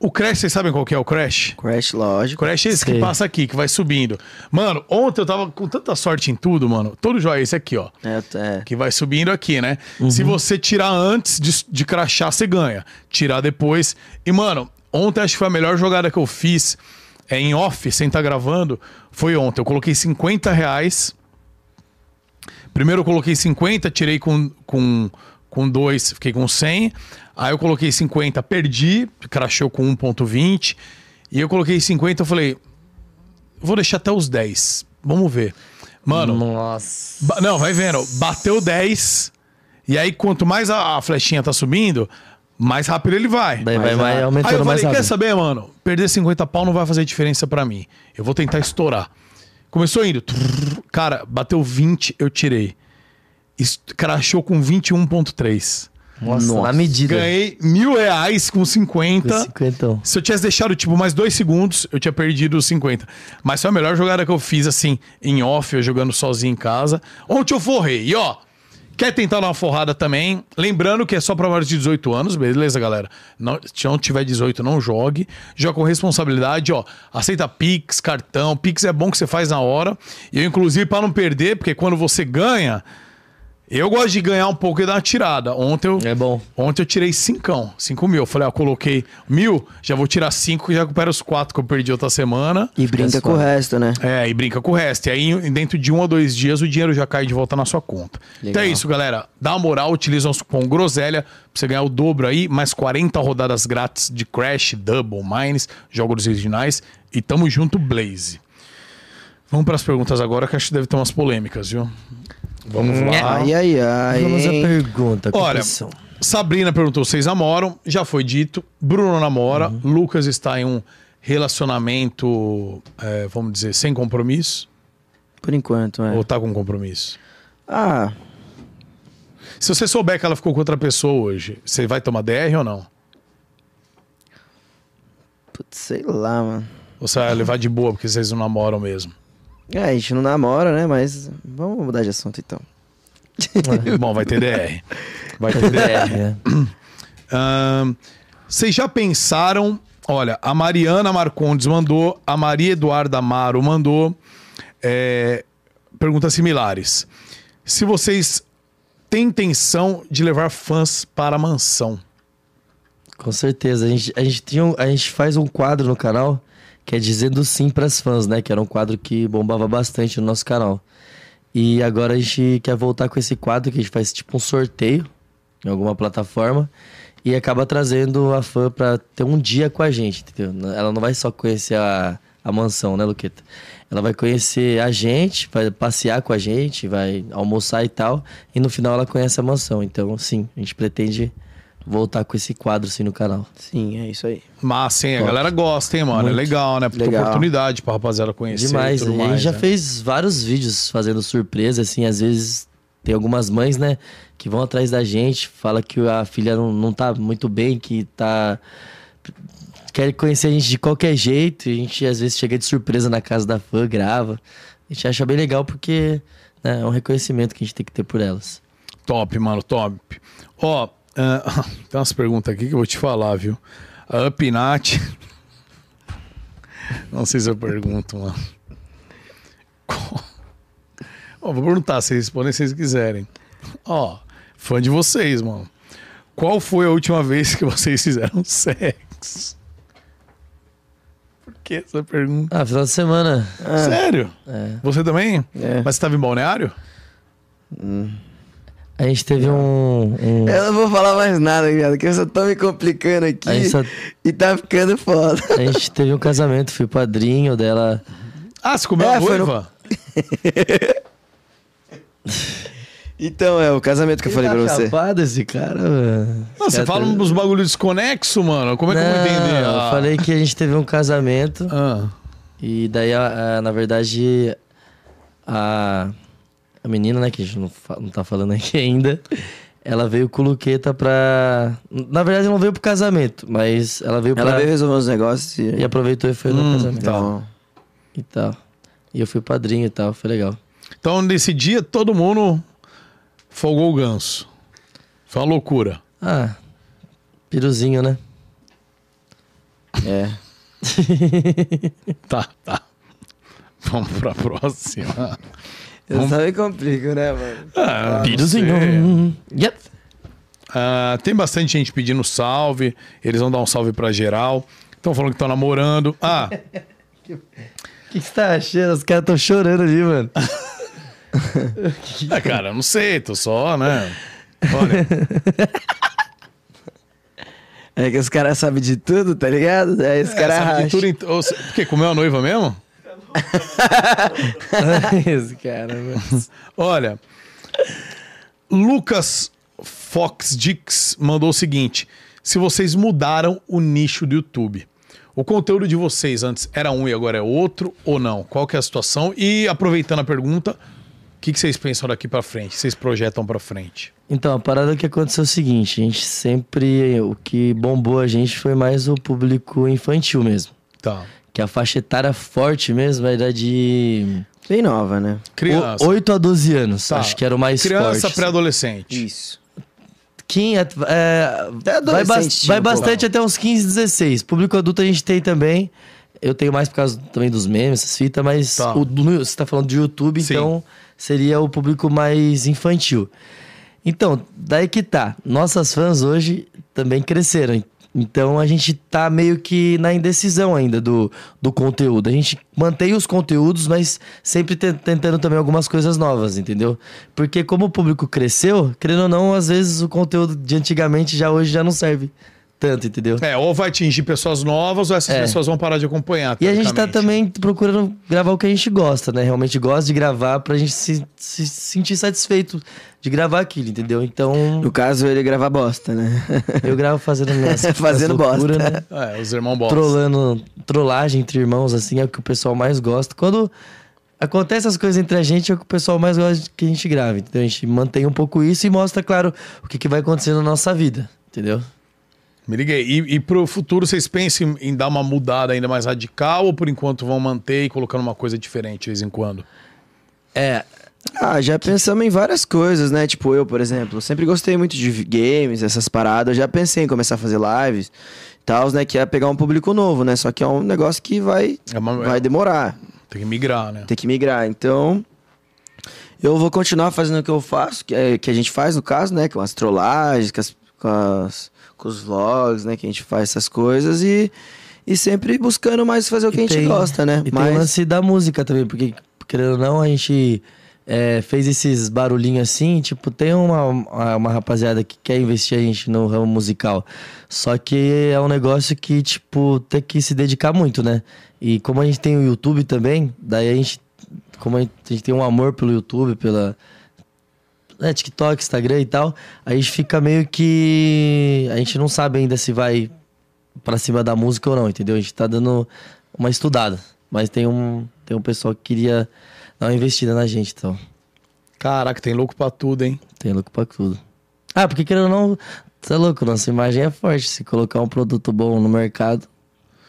Speaker 1: O Crash, vocês sabem qual que é o Crash?
Speaker 3: Crash, lógico.
Speaker 1: Crash é esse que
Speaker 3: Sei.
Speaker 1: passa aqui, que vai subindo. Mano, ontem eu tava com tanta sorte em tudo, mano. Todo joia é esse aqui, ó.
Speaker 3: É, é.
Speaker 1: Que vai subindo aqui, né? Se você tirar antes de, de crachar, você ganha. Tirar depois. E, mano, ontem acho que foi a melhor jogada que eu fiz é, em off, sem estar gravando. Foi ontem. Eu coloquei 50 reais. Primeiro eu coloquei 50, tirei com, com, com 2, fiquei com 100. Aí eu coloquei 50, perdi, crachou com 1,20. E eu coloquei 50, eu falei, vou deixar até os 10. Vamos ver. Mano.
Speaker 2: Nossa.
Speaker 1: Não, vai vendo. Bateu 10. E aí, quanto mais a, a flechinha tá subindo, mais rápido ele vai.
Speaker 2: Daí vai- vai
Speaker 1: rápido.
Speaker 2: aumentando
Speaker 1: aí eu
Speaker 2: mais
Speaker 1: falei, quer
Speaker 2: rápido.
Speaker 1: saber, mano? Perder 50 pau não vai fazer diferença pra mim. Eu vou tentar estourar. Começou indo. trrr, Cara, bateu 20, eu tirei. Est- Crashou com 21,3.
Speaker 2: Nossa, na medida.
Speaker 1: Ganhei mil reais com 50.
Speaker 2: Com 50.
Speaker 1: Se eu tivesse deixado, tipo, mais dois segundos, eu tinha perdido os 50. Mas foi a melhor jogada que eu fiz, assim, em off, eu jogando sozinho em casa. Ontem eu forrei. E, ó, quer tentar dar uma forrada também? Lembrando que é só pra maiores de 18 anos, beleza, galera? Não, se não tiver 18, não jogue. Joga com responsabilidade, ó. Aceita Pix, cartão. Pix é bom que você faz na hora. E eu, inclusive, pra não perder, porque quando você ganha... Eu gosto de ganhar um pouco e dar uma tirada. Ontem eu,
Speaker 2: é bom.
Speaker 1: Ontem eu tirei cincão, cinco mil. Eu Falei, ó, coloquei mil, já vou tirar cinco que já recupero os quatro que eu perdi outra semana.
Speaker 3: E brinca com o resto, né?
Speaker 1: É, e brinca com o resto. E aí, em- dentro de um a dois dias, o dinheiro já cai de volta na sua conta. Então é isso, galera. Dá uma moral, utiliza nosso cupom Groselha pra você ganhar o dobro aí, mais 40 rodadas grátis de Crash, Double, Mines, jogos originais. E tamo junto, Blaze. Vamos pras perguntas agora, que acho que deve ter umas polêmicas, viu? Vamos lá.
Speaker 3: Ai, ai, ai.
Speaker 1: Vamos à
Speaker 3: Ah, hein?
Speaker 2: Pergunta,
Speaker 1: Olha,
Speaker 2: competição.
Speaker 1: Sabrina perguntou: vocês namoram? Já foi dito. Bruno namora. Lucas está em um relacionamento, é, vamos dizer, sem compromisso?
Speaker 3: Por enquanto, é.
Speaker 1: Ou tá com compromisso?
Speaker 3: Ah,
Speaker 1: Se você souber que ela ficou com outra pessoa hoje, você vai tomar DR ou não?
Speaker 3: putz, sei lá, mano.
Speaker 1: Ou você vai levar de boa porque vocês não namoram mesmo?
Speaker 3: É, a gente não namora, né? Mas vamos mudar de assunto então.
Speaker 1: Bom, vai ter DR. Vai ter DR. Ahn, Vocês já pensaram? Olha, a Mariana Marcondes mandou, a Maria Eduarda Amaro mandou é, perguntas similares. Se vocês têm intenção de levar fãs para a mansão?
Speaker 2: Com certeza. A gente, a, gente tinha um- a gente faz um quadro no canal que é Dizendo Sim pras fãs, né? Que era um quadro que bombava bastante no nosso canal. E agora a gente quer voltar com esse quadro que a gente faz tipo um sorteio em alguma plataforma e acaba trazendo a fã pra ter um dia com a gente, entendeu? Ela não vai só conhecer a, a mansão, né, Luqueta? Ela vai conhecer a gente, vai passear com a gente, vai almoçar e tal, e no final ela conhece a mansão. Então, sim, a gente pretende voltar com esse quadro assim no canal.
Speaker 3: Sim, é isso aí.
Speaker 1: Massa, hein? A galera gosta, hein, mano? É
Speaker 2: Muito.
Speaker 1: legal, né? Porque
Speaker 3: Legal.
Speaker 1: oportunidade pra rapaziada conhecer
Speaker 2: Demais,
Speaker 1: e tudo
Speaker 2: né? a
Speaker 1: mais.
Speaker 2: gente já
Speaker 1: né?
Speaker 2: fez vários vídeos fazendo surpresa, assim, às vezes tem algumas mães, né, que vão atrás da gente, fala que a filha não, não tá muito bem, que tá. Quer conhecer a gente de qualquer jeito, e a gente às vezes chega de surpresa na casa da fã, grava. A gente acha bem legal porque né, é um reconhecimento que a gente tem que ter por elas.
Speaker 1: Top, mano, top. Ó, ah, tem umas perguntas aqui que eu vou te falar, viu? A Upnat. Não sei se eu pergunto, mano. Qual- Ó, vou perguntar, vocês respondem se vocês quiserem. Ó, fã de vocês, mano. Qual foi a última vez que vocês fizeram sexo? Por que essa pergunta?
Speaker 2: Ah, final de semana.
Speaker 1: Sério?
Speaker 2: É.
Speaker 1: Você também?
Speaker 3: Ah, É.
Speaker 1: Mas você tava em balneário?
Speaker 2: A gente teve um. um-
Speaker 3: Eu não vou falar mais nada, viado, que eu só tô me complicando aqui
Speaker 2: a gente só-
Speaker 3: e tá ficando foda.
Speaker 2: a gente teve um casamento, fui padrinho dela.
Speaker 1: Ah, você comeu
Speaker 3: É,
Speaker 1: a
Speaker 3: foi no-
Speaker 1: noiva?
Speaker 3: Então, é o casamento que eu falei pra você.
Speaker 2: Tá Chapado esse cara, mano.
Speaker 1: Não, você
Speaker 2: Esse cara
Speaker 1: fala
Speaker 2: tá-
Speaker 1: uns bagulho desconexo, mano. Como é que eu vou
Speaker 2: Não,
Speaker 1: entender? Ah.
Speaker 2: Eu falei que a gente teve um casamento
Speaker 1: Ah,
Speaker 2: e daí, a- a- na verdade, a, a menina, né, que a gente não, fa- não tá falando aqui ainda, Ela veio com o Luqueta pra. Na verdade, ela não veio pro casamento, mas ela veio
Speaker 3: Ela
Speaker 2: pra.
Speaker 3: veio resolver os negócios e... Então,
Speaker 2: E aproveitou e foi
Speaker 1: Hum,
Speaker 2: no casamento.
Speaker 1: tá.
Speaker 2: E tal. E eu fui padrinho e tal, foi legal.
Speaker 1: Então, nesse dia, todo mundo folgou o ganso. Foi uma loucura.
Speaker 2: Ah, piruzinho, né?
Speaker 3: É.
Speaker 1: Tá, tá. Vamos pra próxima.
Speaker 3: Eu
Speaker 1: Vamos-
Speaker 3: também complico, né, mano?
Speaker 1: Ah, não sei.
Speaker 2: piruzinho. Yep.
Speaker 1: Ah, tem bastante gente pedindo salve. Eles vão dar um salve pra geral. Estão falando que estão namorando. Ah,
Speaker 2: O que que você tá achando? Os caras tão chorando ali, mano.
Speaker 1: é, cara, não sei, tô só, né? Olha,
Speaker 3: É que os caras sabem de tudo, tá ligado? É, esse cara
Speaker 1: sabe de
Speaker 3: racha.
Speaker 1: tudo em- ou se- Porque comeu a noiva mesmo?
Speaker 2: Esse cara, mano.
Speaker 1: Olha, Lucas Fox Dix mandou o seguinte: se vocês mudaram o nicho do YouTube, o conteúdo de vocês antes era um e agora é outro ou não? Qual que é a situação? E aproveitando a pergunta, o que, que vocês pensam daqui pra frente? Vocês projetam pra frente?
Speaker 2: Então, a parada que aconteceu é o seguinte, a gente sempre. O que bombou a gente foi mais o público infantil mesmo.
Speaker 1: Tá.
Speaker 2: Que a faixa etária forte mesmo era de
Speaker 3: Bem nova, né?
Speaker 1: Criança.
Speaker 2: o- 8 a 12 anos.
Speaker 1: Tá.
Speaker 2: Acho que era o mais
Speaker 1: Criança
Speaker 2: forte.
Speaker 1: pré-adolescente.
Speaker 3: Isso.
Speaker 2: Quem é, é,
Speaker 3: Até
Speaker 2: vai,
Speaker 3: adolescente
Speaker 2: bas-
Speaker 3: tinha
Speaker 2: vai
Speaker 3: um pouco.
Speaker 2: bastante até uns 15, 16. Público adulto a gente tem também. Eu tenho mais por causa também dos memes, essas fitas, mas
Speaker 1: Tá.
Speaker 2: o do- você tá falando de YouTube,
Speaker 1: Sim.
Speaker 2: então seria o público mais infantil. Então, daí que tá. Nossas fãs hoje também cresceram. Então a gente tá meio que na indecisão ainda do, do conteúdo. A gente mantém os conteúdos, mas sempre te- tentando também algumas coisas novas, entendeu? Porque como o público cresceu, querendo ou não, às vezes o conteúdo de antigamente já hoje já não serve tanto, entendeu?
Speaker 1: É, ou vai atingir pessoas novas, ou essas
Speaker 2: É.
Speaker 1: pessoas vão parar de acompanhar.
Speaker 2: E a gente tá
Speaker 1: teoricamente.
Speaker 2: também procurando gravar o que a gente gosta, né? Realmente gosta de gravar pra gente se, se sentir satisfeito de gravar aquilo, entendeu? Então.
Speaker 3: No caso, ele grava bosta, né?
Speaker 2: Eu gravo fazendo minhas,
Speaker 3: Fazendo
Speaker 2: minhas loucuras,
Speaker 3: bosta.
Speaker 2: né?
Speaker 1: É, os irmãos bosta.
Speaker 2: Trolando, trollagem entre irmãos, assim, é o que o pessoal mais gosta. Quando acontece essas coisas entre a gente, é o que o pessoal mais gosta de que a gente grave. Então a gente mantém um pouco isso e mostra, claro, o que, que vai acontecer na nossa vida, entendeu?
Speaker 1: Me liguei. E, e pro futuro, vocês pensam em dar uma mudada ainda mais radical ou por enquanto vão manter e colocando uma coisa diferente de vez em quando?
Speaker 2: É,
Speaker 3: Ah, já pensamos em várias coisas, né? Tipo, eu, por exemplo, sempre gostei muito de vi- games, essas paradas. Já pensei em começar a fazer lives e tal, né? Que é pegar um público novo, né? Só que é um negócio que vai,
Speaker 1: É uma-
Speaker 3: vai demorar.
Speaker 1: Tem que migrar, né?
Speaker 3: Tem que migrar. Então, eu vou continuar fazendo o que eu faço, que, é- que a gente faz, no caso, né? Com as trollagens, com, as- com as- com os vlogs, né? Que a gente faz essas coisas e, e sempre buscando mais fazer o que a gente
Speaker 2: tem-
Speaker 3: gosta, né?
Speaker 2: E tem o
Speaker 3: Mas
Speaker 2: lance da música também, porque, querendo ou não, a gente é, fez esses barulhinhos assim, tipo, tem uma, uma, uma rapaziada que quer investir a gente no ramo musical. Só que é um negócio que, tipo, tem que se dedicar muito, né? E como a gente tem o YouTube também, daí a gente. Como a gente, a gente tem um amor pelo YouTube, pela. né, TikTok, Instagram e tal, a gente fica meio que. A gente não sabe ainda se vai pra cima da música ou não, entendeu? A gente tá dando uma estudada. Mas tem um, tem um pessoal que queria dar uma investida na gente, então.
Speaker 1: Caraca, tem louco pra tudo, hein?
Speaker 2: Tem louco pra tudo. Ah, porque querendo ou não, tá louco, nossa imagem é forte. Se colocar um produto bom no mercado,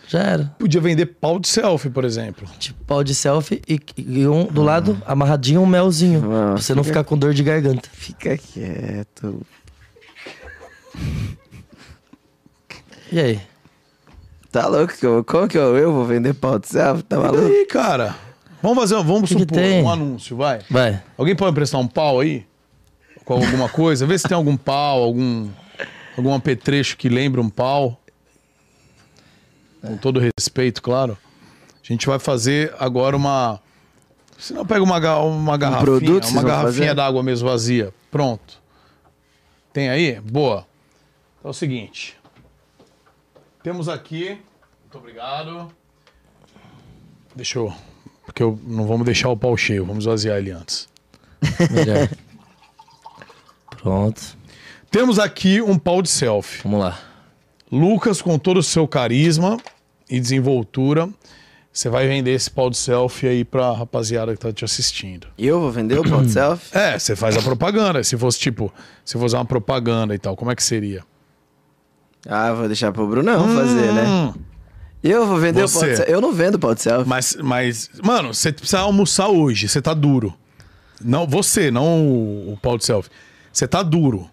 Speaker 2: já era.
Speaker 1: Podia vender pau de selfie, por exemplo.
Speaker 2: Tipo, pau de selfie e, e um do lado, amarradinho, um melzinho.
Speaker 3: Ah,
Speaker 2: pra você não
Speaker 3: fica-
Speaker 2: ficar com dor de garganta.
Speaker 3: fica quieto.
Speaker 2: E aí?
Speaker 3: Tá louco? que eu- Como que eu, eu vou vender pau de selfie? Tá
Speaker 1: E
Speaker 3: maluco?
Speaker 1: daí, cara? Vamos fazer, vamos
Speaker 2: Que que
Speaker 1: supor,
Speaker 2: tem?
Speaker 1: um anúncio, vai.
Speaker 2: Vai.
Speaker 1: Alguém pode emprestar um pau aí? Com alguma coisa? Vê se tem algum pau, algum, algum apetrecho que lembra um pau. Com todo respeito, claro. A gente vai fazer agora uma. Se não, pega uma, ga- uma garrafinha.
Speaker 3: Um produto vocês
Speaker 1: uma
Speaker 3: vão
Speaker 1: garrafinha
Speaker 3: fazer?
Speaker 1: d'água mesmo vazia. Pronto. Tem aí? Boa. Então é o seguinte. Temos aqui. Muito obrigado. Deixa eu. Porque eu, não vamos deixar o pau cheio, vamos vaziar ele antes.
Speaker 2: Melhor. Pronto.
Speaker 1: Temos aqui um pau de selfie.
Speaker 2: Vamos lá.
Speaker 1: Lucas, com todo o seu carisma e desenvoltura, Você vai vender esse pau de selfie aí pra rapaziada que tá te assistindo.
Speaker 3: E eu vou vender o pau de selfie?
Speaker 1: É, você faz a propaganda. Se fosse tipo, se fosse uma propaganda e tal, como é que seria?
Speaker 3: Ah, vou deixar pro Brunão fazer, né? Eu vou vender o pau de
Speaker 1: Hum. Você.
Speaker 3: selfie. Eu não vendo pau de selfie.
Speaker 1: Mas, mas mano, você precisa almoçar hoje, você tá duro. Não, você, não o, o pau de selfie. Você tá duro.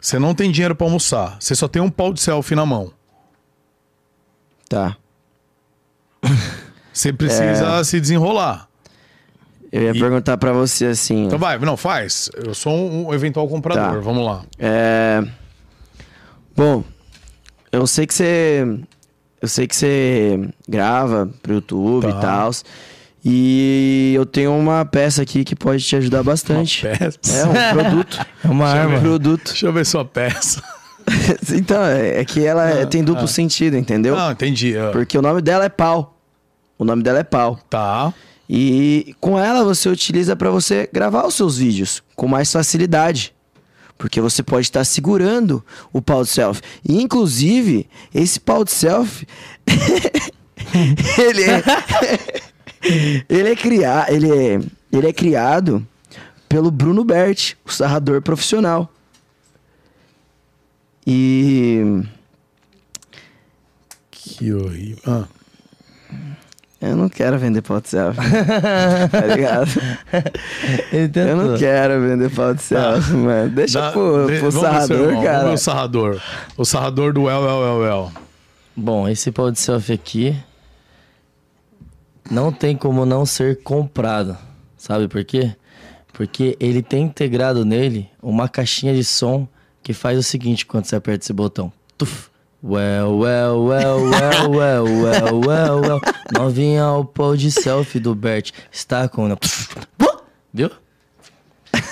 Speaker 1: Você não tem dinheiro pra almoçar. Você só tem um pau de selfie na mão.
Speaker 3: Tá.
Speaker 1: Você precisa se desenrolar.
Speaker 3: Eu ia perguntar pra você assim.
Speaker 1: Então vai, não, faz. Eu sou um, um eventual comprador,
Speaker 3: Tá.
Speaker 1: vamos lá.
Speaker 3: É... Bom, eu sei que você. Eu sei que você grava pro YouTube
Speaker 1: Tá.
Speaker 3: e tal. E eu tenho uma peça aqui que pode te ajudar bastante. É um produto.
Speaker 2: É uma
Speaker 1: arma.
Speaker 3: produto.
Speaker 1: Deixa eu ver sua peça.
Speaker 3: então, é é que ela é- tem duplo sentido, entendeu?
Speaker 1: Ah, entendi. ah.
Speaker 3: Porque o nome dela é pau. O nome dela é pau.
Speaker 1: Tá.
Speaker 3: E com ela você utiliza pra você gravar os seus vídeos com mais facilidade. Porque você pode estar segurando o pau de selfie. E, inclusive, esse pau de selfie. ele é. ele, é cria... ele, é... ele é criado pelo Bruno Bert, o sarrador profissional. E.
Speaker 1: Que horrível. Ah.
Speaker 3: Eu não quero vender pau de selfie. tá ligado? Eu não quero vender pau de selfie, mano. Deixa
Speaker 1: Ah. Dá-
Speaker 3: pro,
Speaker 1: de-
Speaker 3: pro
Speaker 1: vamos ver seu
Speaker 3: sarrador,
Speaker 1: irmão, vamos ver
Speaker 3: cara.
Speaker 1: o sarrador. O sarrador do El, El, El, El.
Speaker 2: Bom, esse pau de selfie aqui não tem como não ser comprado. Sabe por quê? Porque ele tem integrado nele uma caixinha de som que faz o seguinte quando você aperta esse botão. Tuf. Well, well, well, well, well, well, well, well. Novinha o pau de selfie do Bert. Está com... Tuf. Viu?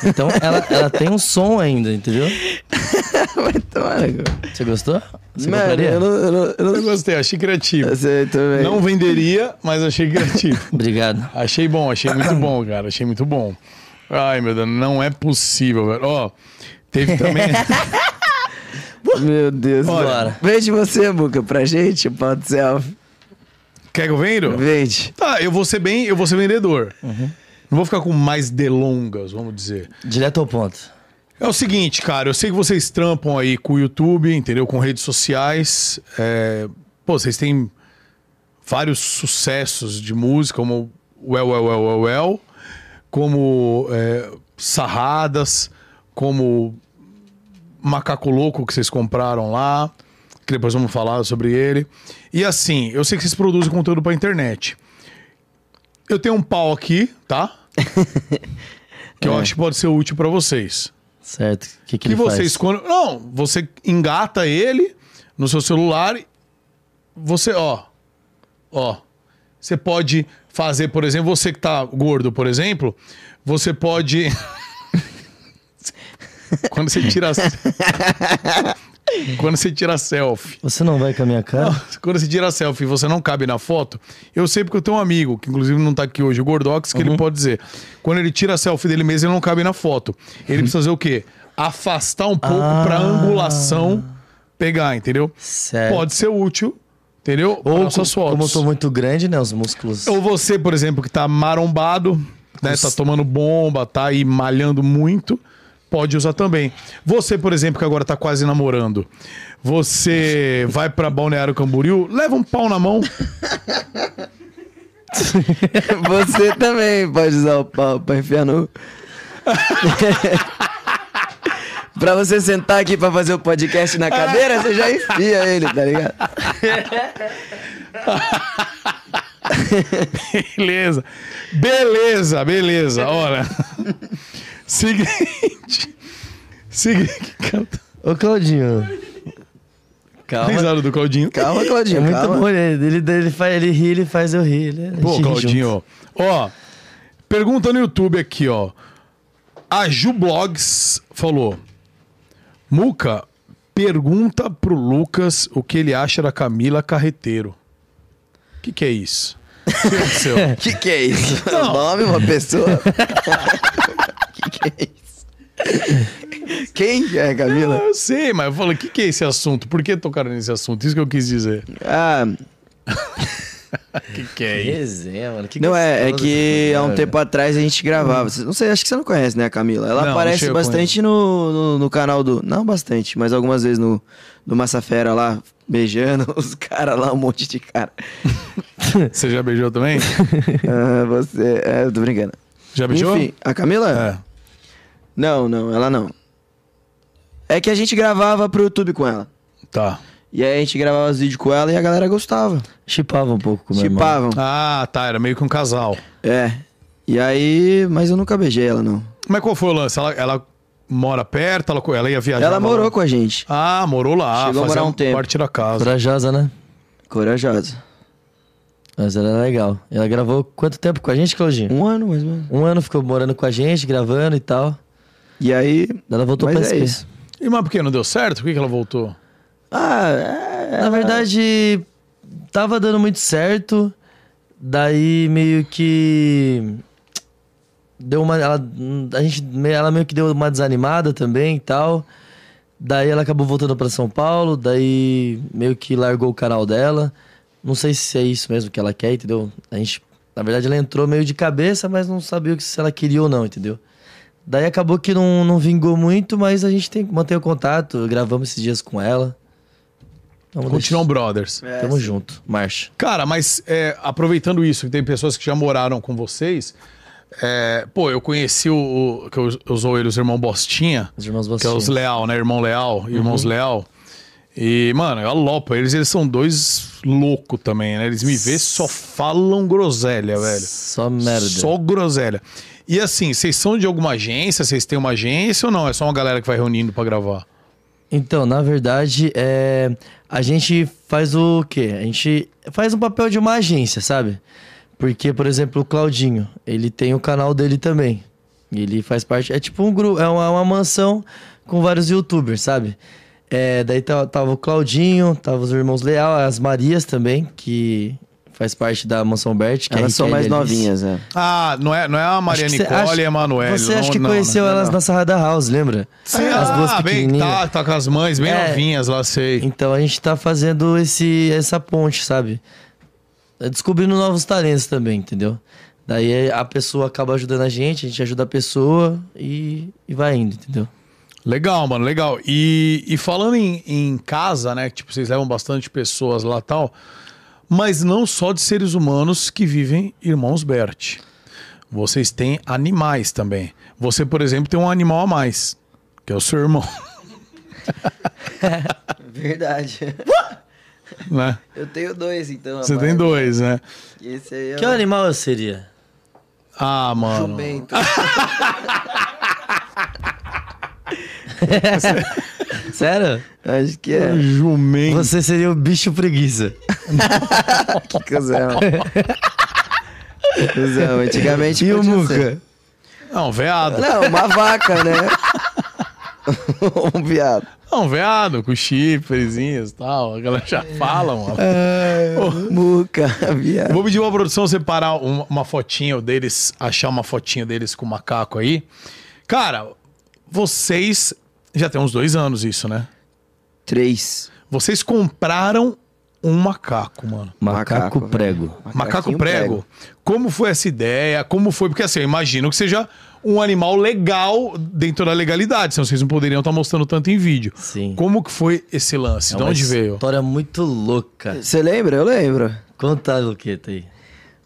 Speaker 2: Então ela, ela tem um som ainda, entendeu? Você gostou? Você
Speaker 3: Mano,
Speaker 2: compraria?
Speaker 3: eu não, eu não, eu
Speaker 1: Eu
Speaker 3: não...
Speaker 1: gostei, achei criativo.
Speaker 3: Você também.
Speaker 1: Não venderia, mas achei criativo.
Speaker 2: Obrigado.
Speaker 1: Achei bom, achei muito bom, cara. Achei muito bom. Ai, meu Deus, não é possível, velho. Ó, teve também.
Speaker 3: Meu Deus.
Speaker 1: Olha.
Speaker 3: Bora. Vende você, Buca, pra gente, o pau de selfie.
Speaker 1: Quer que eu vendo?
Speaker 3: Vende.
Speaker 1: Tá, eu vou ser bem, eu vou ser vendedor.
Speaker 3: Uhum.
Speaker 1: Não vou ficar com mais delongas, vamos dizer.
Speaker 2: Direto ao ponto.
Speaker 1: É o seguinte, cara, eu sei que vocês trampam aí com o YouTube, entendeu? Com redes sociais. É, Pô, vocês têm vários sucessos de música, como Well, Well, Well, Well, Well, como é, Sarradas, como Macaco Louco que vocês compraram lá, que depois vamos falar sobre ele. E assim, eu sei que vocês produzem conteúdo pra internet. Eu tenho um pau aqui, tá? que eu acho que pode ser útil pra vocês.
Speaker 2: Certo. O que, que
Speaker 1: Que
Speaker 2: ele
Speaker 1: vocês
Speaker 2: faz?
Speaker 1: quando. Não, você engata ele no seu celular. e Você, ó. Ó. Você pode fazer, por exemplo, você que tá gordo, por exemplo, você pode. quando você tira. quando você tira selfie.
Speaker 2: Você não vai com a minha cara?
Speaker 1: Quando você tira selfie e você não cabe na foto, eu sei porque eu tenho um amigo, que inclusive não tá aqui hoje, o Gordox, que
Speaker 2: Uhum.
Speaker 1: ele pode dizer. Quando ele tira a selfie dele mesmo, ele não cabe na foto.
Speaker 2: Uhum.
Speaker 1: Ele precisa fazer o quê? Afastar um pouco pra angulação pegar, entendeu?
Speaker 2: Ah. Certo.
Speaker 1: Pode ser útil, entendeu? Pra
Speaker 2: Ou
Speaker 1: nossas
Speaker 2: co- como eu
Speaker 1: fotos.
Speaker 2: tô muito grande, né? Os músculos.
Speaker 1: Ou você, por exemplo, que tá marombado, né? Tá tomando bomba, tá aí malhando muito, pode usar também. Você, por exemplo, que agora tá quase namorando, você vai pra Balneário Camboriú, leva um pau na mão.
Speaker 3: Você também pode usar o pau pra enfiar no. pra você sentar aqui pra fazer o podcast na cadeira, você já enfia ele, tá ligado?
Speaker 1: Beleza. Beleza, beleza. Olha. Seguinte. Seguinte.
Speaker 2: Ô, Claudinho. é Calma.
Speaker 1: Risada do Claudinho.
Speaker 3: Calma, Claudinho.
Speaker 2: É muito
Speaker 3: calma.
Speaker 2: bom, né? Ele, ele, faz, ele ri, ele faz eu rir. Ele, a gente
Speaker 1: Pô,
Speaker 2: ri
Speaker 1: Claudinho. Ó, pergunta no YouTube aqui, ó. A Ju Blogs falou: Muca, pergunta pro Lucas o que ele acha da Camila Carreteiro. O que, que é isso? O que aconteceu?
Speaker 3: Que que é isso? Um nome, uma pessoa? que que é isso? Quem é, Camila?
Speaker 1: Eu sei, mas eu falo: o que, que é esse assunto? Por que tocaram nesse assunto? Isso que eu quis dizer.
Speaker 3: Ah,
Speaker 1: que, que é
Speaker 2: isso? Resenha, mano. Que
Speaker 3: não, é, é
Speaker 2: gostoso
Speaker 3: que
Speaker 2: esse
Speaker 3: há um
Speaker 2: programa.
Speaker 3: tempo atrás a gente gravava. Cê- Não sei, acho que você não conhece, né, a Camila? Ela
Speaker 1: né? Não, não
Speaker 3: aparece
Speaker 1: chego a
Speaker 3: bastante no, no, no canal do. Não bastante, mas algumas vezes no do Massa Fera lá, beijando os caras lá, um monte de cara.
Speaker 1: Você já beijou também?
Speaker 3: Ah, você. É, eu tô brincando.
Speaker 1: Já beijou?
Speaker 3: Enfim, a Camila?
Speaker 1: É.
Speaker 3: Não, não, ela não. É que a gente gravava pro YouTube com ela.
Speaker 1: Tá.
Speaker 3: E aí a gente gravava os vídeos com ela e a galera gostava.
Speaker 2: Chipava um pouco com o meu irmão.
Speaker 3: Chipavam.
Speaker 1: Ah, tá. Era meio que um casal.
Speaker 3: É. E aí. Mas eu nunca beijei ela, não.
Speaker 1: Mas qual foi o lance? Ela, ela mora perto? Ela, co- ela ia viajar?
Speaker 3: ela
Speaker 1: lá?
Speaker 3: morou com a gente.
Speaker 1: Ah, morou lá.
Speaker 3: Chegou a
Speaker 1: fazia
Speaker 3: morar um tempo.
Speaker 1: Parte da casa.
Speaker 2: Corajosa, né?
Speaker 3: Corajosa.
Speaker 2: Mas ela era legal. Ela gravou quanto tempo com a gente, Claudinho?
Speaker 3: Um ano mais ou menos.
Speaker 2: Um ano ficou morando com a gente, gravando e tal.
Speaker 3: E aí.
Speaker 2: Daí Ela voltou
Speaker 3: Mas
Speaker 2: pra
Speaker 3: é
Speaker 2: SP.
Speaker 3: isso.
Speaker 1: E mas por que não deu certo? Por que, que ela voltou?
Speaker 3: Ah, é.
Speaker 2: Na verdade, tava dando muito certo. Daí meio que. Deu uma. Ela, a gente, me- ela meio que deu uma desanimada também e tal. Daí ela acabou voltando pra São Paulo. Daí meio que largou o canal dela. Não sei se é isso mesmo que ela quer, entendeu? A gente. Na verdade, ela entrou meio de cabeça, mas não sabia o que- se ela queria ou não, entendeu? Daí acabou que não, não vingou muito, mas a gente tem, mantém o contato, gravamos esses dias com ela. Vamos
Speaker 1: Continuam brothers.
Speaker 2: Tamo junto. Marcha.
Speaker 1: Cara, mas é, aproveitando isso, que tem pessoas que já moraram com vocês. é, pô, eu conheci o, o- que eu, eu usou ele, os irmãos Bostinha.
Speaker 2: Os irmãos
Speaker 1: Que é os
Speaker 2: Bostinha.
Speaker 1: Leal, né? Irmão
Speaker 3: Uhum.
Speaker 1: Leal, irmãos Leal. E, mano, eu alopo eles, eles são dois loucos também, né? Eles me vê só falam groselha, velho.
Speaker 2: Só merda.
Speaker 1: Só groselha. E assim, vocês são de alguma agência? Vocês têm uma agência ou não? É só uma galera que vai reunindo pra gravar?
Speaker 2: Então, na verdade, é... a gente faz o quê? A gente faz um papel de uma agência, sabe? Porque, por exemplo, o Claudinho, ele tem o canal dele também. E Ele faz parte. É tipo um grupo, é uma, uma mansão com vários youtubers, sabe? É, daí ta- tava o Claudinho, tava os irmãos Leal, as Marias também, que faz parte da Mansão Bert. Que é a
Speaker 3: Elas são
Speaker 2: Riquelme
Speaker 3: mais
Speaker 2: e a Alice.
Speaker 3: novinhas, né?
Speaker 1: Ah, não é, não é a Maria
Speaker 2: Acho que cê-
Speaker 1: Nicole
Speaker 2: acho-
Speaker 1: e a Emanuele.
Speaker 2: Você
Speaker 1: não,
Speaker 2: acha que
Speaker 1: não,
Speaker 2: conheceu
Speaker 1: não.
Speaker 2: elas na Sarrada House, lembra?
Speaker 1: As duas bem, tá, tá com as mães bem
Speaker 2: É.
Speaker 1: novinhas lá, sei.
Speaker 2: Então a gente tá fazendo esse, essa ponte, sabe? É Descobrindo novos talentos também, entendeu? Daí é- a pessoa acaba ajudando a gente, a gente ajuda a pessoa e, e vai indo, entendeu?
Speaker 1: Legal, mano, legal. E, e falando em, em casa, né? Tipo, vocês levam bastante pessoas lá e tal, mas não só de seres humanos que vivem irmãos Bert. Vocês têm animais também. Você, por exemplo, tem um animal a mais, que é o seu irmão,
Speaker 3: Verdade.
Speaker 1: né?
Speaker 3: Eu tenho dois, então.
Speaker 1: Você
Speaker 3: rapaz.
Speaker 1: tem dois, né?
Speaker 3: Esse aí é
Speaker 2: Que animal eu seria?
Speaker 1: Ah,
Speaker 3: o
Speaker 1: mano.
Speaker 3: jumento.
Speaker 2: Sério?
Speaker 3: Acho que é.
Speaker 1: Jumento.
Speaker 2: Você seria o bicho preguiça.
Speaker 3: Que é cuzão. cuzão, antigamente.
Speaker 2: E o
Speaker 3: podia
Speaker 2: Muca?
Speaker 3: ser.
Speaker 1: Não, veado.
Speaker 3: Não, uma vaca, né? um viado.
Speaker 1: Não, veado, com chifrezinhos e tal. A galera já fala, mano.
Speaker 3: Muca,
Speaker 1: Eu
Speaker 3: viado.
Speaker 1: Vou pedir pra produção separar uma, uma fotinho deles, achar uma fotinho deles com o macaco aí. Cara, vocês. Já tem uns dois anos isso, né?
Speaker 3: Três.
Speaker 1: Vocês compraram um macaco, mano.
Speaker 2: Macaco,
Speaker 3: Macaco, velho.
Speaker 2: prego.
Speaker 1: Macaco
Speaker 3: Macaquinho
Speaker 1: prego. Como foi essa ideia? Como foi? Porque assim, eu imagino que seja um animal legal dentro da legalidade, senão vocês não poderiam estar mostrando tanto em vídeo.
Speaker 2: Sim.
Speaker 1: Como que foi esse lance?
Speaker 2: É
Speaker 1: De
Speaker 2: uma
Speaker 1: onde veio?
Speaker 2: História muito louca.
Speaker 3: Você lembra? Eu lembro.
Speaker 2: Conta a Luqueta aí.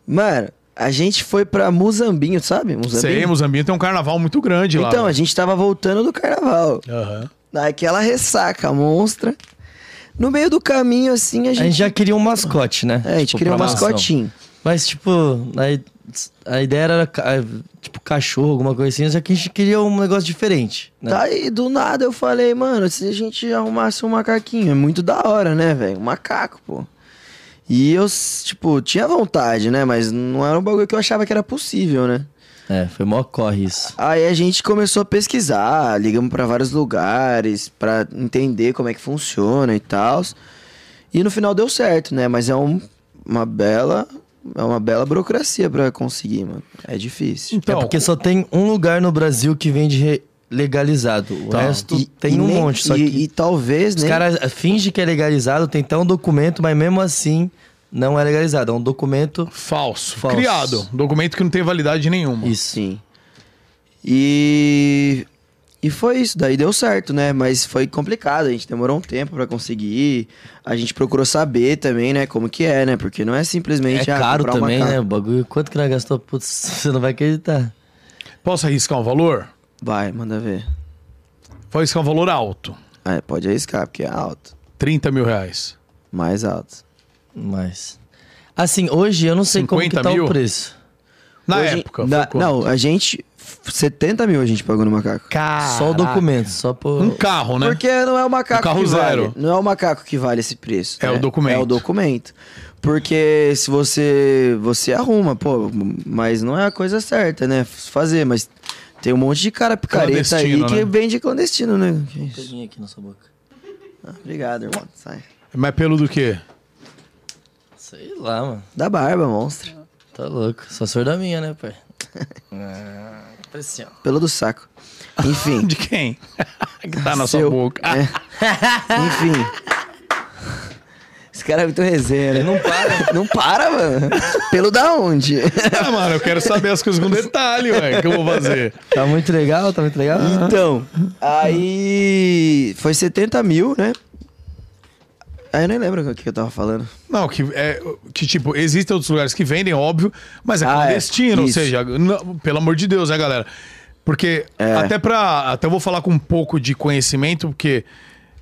Speaker 3: Mano, a gente foi pra Muzambinho, sabe? Muzambinho.
Speaker 1: Sei, Mozambique tem um carnaval muito grande lá.
Speaker 3: Então,
Speaker 1: né?
Speaker 3: a gente tava voltando do carnaval.
Speaker 1: Aham.
Speaker 3: Daquela ressaca monstra. No meio do caminho, assim, a
Speaker 2: A
Speaker 3: gente.
Speaker 2: gente já queria um mascote, né?
Speaker 3: É, a gente
Speaker 2: Tipo,
Speaker 3: criou um
Speaker 2: pra mansão.
Speaker 3: mascotinho.
Speaker 2: Mas, tipo, a, a ideia era, ca- tipo, cachorro, alguma coisa assim, só que a gente queria um negócio diferente, né?
Speaker 3: Daí, Tá do nada, eu falei, mano, se a gente arrumasse um macaquinho, é muito da hora, né, velho? Um macaco, pô. E eu, s- tipo, tinha vontade, né? Mas não era um bagulho que eu achava que era possível, né?
Speaker 2: É, foi mó corre isso.
Speaker 3: Aí a gente começou a pesquisar, ligamos pra vários lugares pra entender como é que funciona e tal. E no final deu certo, né? Mas é um- uma bela é uma bela burocracia pra conseguir, mano. É difícil.
Speaker 1: Então,
Speaker 2: é porque só tem um lugar no Brasil que vende re- legalizado. O
Speaker 1: Tá.
Speaker 2: resto
Speaker 3: E-
Speaker 2: tem
Speaker 3: e
Speaker 2: um
Speaker 3: nem-
Speaker 2: monte, só
Speaker 3: e,
Speaker 2: que
Speaker 3: e talvez né?
Speaker 2: os eh,
Speaker 3: nem
Speaker 2: caras fingem que é legalizado, tem até um documento, mas mesmo assim não é legalizado, é um documento
Speaker 1: falso,
Speaker 2: falso.
Speaker 1: Criado. Documento que não tem validade nenhuma.
Speaker 2: Isso.
Speaker 3: Sim. E. E foi isso, daí deu certo, né? Mas foi complicado, a gente demorou um tempo pra conseguir. A gente procurou saber também, né? Como que é, né? Porque não é
Speaker 2: É
Speaker 3: simplesmente. ah,
Speaker 2: caro
Speaker 3: comprar uma
Speaker 2: também,
Speaker 3: casa.
Speaker 2: né? O bagulho, quanto que nós gastou? Putz, você não vai acreditar.
Speaker 1: Posso arriscar um valor?
Speaker 3: Vai, manda ver.
Speaker 1: Vou arriscar um valor alto.
Speaker 3: Ah, é, pode arriscar, porque é alto.
Speaker 1: 30 mil reais.
Speaker 3: Mais alto.
Speaker 2: Mas. Assim, hoje eu não sei como que
Speaker 1: 50
Speaker 2: tá
Speaker 1: mil?
Speaker 2: o preço.
Speaker 1: Na
Speaker 3: Hoje-
Speaker 1: época.
Speaker 3: na-
Speaker 1: foi quanto?
Speaker 3: não, a gente. 70 mil a gente pagou no macaco.
Speaker 2: Só o documento, só por.
Speaker 1: Um carro, né?
Speaker 3: Porque não é o macaco
Speaker 1: Um né? carro
Speaker 3: que
Speaker 1: zero.
Speaker 3: vale. Não é o macaco que vale esse preço.
Speaker 1: É
Speaker 3: né?
Speaker 1: o documento.
Speaker 3: É o documento. Porque se você você arruma, pô, mas não é a coisa certa, né? Fazer, mas tem um monte de cara picareta aí
Speaker 1: Clandestino,
Speaker 3: que
Speaker 1: né?
Speaker 3: vende clandestino, né? Que isso.
Speaker 2: Peguinha aqui na sua boca.
Speaker 3: Ah, obrigado, irmão. Sai.
Speaker 1: Mas pelo do quê?
Speaker 2: Sei lá, mano.
Speaker 3: Da barba, monstro.
Speaker 2: Tá louco. Só sor da minha, né, pai? ah,
Speaker 1: tá
Speaker 2: assim, ó.
Speaker 3: Pelo do saco. Enfim.
Speaker 1: De quem? que tá na sua
Speaker 3: Seu.
Speaker 1: boca. Ah,
Speaker 3: É. Enfim. Esse cara é muito resenha, né? Não para. Não para, mano. Pelo da onde?
Speaker 1: Ah, mano, eu quero saber as coisas com detalhe, velho. O que eu vou fazer?
Speaker 2: Tá muito legal, tá muito legal.
Speaker 3: Então, aí foi 70 mil, né? Aí eu nem lembro o que eu tava falando.
Speaker 1: Não, que, é, que tipo, existem outros lugares que vendem, óbvio, mas é
Speaker 3: Ah, é.
Speaker 1: clandestino, ou
Speaker 3: Isso.
Speaker 1: seja, não- pelo amor de Deus, né, galera? Porque
Speaker 3: É.
Speaker 1: até pra. Até eu vou falar com um pouco de conhecimento, porque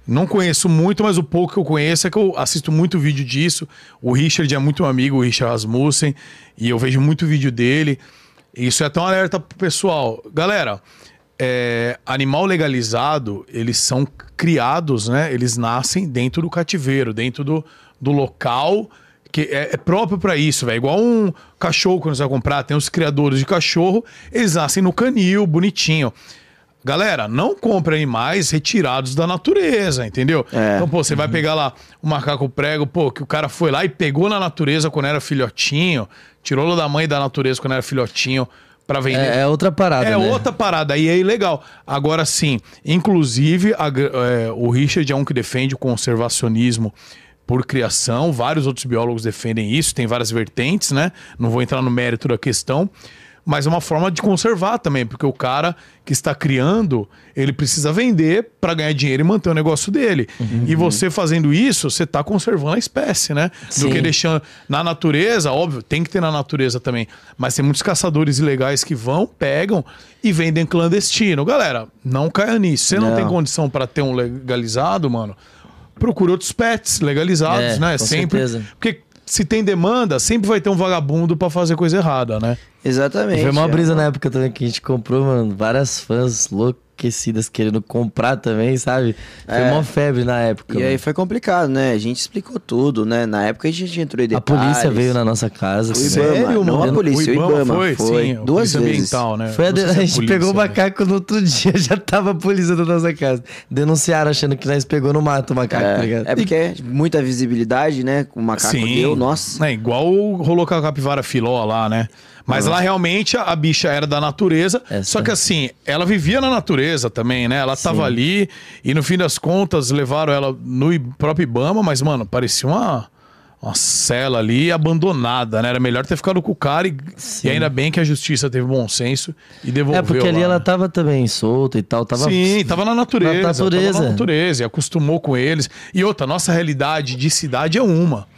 Speaker 1: não conheço muito, mas o pouco que eu conheço é que eu assisto muito vídeo disso. O Richard é muito meu amigo, o Richard Rasmussen, e eu vejo muito vídeo dele. Isso é até um alerta pro pessoal. Galera, é, animal legalizado, eles são criados, né? Eles nascem dentro do cativeiro, dentro do, do local que é, é próprio pra isso, velho. Igual um cachorro quando você vai comprar, tem os criadores de cachorro, eles nascem no canil, bonitinho. Galera, não compre animais retirados da natureza, entendeu?
Speaker 2: É.
Speaker 1: Então, pô, você
Speaker 2: Uhum.
Speaker 1: vai pegar lá o macaco prego, pô, que o cara foi lá e pegou na natureza quando era filhotinho, tirou lá da mãe da natureza quando era filhotinho pra vender.
Speaker 2: É, é outra parada,
Speaker 1: É
Speaker 2: né?
Speaker 1: outra parada, aí é ilegal. Agora sim, inclusive a gr- é, o Richard é um que defende o conservacionismo por criação, vários outros biólogos defendem isso, tem várias vertentes, né? Não vou entrar no mérito da questão, mas é uma forma de conservar também, porque o cara que está criando, ele precisa vender para ganhar dinheiro e manter o negócio dele.
Speaker 2: Uhum.
Speaker 1: E você fazendo isso, você está conservando a espécie, né? Do
Speaker 2: Sim.
Speaker 1: que deixando na natureza, óbvio, tem que ter na natureza também. Mas tem muitos caçadores ilegais que vão, pegam e vendem clandestino. Galera, não caia nisso. Você não,
Speaker 3: Não.
Speaker 1: tem condição para ter um legalizado, mano. Procura outros pets legalizados,
Speaker 2: É,
Speaker 1: né?
Speaker 2: com
Speaker 1: sempre.
Speaker 2: certeza.
Speaker 1: Porque se tem demanda, sempre vai ter um vagabundo para fazer coisa errada, né?
Speaker 3: Exatamente.
Speaker 2: Foi uma
Speaker 3: é.
Speaker 2: brisa na época também que a gente comprou, mano. Várias fãs enlouquecidas querendo comprar também, sabe? Foi
Speaker 3: É.
Speaker 2: uma febre na época.
Speaker 3: E aí
Speaker 2: mano.
Speaker 3: foi complicado, né? A gente explicou tudo, né? Na época a gente entrou em
Speaker 2: a
Speaker 3: detalhes.
Speaker 2: polícia veio na nossa casa. assim, né?
Speaker 3: O
Speaker 2: cara.
Speaker 3: Ibama, não a polícia, o Ibama. Foi,
Speaker 1: a
Speaker 3: duas
Speaker 1: polícia
Speaker 3: vezes.
Speaker 1: ambiental, né?
Speaker 2: Foi a,
Speaker 1: Não sei
Speaker 2: de-
Speaker 1: se
Speaker 2: a
Speaker 1: é
Speaker 2: gente pegou o
Speaker 1: polícia, né?
Speaker 2: macaco no outro dia, já tava a polícia da nossa casa. Denunciaram achando que nós pegou no mato o macaco, tá ligado?
Speaker 3: É, é porque é muita visibilidade, né? O macaco deu, nossa.
Speaker 1: É igual rolou com a capivara filó lá, né? Mas lá realmente a, a bicha era da natureza.
Speaker 2: Essa.
Speaker 1: Só que assim, ela vivia na natureza também, né? Ela tava ali e no fim das contas levaram ela no I- próprio Ibama, mas, mano, parecia uma. Uma cela ali abandonada, né? Era melhor ter ficado com o cara e, e ainda bem que a justiça teve bom senso e devolveu.
Speaker 2: É porque ali
Speaker 1: lá,
Speaker 2: ela
Speaker 1: né?
Speaker 2: tava também solta e tal. Tava
Speaker 1: Sim, tava na natureza.
Speaker 2: Na natureza.
Speaker 1: Tava na natureza. E acostumou com eles. E outra, nossa realidade de cidade é uma.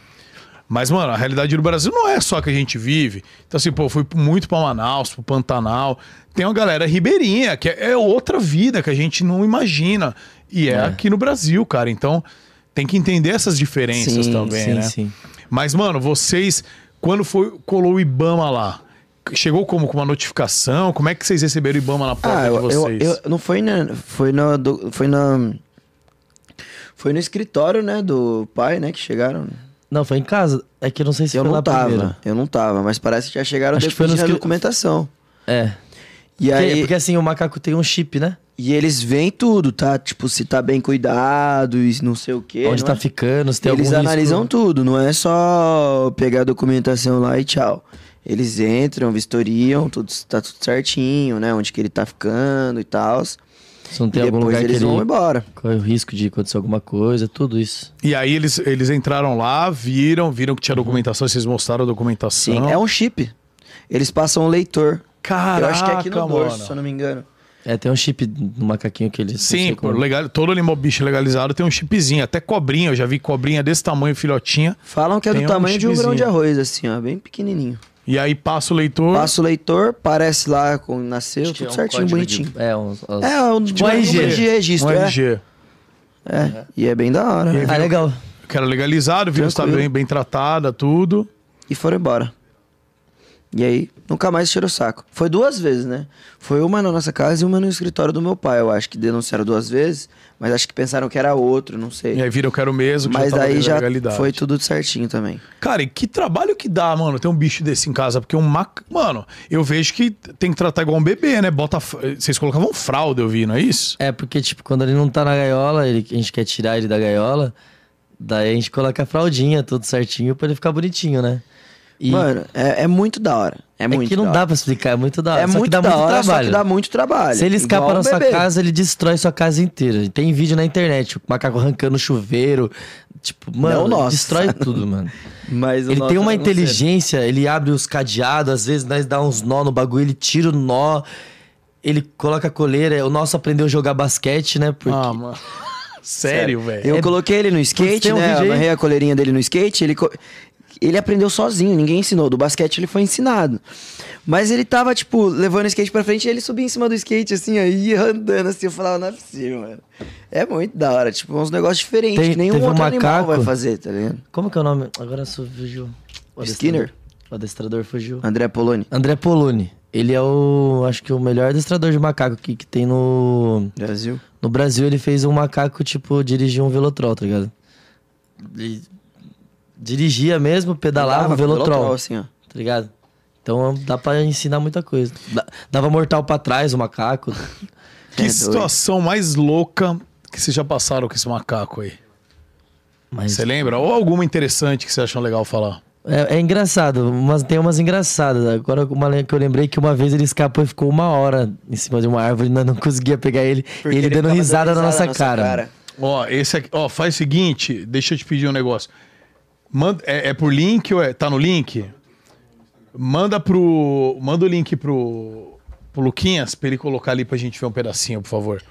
Speaker 1: Mas, mano, a realidade do Brasil não é só a que a gente vive. Então, assim, pô, eu fui muito pra Manaus, pro Pantanal. Tem uma galera ribeirinha, que é é outra vida que a gente não imagina. E é, aqui no Brasil, cara. Então, tem que entender essas diferenças
Speaker 2: Sim,
Speaker 1: também,
Speaker 2: sim,
Speaker 1: né?
Speaker 2: sim.
Speaker 1: Mas, mano, vocês, quando foi, colou o Ibama lá, chegou como? Com uma notificação? Como é que vocês receberam o Ibama na porta
Speaker 3: Ah,
Speaker 1: de
Speaker 3: eu,
Speaker 1: vocês?
Speaker 3: eu, eu- não foi na foi na do- foi na foi no escritório, né, do pai, né, que chegaram.
Speaker 2: Não, foi em casa. É que eu não sei se
Speaker 3: Eu
Speaker 2: foi
Speaker 3: não
Speaker 2: lá
Speaker 3: tava,
Speaker 2: primeiro.
Speaker 3: eu não tava, mas parece que já chegaram
Speaker 2: Acho que foi
Speaker 3: depois
Speaker 2: no
Speaker 3: da
Speaker 2: escri-
Speaker 3: documentação.
Speaker 2: É.
Speaker 3: E
Speaker 2: Porque,
Speaker 3: aí
Speaker 2: porque assim, o macaco tem um chip, né?
Speaker 3: e eles veem tudo, tá? Tipo, se tá bem cuidado e não sei o quê.
Speaker 2: Onde
Speaker 3: não
Speaker 2: tá
Speaker 3: é?
Speaker 2: ficando, se tem
Speaker 3: Eles
Speaker 2: algum risco.
Speaker 3: analisam tudo, não é só pegar a documentação lá e tchau. Eles entram, vistoriam, tudo, tá tudo certinho, né? Onde que ele tá ficando e tal.
Speaker 2: Se não tem
Speaker 3: E
Speaker 2: algum
Speaker 3: depois
Speaker 2: lugar
Speaker 3: eles
Speaker 2: que ele
Speaker 3: vão embora.
Speaker 2: corre o risco de acontecer alguma coisa, tudo isso.
Speaker 1: E aí eles, eles entraram lá, viram, viram que tinha documentação, vocês mostraram a documentação.
Speaker 3: Uhum. Sim, é um chip. Eles passam um leitor.
Speaker 1: Caraca,
Speaker 3: Eu acho que é aqui no dorso,
Speaker 1: mano.
Speaker 3: se eu não me engano.
Speaker 2: É, tem um chip no macaquinho que eles.
Speaker 1: Sim, pô, legal, todo animal bicho legalizado tem um chipzinho, até cobrinha, eu já vi cobrinha desse tamanho, filhotinha.
Speaker 3: Falam que é
Speaker 1: Tem
Speaker 3: do
Speaker 1: um
Speaker 3: tamanho de um grão de
Speaker 1: chipzinho.
Speaker 3: arroz, assim, ó, bem pequenininho.
Speaker 1: E aí passa o leitor.
Speaker 3: Passa o leitor, parece lá como nasceu,
Speaker 1: é um
Speaker 3: tudo certinho, bonitinho.
Speaker 2: é, um,
Speaker 3: É, um,
Speaker 2: tipo um
Speaker 3: número
Speaker 2: RG.
Speaker 3: de registro,
Speaker 1: Um
Speaker 3: é.
Speaker 1: RG.
Speaker 3: É, e é bem da hora.
Speaker 1: E aí
Speaker 3: né?
Speaker 1: viram
Speaker 2: Ah, legal.
Speaker 1: Que era legalizado, viram que tá
Speaker 3: Tranquilo.
Speaker 1: bem, bem tratada, tudo.
Speaker 3: E foram embora. E aí, nunca mais tirou o saco. Foi duas vezes, né? Foi uma na nossa casa e uma no escritório do meu pai, eu acho que denunciaram duas vezes, mas acho que pensaram que era outro, não sei.
Speaker 1: E aí viram que era o mesmo, que
Speaker 3: mas
Speaker 1: já tava
Speaker 3: daí
Speaker 1: dentro da
Speaker 3: já
Speaker 1: legalidade.
Speaker 3: foi tudo certinho também.
Speaker 1: Cara, e que trabalho que dá, mano, ter um bicho desse em casa? Porque um maca... Mano, eu vejo que tem que tratar igual um bebê, né? Bota... f- Vocês colocavam fralda, eu vi, não é isso?
Speaker 2: É, porque, tipo, quando ele não tá na gaiola, ele- a gente quer tirar ele da gaiola, daí a gente coloca a fraldinha, tudo certinho, pra ele ficar bonitinho, né? E
Speaker 3: Mano, é, é muito da hora. É, muito
Speaker 2: que não
Speaker 3: da
Speaker 2: dá
Speaker 3: hora.
Speaker 2: pra explicar, é muito da hora.
Speaker 3: É
Speaker 2: só que
Speaker 3: muito
Speaker 2: dá
Speaker 3: da
Speaker 2: muito
Speaker 3: hora, só
Speaker 2: trabalho.
Speaker 3: que dá muito trabalho.
Speaker 2: Se ele escapa
Speaker 3: Igual
Speaker 2: da
Speaker 3: um
Speaker 2: sua
Speaker 3: bebê.
Speaker 2: casa, ele destrói sua casa inteira. Tem vídeo na internet, o macaco arrancando o chuveiro. Tipo, mano,
Speaker 3: Não o nosso.
Speaker 2: destrói tudo, mano.
Speaker 3: Mas o
Speaker 2: ele
Speaker 3: nosso é
Speaker 2: tem uma
Speaker 3: eu não sei.
Speaker 2: inteligência, ele abre os cadeados, às vezes nós dá uns nó no bagulho, ele tira o nó, ele coloca a coleira. O nosso aprendeu a jogar basquete, né? Porque
Speaker 1: Ah, mano. Sério, velho?
Speaker 3: Eu
Speaker 2: É-
Speaker 3: coloquei ele no skate,
Speaker 2: tem um
Speaker 3: né?
Speaker 2: vídeo aí?
Speaker 3: Amarrei a coleirinha dele no skate. Ele, co- ele aprendeu sozinho, ninguém ensinou. Do basquete ele foi ensinado. Mas ele tava, tipo, levando o skate pra frente e ele subia em cima do skate, assim, ó, e ia andando assim. Eu falava, não é possível, mano. É muito da hora, tipo, uns negócios diferentes
Speaker 2: Tem-
Speaker 3: que nenhum
Speaker 2: teve um
Speaker 3: outro animal
Speaker 2: macaco-
Speaker 3: vai fazer, tá ligado?
Speaker 2: Como que é o nome? Agora só fugiu. O
Speaker 3: Skinner?
Speaker 2: adestrador- O adestrador fugiu.
Speaker 3: André Poloni.
Speaker 2: André Poloni. Ele é o, acho que o melhor adestrador de macaco que, que tem no,
Speaker 3: Brasil.
Speaker 2: no Brasil. Ele fez um macaco, tipo, dirigir um velotrol, tá ligado? Ele dirigia mesmo, pedalava,
Speaker 3: Andava
Speaker 2: o
Speaker 3: com o
Speaker 2: velotrol,
Speaker 3: assim, ó.
Speaker 2: tá ligado? Então dá pra ensinar muita coisa. Dá- Dava mortal pra trás o macaco.
Speaker 1: Que
Speaker 3: É doido.
Speaker 1: situação mais louca que vocês já passaram com esse macaco aí?
Speaker 2: Mas
Speaker 1: Você lembra? Ou alguma interessante que vocês acham legal falar?
Speaker 2: É, é engraçado, umas, tem umas engraçadas. Agora, uma le- que eu lembrei que uma vez ele escapou e ficou uma hora em cima de uma árvore, nós não conseguia pegar ele. e ele, dando
Speaker 3: tava
Speaker 2: risada na nossa, cara.
Speaker 1: Ó, esse aqui, ó, faz o seguinte, deixa eu te pedir um negócio. Manda, é, é por link ou é. Tá no link? Manda pro. Manda o link pro, pro Luquinhas pra ele colocar ali pra gente ver um pedacinho, por favor.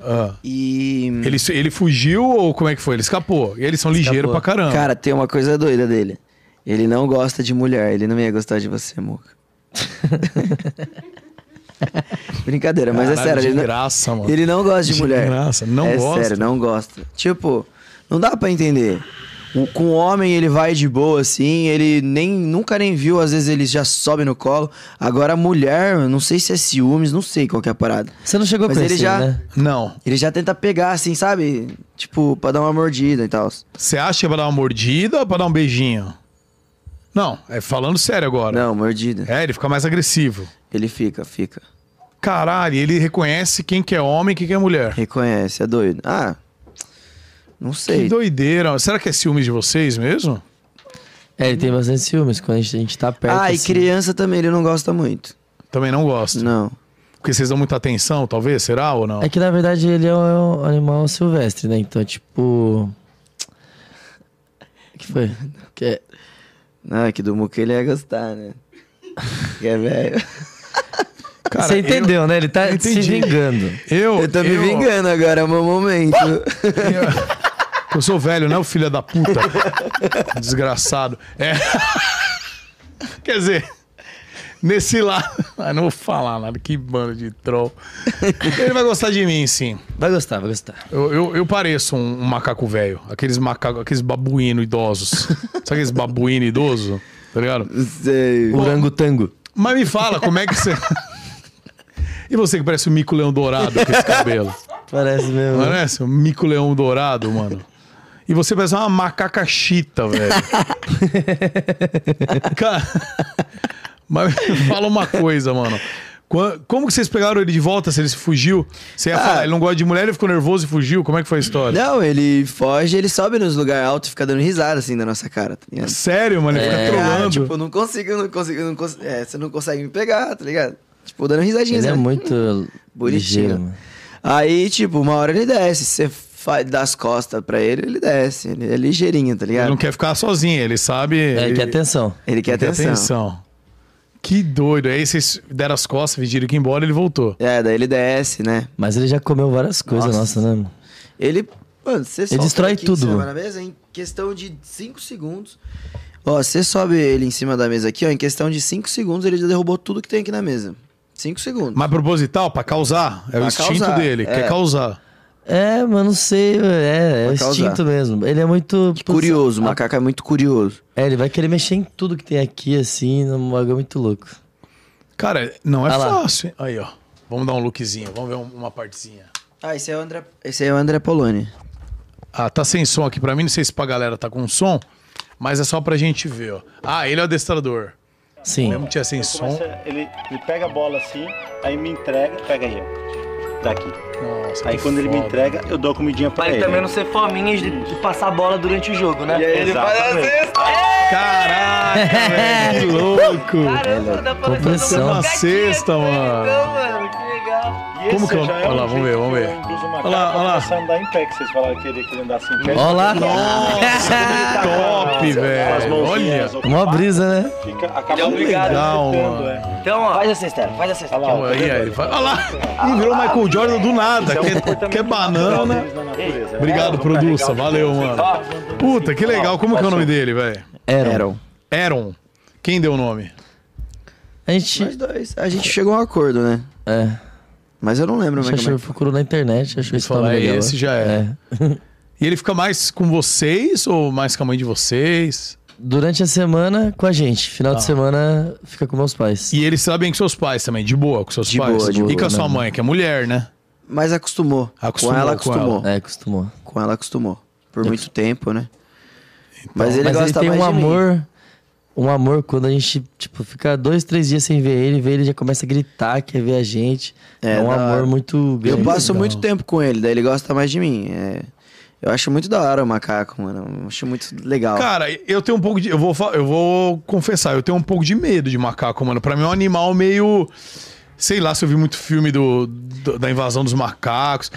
Speaker 1: Ah,
Speaker 3: E.
Speaker 1: ele, ele fugiu ou como é que foi? Ele escapou. E eles são ligeiros pra caramba.
Speaker 3: Cara, tem uma coisa doida dele. Ele não gosta de mulher, ele não ia gostar de você, Muca. Brincadeira, mas é
Speaker 1: Caralho,
Speaker 3: sério.
Speaker 1: de
Speaker 3: Ele não,
Speaker 1: graça, mano.
Speaker 3: ele não gosta de,
Speaker 1: De
Speaker 3: mulher.
Speaker 1: graça, não
Speaker 3: é
Speaker 1: gosta.
Speaker 3: sério, não gosta. Tipo, não dá pra entender. O- com o homem ele vai de boa assim, ele nem nunca nem viu, às vezes ele já sobe no colo. Agora a mulher, eu não sei se é ciúmes, não sei qual que é a parada.
Speaker 2: Você não chegou a
Speaker 3: Mas ele
Speaker 2: conhecer,
Speaker 3: já-
Speaker 2: né?
Speaker 1: Não.
Speaker 3: Ele já tenta pegar assim, sabe? Tipo, pra dar uma mordida e tal.
Speaker 1: Você acha que é pra dar uma mordida ou pra dar um beijinho? Não, é falando sério agora.
Speaker 3: Não, mordida.
Speaker 1: É, ele fica mais agressivo.
Speaker 3: Ele fica, fica.
Speaker 1: Caralho, ele reconhece quem que é homem e quem que é mulher.
Speaker 3: Reconhece, é doido. Ah, não
Speaker 1: Que
Speaker 3: sei.
Speaker 1: doideira. Será que é ciúme de vocês mesmo?
Speaker 2: É, ele tem bastante ciúmes quando a gente, a gente tá perto.
Speaker 3: Ah, e
Speaker 2: assim.
Speaker 3: criança também, ele não gosta muito.
Speaker 1: Também não gosto.
Speaker 3: Não.
Speaker 1: Porque vocês dão muita atenção, talvez? Será ou não?
Speaker 2: É que na verdade ele é um animal silvestre, né? Então, tipo. O que foi? Que é-
Speaker 3: Não, é que do Muca ele ia gostar, né? Que é velho.
Speaker 1: Cara,
Speaker 2: Você entendeu, né? Ele tá
Speaker 1: eu
Speaker 2: se
Speaker 1: entendi.
Speaker 2: vingando.
Speaker 1: Eu,
Speaker 3: Eu tô me vingando agora, é o meu momento.
Speaker 1: Eu sou velho, né, o filho da puta? Desgraçado. É. Quer dizer, nesse lá. Ah, não vou falar nada, que bando de troll. Ele vai gostar de mim, sim.
Speaker 2: Vai gostar, vai gostar.
Speaker 1: Eu, eu, eu pareço um, um macaco velho. Aqueles macaco, aqueles babuíno idosos. Sabe aqueles babuíno idoso? Tá ligado?
Speaker 3: Não sei.
Speaker 2: Urangotango.
Speaker 1: Mas me fala, como é que você. E você que parece um mico-leão dourado com esse cabelo?
Speaker 2: Parece mesmo.
Speaker 1: Não parece? Um mico-leão dourado, mano. E você parece uma macaca chita, velho. Cara, mas me fala uma coisa, mano. Qua- Como que vocês pegaram ele de volta se ele se fugiu? Você ia falar, ele não gosta de mulher, ele ficou nervoso e fugiu? Como é que foi a história?
Speaker 3: Não, ele foge, ele sobe nos lugares altos e fica dando risada assim da nossa cara, tá ligado?
Speaker 1: Sério, mano, ele fica
Speaker 3: Cara,
Speaker 1: trolando.
Speaker 3: tipo, não consigo, não consigo, não consigo. É, você não consegue me pegar, tá ligado? Tipo, dando risadinha.
Speaker 2: Ele é
Speaker 3: né?
Speaker 2: muito
Speaker 3: Bonitinho.
Speaker 2: ligeiro, né? mano.
Speaker 3: Aí, tipo, uma hora ele desce. Você faz das costas pra ele, ele desce. Ele é ligeirinho, tá ligado?
Speaker 1: Ele não quer ficar sozinho, ele sabe. É,
Speaker 3: ele quer atenção. Ele quer atenção.
Speaker 1: Que doido. Aí vocês deram as costas, pediram que ir embora ele voltou.
Speaker 3: É, daí ele desce, né?
Speaker 2: Mas ele já comeu várias coisas, nossa, né, mano?
Speaker 3: Ele. Mano, você solta
Speaker 2: destrói
Speaker 3: ele aqui em
Speaker 2: tudo,
Speaker 3: cima
Speaker 2: mano.
Speaker 3: da mesa em questão de 5 segundos. Ó, você sobe ele em cima da mesa aqui, ó. Em questão de 5 segundos, ele já derrubou tudo que tem aqui na mesa. 5 segundos.
Speaker 1: Mas proposital, pra causar. É o
Speaker 3: Pra
Speaker 1: instinto
Speaker 3: causar,
Speaker 1: dele,
Speaker 3: é.
Speaker 1: quer causar.
Speaker 2: É, mas não sei, é, é o
Speaker 3: Vai causar.
Speaker 2: instinto mesmo. Ele é muito.
Speaker 3: Curioso, o macaco é muito curioso.
Speaker 2: É, ele vai querer mexer em tudo que tem aqui, assim, num bagulho muito louco.
Speaker 1: Cara, não é
Speaker 2: Ah lá.
Speaker 1: fácil. hein? Aí, ó. Vamos dar um lookzinho, vamos ver um- uma partezinha.
Speaker 3: Ah, esse é o André. Esse aí é o André Poloni.
Speaker 1: Ah, tá sem som aqui pra mim, não sei se pra galera tá com som, mas é só pra gente ver, ó. Ah, ele é o adestrador.
Speaker 2: Sim.
Speaker 1: Mesmo que tinha sem som.
Speaker 11: Ele me pega a bola assim, aí me entrega, pega aí, ó. Daqui.
Speaker 1: Nossa,
Speaker 11: aí
Speaker 1: que
Speaker 11: quando ele me
Speaker 1: foda.
Speaker 11: entrega, eu dou a comidinha pra ele.
Speaker 10: ser fominhas de, passar bola durante o jogo, né?
Speaker 11: Exatamente.
Speaker 1: Caraca, velho, que louco. Caramba, dá pra é uma cesta, mano.
Speaker 10: mano, que legal.
Speaker 11: E esse
Speaker 1: Como que eu-
Speaker 11: já é
Speaker 1: olha lá,
Speaker 11: um
Speaker 1: vamos ver,
Speaker 11: jeito
Speaker 1: vamos
Speaker 11: que
Speaker 1: ver.
Speaker 11: eu induzo uma
Speaker 1: Olha lá,
Speaker 11: cara pra
Speaker 1: olha lá.
Speaker 11: começar a andar em pé, que vocês falaram que ele queria andar assim em pé.
Speaker 2: Olha lá.
Speaker 1: Nossa, top, velho. Olha.
Speaker 11: mãozinhas
Speaker 2: Uma brisa, né?
Speaker 11: Fica, acaba
Speaker 10: Ele é obrigado.
Speaker 1: Legal,
Speaker 11: acertando,
Speaker 1: mano.
Speaker 11: é.
Speaker 10: Então, ó. Faz a cesta, faz a cesta.
Speaker 11: Olha lá, ó,
Speaker 3: tá
Speaker 1: Aí, aí, vai- olha lá.
Speaker 3: Ah,
Speaker 1: Ih, virou Michael Jordan
Speaker 3: é,
Speaker 1: do nada.
Speaker 3: um
Speaker 1: Quer, quer é banana. né?
Speaker 3: né?
Speaker 11: na
Speaker 12: né?
Speaker 11: natureza.
Speaker 1: Obrigado, produça. Valeu, mano. Puta, que legal. Como que é o nome dele, velho?
Speaker 2: Eram.
Speaker 1: Aaron. Quem deu o nome?
Speaker 2: A gente.
Speaker 3: Nós dois. A gente chegou a um acordo, né?
Speaker 2: É.
Speaker 3: Mas eu não lembro
Speaker 2: A
Speaker 3: mais
Speaker 2: gente
Speaker 3: como é.
Speaker 2: achou, procurou na internet, achou esse
Speaker 1: Falar
Speaker 2: nome legal. né?
Speaker 1: esse já é. E ele fica mais com vocês ou mais com a mãe de vocês?
Speaker 2: Durante a semana com a gente, final
Speaker 3: Tá.
Speaker 2: de semana fica com meus pais.
Speaker 1: E eles sabem com seus pais também, de boa com seus
Speaker 3: De
Speaker 1: pais.
Speaker 3: boa, de
Speaker 1: e com
Speaker 3: boa,
Speaker 1: a sua
Speaker 2: né?
Speaker 1: mãe, que é mulher, né?
Speaker 3: Mas acostumou.
Speaker 1: Acostumou
Speaker 3: Com ela
Speaker 1: com
Speaker 3: acostumou.
Speaker 2: É, costumou.
Speaker 3: Com ela acostumou. Por muito tempo, né? mas ele
Speaker 2: Mas ele
Speaker 3: gosta
Speaker 2: tem
Speaker 3: mais
Speaker 2: um
Speaker 3: de mim.
Speaker 2: amor, um amor quando a gente, tipo, fica dois, três dias sem ver ele, vê ele já começa a gritar, quer ver a gente. É,
Speaker 3: É,
Speaker 2: um
Speaker 3: da
Speaker 2: amor
Speaker 3: hora.
Speaker 2: muito grande.
Speaker 3: Eu passo
Speaker 1: legal.
Speaker 3: muito tempo com ele, daí ele gosta mais de mim. é. Eu acho muito da hora o macaco, mano. Eu acho muito legal.
Speaker 1: Cara, eu tenho um pouco de. Eu vou, fa- eu vou confessar, eu tenho um pouco de medo de macaco, mano. Pra mim é um animal meio. Sei lá se eu vi muito filme do, do- da invasão dos macacos.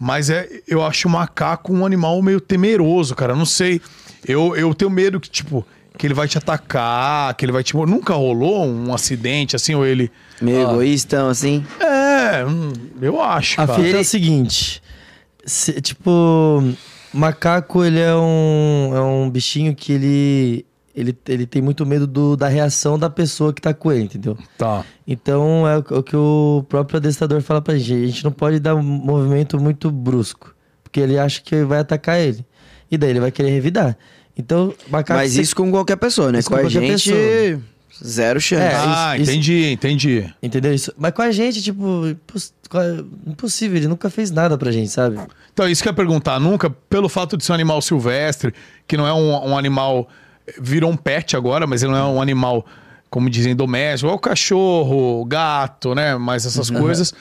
Speaker 1: Mas é, eu acho o macaco um animal meio temeroso, cara. Eu Não sei. Eu, eu tenho medo que, tipo, que ele vai te atacar, que ele vai te. mor- Nunca rolou um acidente assim, ou ele.
Speaker 3: Meio egoístão, assim.
Speaker 1: É, hum, eu acho.
Speaker 2: A
Speaker 1: cara.
Speaker 2: fita é o seguinte, se- tipo, macaco ele é um, é um bichinho que ele, ele, ele tem muito medo do, da reação da pessoa que tá com ele, entendeu?
Speaker 1: Tá.
Speaker 2: Então é o o que o próprio adestrador fala pra gente. A gente não pode dar um movimento muito brusco. Porque ele acha que vai atacar ele. E daí ele vai querer revidar. Então, macaco.
Speaker 3: Mas
Speaker 2: cê-
Speaker 3: isso com qualquer pessoa, né?
Speaker 2: Isso
Speaker 3: Com,
Speaker 2: com
Speaker 3: a
Speaker 2: qualquer
Speaker 3: gente,
Speaker 2: pessoa.
Speaker 3: zero chance.
Speaker 2: É,
Speaker 1: ah,
Speaker 2: isso- isso-
Speaker 1: entendi, entendi.
Speaker 2: Entendeu isso? Mas com a gente, tipo, impos- co- impossível, ele nunca fez nada pra gente, sabe?
Speaker 1: Então, isso que eu ia perguntar, nunca, pelo fato de ser um animal silvestre, que não é um, um animal. Virou um pet agora, mas ele não é um animal, como dizem, doméstico, é o cachorro, o gato, né? Mas essas
Speaker 3: Uhum.
Speaker 1: coisas.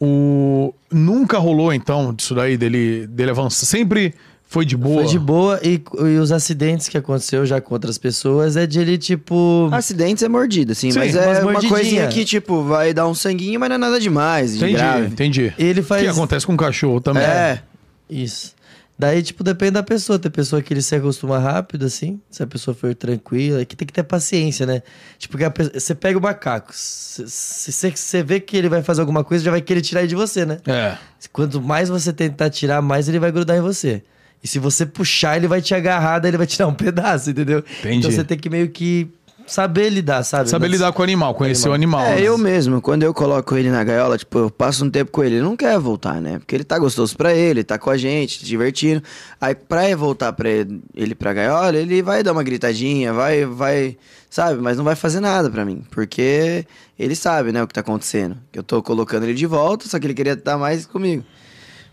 Speaker 1: O... Nunca rolou, então, disso daí, dele, dele avançar. Sempre foi de boa.
Speaker 2: Foi de boa e, e os acidentes que aconteceu já com outras pessoas é de ele, tipo.
Speaker 3: Acidentes é mordida, assim.
Speaker 1: Sim,
Speaker 3: mas
Speaker 2: umas
Speaker 3: é uma
Speaker 2: mordidinha.
Speaker 3: coisinha que, tipo, vai dar um sanguinho, mas não é nada demais, de
Speaker 1: Entendi,
Speaker 3: grave.
Speaker 1: entendi.
Speaker 2: Ele
Speaker 1: O
Speaker 2: faz.
Speaker 1: que acontece com o cachorro também.
Speaker 3: É,
Speaker 2: Isso. Daí, tipo, depende da pessoa. Tem pessoa que ele se acostuma rápido, assim. Se a pessoa for tranquila, é que tem que ter paciência, né? Tipo, que a pe- você pega o macaco. se- Se você- você vê que ele vai fazer alguma coisa, já vai querer tirar ele de você, né?
Speaker 1: É.
Speaker 2: Quanto mais você tentar tirar, mais ele vai grudar em você. E se você puxar, ele vai te agarrar, daí ele vai tirar um pedaço, entendeu?
Speaker 1: Entendi.
Speaker 2: Então você tem que meio que saber lidar, sabe?
Speaker 1: Saber lidar com o animal, conhecer o animal.
Speaker 3: é
Speaker 1: né?
Speaker 3: eu mesmo. Quando eu coloco ele na gaiola, tipo, eu passo um tempo com ele. Ele não quer voltar, né? Porque ele tá gostoso pra ele, tá com a gente, se divertindo. Aí, pra eu voltar pra ele, ele pra gaiola, ele vai dar uma gritadinha, vai, vai, sabe? Mas não vai fazer nada pra mim. Porque ele sabe, né, o que tá acontecendo. Que eu tô colocando ele de volta, só que ele queria estar mais comigo.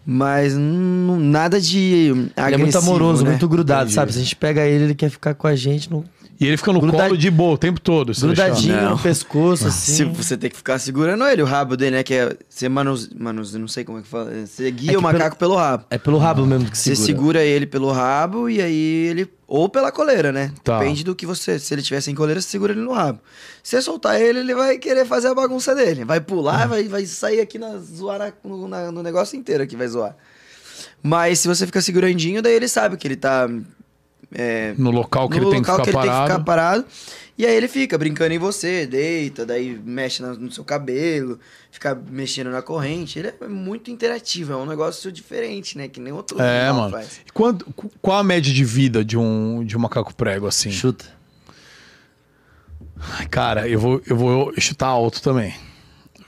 Speaker 3: Mas hum, nada de agressivo,
Speaker 2: Ele é muito amoroso,
Speaker 3: né?
Speaker 2: muito grudado,
Speaker 1: Entendi.
Speaker 2: sabe? Se a gente pega ele, ele quer ficar com a gente, não,
Speaker 1: E ele fica no colo de boa o tempo todo. se
Speaker 3: Grudadinho
Speaker 1: deixar.
Speaker 3: no pescoço,
Speaker 1: assim.
Speaker 3: Ah. Se você tem que ficar segurando ele, o rabo dele, né? Que é. Você manus, manus, eu não sei como é que fala. é, Você guia
Speaker 2: que
Speaker 3: o macaco pelo, rabo.
Speaker 2: É pelo rabo mesmo que
Speaker 3: Você
Speaker 2: segura.
Speaker 3: segura ele pelo rabo e aí ele. Ou pela coleira, né?
Speaker 2: Tá.
Speaker 3: Depende do que você. Se ele tiver sem coleira, você segura ele no rabo. Se você soltar ele, ele vai querer fazer a bagunça dele. Vai
Speaker 2: Ah.
Speaker 3: pular, vai, vai sair aqui na, zoar na- no, na- no negócio inteiro aqui, vai zoar. Mas se você fica segurandinho, daí ele sabe que ele tá. é,
Speaker 1: No local que
Speaker 3: no
Speaker 1: ele tem que
Speaker 3: local
Speaker 1: ficar
Speaker 3: que ele tem que
Speaker 1: parado.
Speaker 3: ficar parado. E aí ele fica brincando em você, deita, daí mexe na- no seu cabelo, fica mexendo na corrente. Ele é muito interativo, é um negócio diferente, né? Que nem outro
Speaker 1: É,
Speaker 3: animal
Speaker 1: mano. E quanto- qu- qual a média de vida de um, de um macaco prego, assim?
Speaker 2: Chuta.
Speaker 1: Cara, eu vou, eu vou chutar alto também.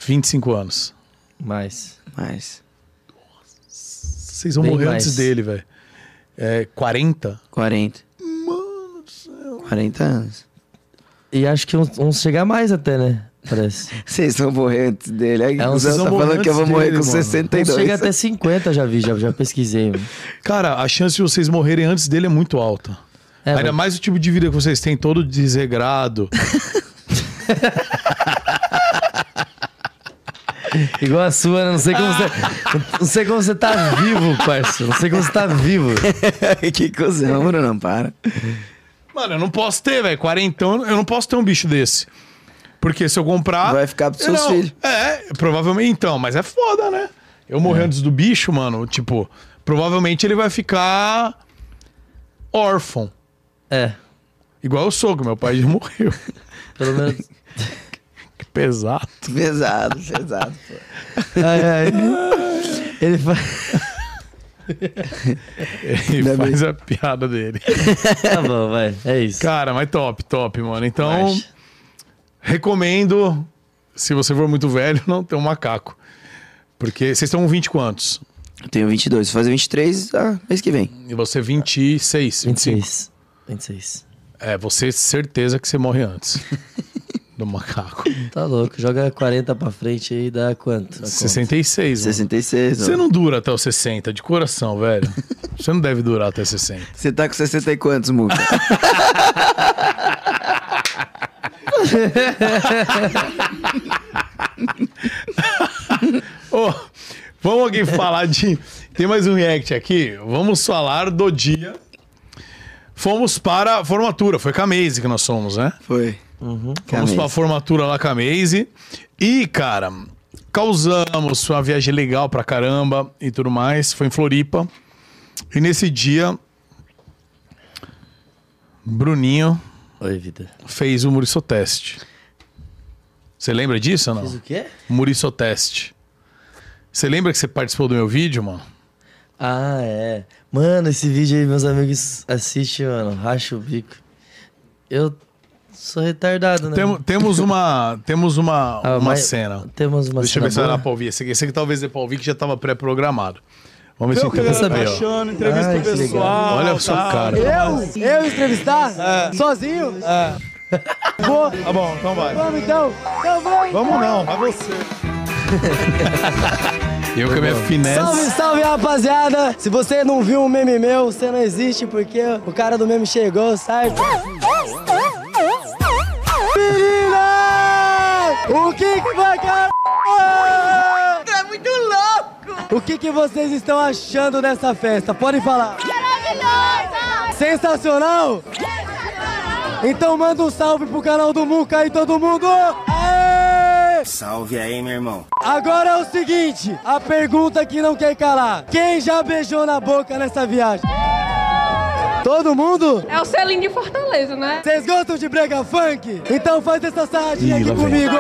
Speaker 1: 25 anos.
Speaker 2: Mais.
Speaker 3: Mais.
Speaker 1: Vocês vão
Speaker 2: Bem
Speaker 1: morrer
Speaker 2: mais.
Speaker 1: antes dele, velho. É, 40?
Speaker 3: 40.
Speaker 1: Mano do céu.
Speaker 3: 40 anos.
Speaker 2: E acho que uns, uns chegar mais até, né? Parece.
Speaker 3: Vocês estão morrendo antes dele. Aí
Speaker 2: É,
Speaker 3: o
Speaker 2: uns
Speaker 3: Zé
Speaker 2: vocês
Speaker 3: tá
Speaker 2: vão
Speaker 3: falando
Speaker 2: morrer
Speaker 3: que eu vou
Speaker 2: antes
Speaker 3: morrer
Speaker 2: dele,
Speaker 3: com
Speaker 2: mano.
Speaker 3: 62.
Speaker 2: Uns Chega até 50, já vi, já, já pesquisei. mano.
Speaker 1: Cara, a chance de vocês morrerem antes dele é muito alta.
Speaker 2: É,
Speaker 1: Ainda
Speaker 2: mano.
Speaker 1: mais o tipo de vida que vocês têm, todo desregrado.
Speaker 2: Igual a sua, né? Não sei
Speaker 3: Ah!
Speaker 2: como você. Não sei como você tá vivo, parceiro. Não sei como você tá vivo.
Speaker 3: que cuzão, Bruno, para.
Speaker 1: Mano, eu não posso ter, velho. Quarentão, eu não posso ter um bicho desse. Porque se eu comprar.
Speaker 3: Vai ficar pros seus
Speaker 1: Não,
Speaker 3: filhos.
Speaker 1: É, provavelmente então, mas é foda, né? Eu morrer
Speaker 3: É.
Speaker 1: antes do bicho, mano, tipo, provavelmente ele vai ficar órfão.
Speaker 2: É.
Speaker 1: Igual eu sou, que meu pai já morreu.
Speaker 2: Pelo menos.
Speaker 1: que pesado.
Speaker 3: Pesado, pesado.
Speaker 2: Ai, ai. Ele faz.
Speaker 3: É,
Speaker 1: Ele faz a piada dele.
Speaker 2: Tá bom, vai. É isso.
Speaker 1: Cara, mas top, top, mano. Então, recomendo, se você for muito velho, não ter um macaco. Porque vocês estão com 20 quantos?
Speaker 3: Eu tenho 22, vou fazer 23 ah, mês que vem.
Speaker 1: E você 26, 25.
Speaker 2: 26. 26.
Speaker 1: É, você certeza que você morre antes do macaco.
Speaker 2: Tá louco. Joga 40 pra frente aí e dá quanto? Dá quanto?
Speaker 1: 66, mano.
Speaker 3: 66.
Speaker 1: né? Você não dura até os 60, de coração, velho. Você não deve durar até 60.
Speaker 3: Você tá com 60 e quantos, Muca?
Speaker 1: Ô, vamos aqui falar de. Tem mais um react aqui. Vamos falar do dia. Fomos para a formatura. Foi com a Maze que nós fomos, né?
Speaker 3: Foi.
Speaker 1: Fomos para a formatura lá com a Maze. E, cara, causamos. Foi uma viagem legal pra caramba e tudo mais. Foi em Floripa. E nesse dia. Bruninho.
Speaker 2: Oi, vida.
Speaker 1: Fez o Murissoteste. Você lembra disso ou não?
Speaker 2: Fiz o quê?
Speaker 1: Murissoteste. Você lembra que você participou do meu vídeo, mano?
Speaker 2: Ah, é. Mano, esse vídeo aí, meus amigos assistem, mano. Racha o bico. Eu sou retardado, né?
Speaker 1: Temo- temos uma, temos uma,
Speaker 2: Ah,
Speaker 1: uma
Speaker 2: mas-
Speaker 1: cena.
Speaker 2: Temos uma
Speaker 1: Deixa
Speaker 2: cena
Speaker 1: eu ver se vai
Speaker 2: boa.
Speaker 1: dar pra ouvir. Esse aqui, esse aqui talvez dê pra ouvir que já tava pré-programado. Vamos ver
Speaker 2: Então,
Speaker 1: se
Speaker 2: eu quero
Speaker 1: tá aí, ó.
Speaker 2: saber, ó. Entrevista Ai, com o que pessoal, legal.
Speaker 1: Olha
Speaker 12: Ah,
Speaker 1: o seu
Speaker 2: tá?
Speaker 1: cara.
Speaker 12: Eu? Eu entrevistar?
Speaker 1: É.
Speaker 12: Sozinho? Vou?
Speaker 1: Tá bom, então vai.
Speaker 12: Vamos então. Então vamos.
Speaker 1: Vamos não, vai você. Eu com a minha finesse.
Speaker 12: Salve, salve, rapaziada! Se você não viu um meme meu, você não existe porque o cara do meme chegou, certo? Menina! O que que vai, cara? É muito louco! O que que vocês estão achando dessa festa? Podem falar. Sensacional? Então manda um salve pro canal do Muca aí, todo mundo! Aê!
Speaker 13: Salve aí, meu irmão.
Speaker 12: Agora é o seguinte, a pergunta que não quer calar. Quem já beijou na boca nessa viagem? Todo mundo?
Speaker 14: É o selinho de Fortaleza, né?
Speaker 12: Vocês gostam de brega funk? Então faz essa sarradinha
Speaker 2: Ih,
Speaker 12: aqui
Speaker 2: lá vem.
Speaker 12: comigo.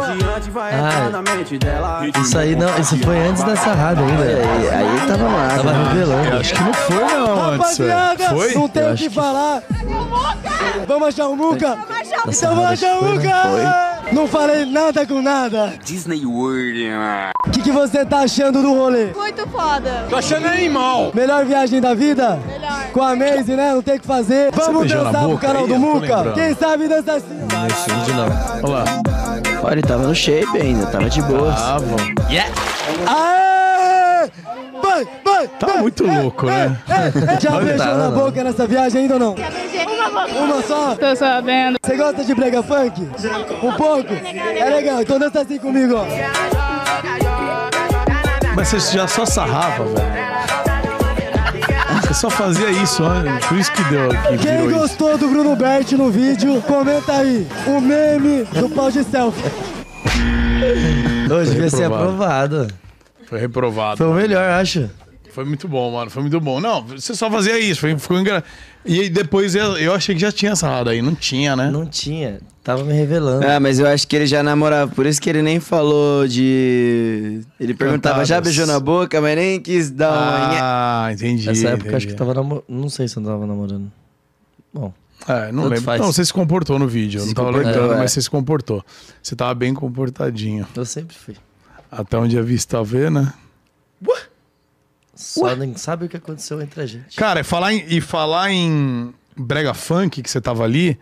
Speaker 2: Isso aí não, isso foi antes da sarrada ainda. Aí, aí tava lá. né? Tava revelando.
Speaker 1: acho que não foi, não,
Speaker 12: Rapaziada, não tem o que falar. Vamos achar o Muca? Então vamos achar o Muca! Não falei nada com nada.
Speaker 13: Disney World, mano.
Speaker 12: O que, que você tá achando do rolê?
Speaker 14: Muito foda.
Speaker 12: Melhor viagem da vida? Melhor. Com a Maze, né? Não tem o que fazer. Vamos
Speaker 2: beijou na
Speaker 12: dançar pro
Speaker 2: boca
Speaker 12: canal
Speaker 2: aí?
Speaker 12: do
Speaker 2: Eu tô
Speaker 12: Muca.
Speaker 2: lembrando.
Speaker 12: Quem sabe dança assim.
Speaker 2: Nesse vídeo não.
Speaker 1: Olha lá. tá
Speaker 3: Olha, ele tava no shape ainda, tava de boa.
Speaker 1: Ah, bom.
Speaker 12: Aê! Vai vai, vai!
Speaker 1: Tá muito
Speaker 12: É,
Speaker 1: louco, né?
Speaker 12: Já
Speaker 1: Não
Speaker 12: beijou
Speaker 1: tá,
Speaker 12: na
Speaker 1: não.
Speaker 12: boca nessa viagem ainda ou não? Uma só? Tô sabendo. Você gosta de brega funk? Um pouco? É legal, então dança assim comigo, ó. é.
Speaker 1: Mas você já só sarrava, velho. Você só fazia isso, né? Por isso que deu
Speaker 12: Quem
Speaker 1: aqui. virou isso.
Speaker 12: gostou do Bruno Bert no vídeo, comenta aí. O meme do pau de selfie.
Speaker 2: Hoje devia ser
Speaker 1: reprovado.
Speaker 2: aprovado.
Speaker 1: Foi reprovado.
Speaker 2: Foi o melhor, acho.
Speaker 1: Foi muito bom, mano. Foi muito bom. Não, você só fazia isso. Foi, ficou engra... E aí depois eu, eu achei que já tinha sarrado aí. Não tinha, né?
Speaker 2: Não tinha. Tava me revelando.
Speaker 3: Ah, mas eu acho que ele já namorava, por isso que ele nem falou de. Ele perguntava,
Speaker 2: Cantadas.
Speaker 3: já beijou na boca, mas nem quis dar uma. nhe-
Speaker 1: Ah, entendi.
Speaker 2: é- Nessa época eu acho que
Speaker 1: entendi.
Speaker 2: tava namorando. Não sei se eu tava namorando. Bom.
Speaker 1: É, não
Speaker 2: tanto
Speaker 1: lembro.
Speaker 2: faz.
Speaker 1: Não, você se comportou no vídeo. Eu
Speaker 2: Se
Speaker 1: não tava
Speaker 2: comportou,
Speaker 1: lembrando,
Speaker 2: é.
Speaker 1: mas você se comportou. Você tava bem comportadinho.
Speaker 2: Eu sempre fui.
Speaker 1: Até onde a vista vê, né?
Speaker 2: Só nem sabe o que aconteceu entre a gente.
Speaker 1: Cara, e falar em, e falar em brega funk, que você tava ali,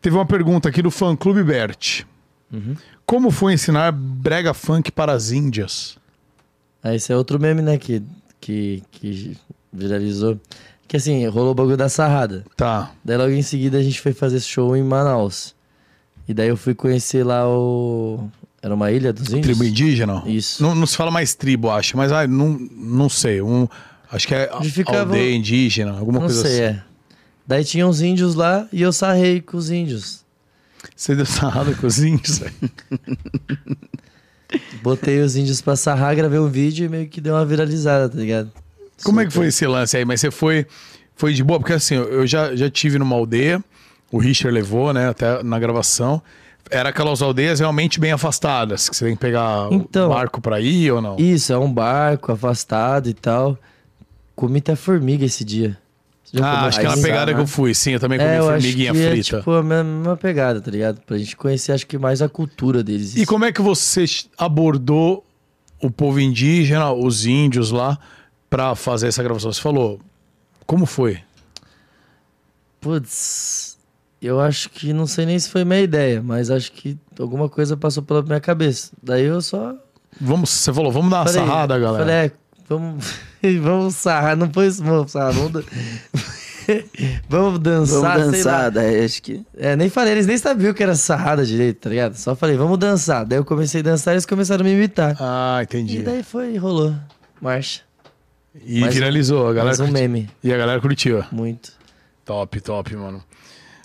Speaker 1: teve uma pergunta aqui do fã Clube Bert.
Speaker 2: Uhum.
Speaker 1: Como foi ensinar brega funk para as índias?
Speaker 2: Ah, esse é outro meme, né, que, que, que viralizou. Que assim, rolou o bagulho da sarrada.
Speaker 1: Tá.
Speaker 2: Daí logo em seguida a gente foi fazer show em Manaus. E daí eu fui conhecer lá o. Era uma ilha dos índios?
Speaker 1: Tribo indígena?
Speaker 2: Isso.
Speaker 1: Não, não se fala mais tribo, acho, mas ah, não, não sei. Um, acho que é a-
Speaker 2: Onde ficava-
Speaker 1: aldeia indígena, alguma
Speaker 2: Não
Speaker 1: coisa
Speaker 2: sei,
Speaker 1: assim.
Speaker 2: é. Daí tinha uns índios lá e eu sarrei com os índios.
Speaker 1: Você deu sarrada com os índios?
Speaker 2: Botei os índios pra sarrar, gravei um vídeo e meio que deu uma viralizada, tá ligado?
Speaker 1: Como é que foi esse lance aí? Mas você foi, foi de boa? Porque assim, eu já, já tive numa aldeia, o Richard levou, né, até na gravação. Era aquelas aldeias realmente bem afastadas, que você tem que pegar
Speaker 2: Então.
Speaker 1: um barco pra ir ou não?
Speaker 2: Isso, é um barco afastado e tal. Comi até formiga esse dia. Você já
Speaker 1: Ah,
Speaker 2: comeu
Speaker 1: acho que era a
Speaker 2: formiga?
Speaker 1: pegada que eu fui, sim. Eu também comi
Speaker 2: né? É, eu acho
Speaker 1: formiguinha
Speaker 2: que
Speaker 1: frita.
Speaker 2: É, tipo, a mesma- mesma pegada, tá ligado? Pra gente conhecer, acho que mais a cultura deles.
Speaker 1: E como é que você abordou o povo indígena, os índios lá, pra fazer essa gravação? Você falou, como foi?
Speaker 2: Putz, eu acho que não sei nem se foi minha ideia, mas acho que alguma coisa passou pela minha cabeça. Daí eu só.
Speaker 1: Vamos, você falou, vamos dar uma
Speaker 2: Falei-
Speaker 1: sarrada, galera.
Speaker 2: Falei, é, vamos, vamos sarrar, não foi isso, vamos sarrar, vamos, dan- vamos dançar,
Speaker 3: Vamos
Speaker 2: sei lá.
Speaker 3: dançar, daí acho que.
Speaker 2: É, nem falei, eles nem sabiam que era sarrada direito, tá ligado? Só falei, vamos dançar. Daí eu comecei a dançar e eles começaram a me imitar.
Speaker 1: Ah, entendi.
Speaker 2: E daí foi, rolou. Marcha.
Speaker 1: E
Speaker 2: Mais um-
Speaker 1: viralizou, a galera.
Speaker 2: mais um
Speaker 1: curti-
Speaker 2: meme.
Speaker 1: E a galera curtiu.
Speaker 2: Muito.
Speaker 1: Top, top, mano.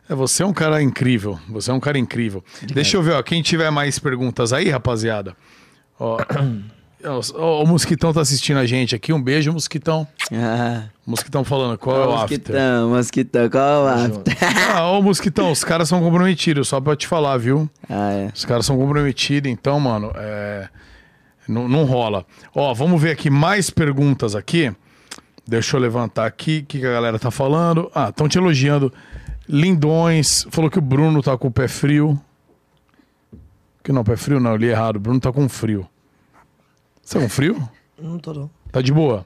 Speaker 1: É, você é um cara incrível. Você é um cara incrível. Deixa eu ver, ó. Quem tiver mais perguntas aí, rapaziada. Ó, ó, ó, o Mosquitão tá assistindo a gente aqui. Um beijo, Mosquitão.
Speaker 3: Ah.
Speaker 1: Mosquitão falando, qual é o after?
Speaker 3: Mosquitão, mosquitão, qual é o after?
Speaker 1: Ah, ô Mosquitão, os caras são comprometidos, só pra te falar, viu?
Speaker 3: Ah, é.
Speaker 1: Os caras são comprometidos, então, mano, é... Não, não rola. Ó, vamos ver aqui mais perguntas aqui. Deixa eu levantar aqui, o que, que a galera tá falando. Ah, estão te elogiando. Lindões, falou que o Bruno tá com o pé frio. Que não, pé frio não, eu li errado. O Bruno tá com frio. Você tá com frio?
Speaker 2: Não tô não.
Speaker 1: Tá de boa.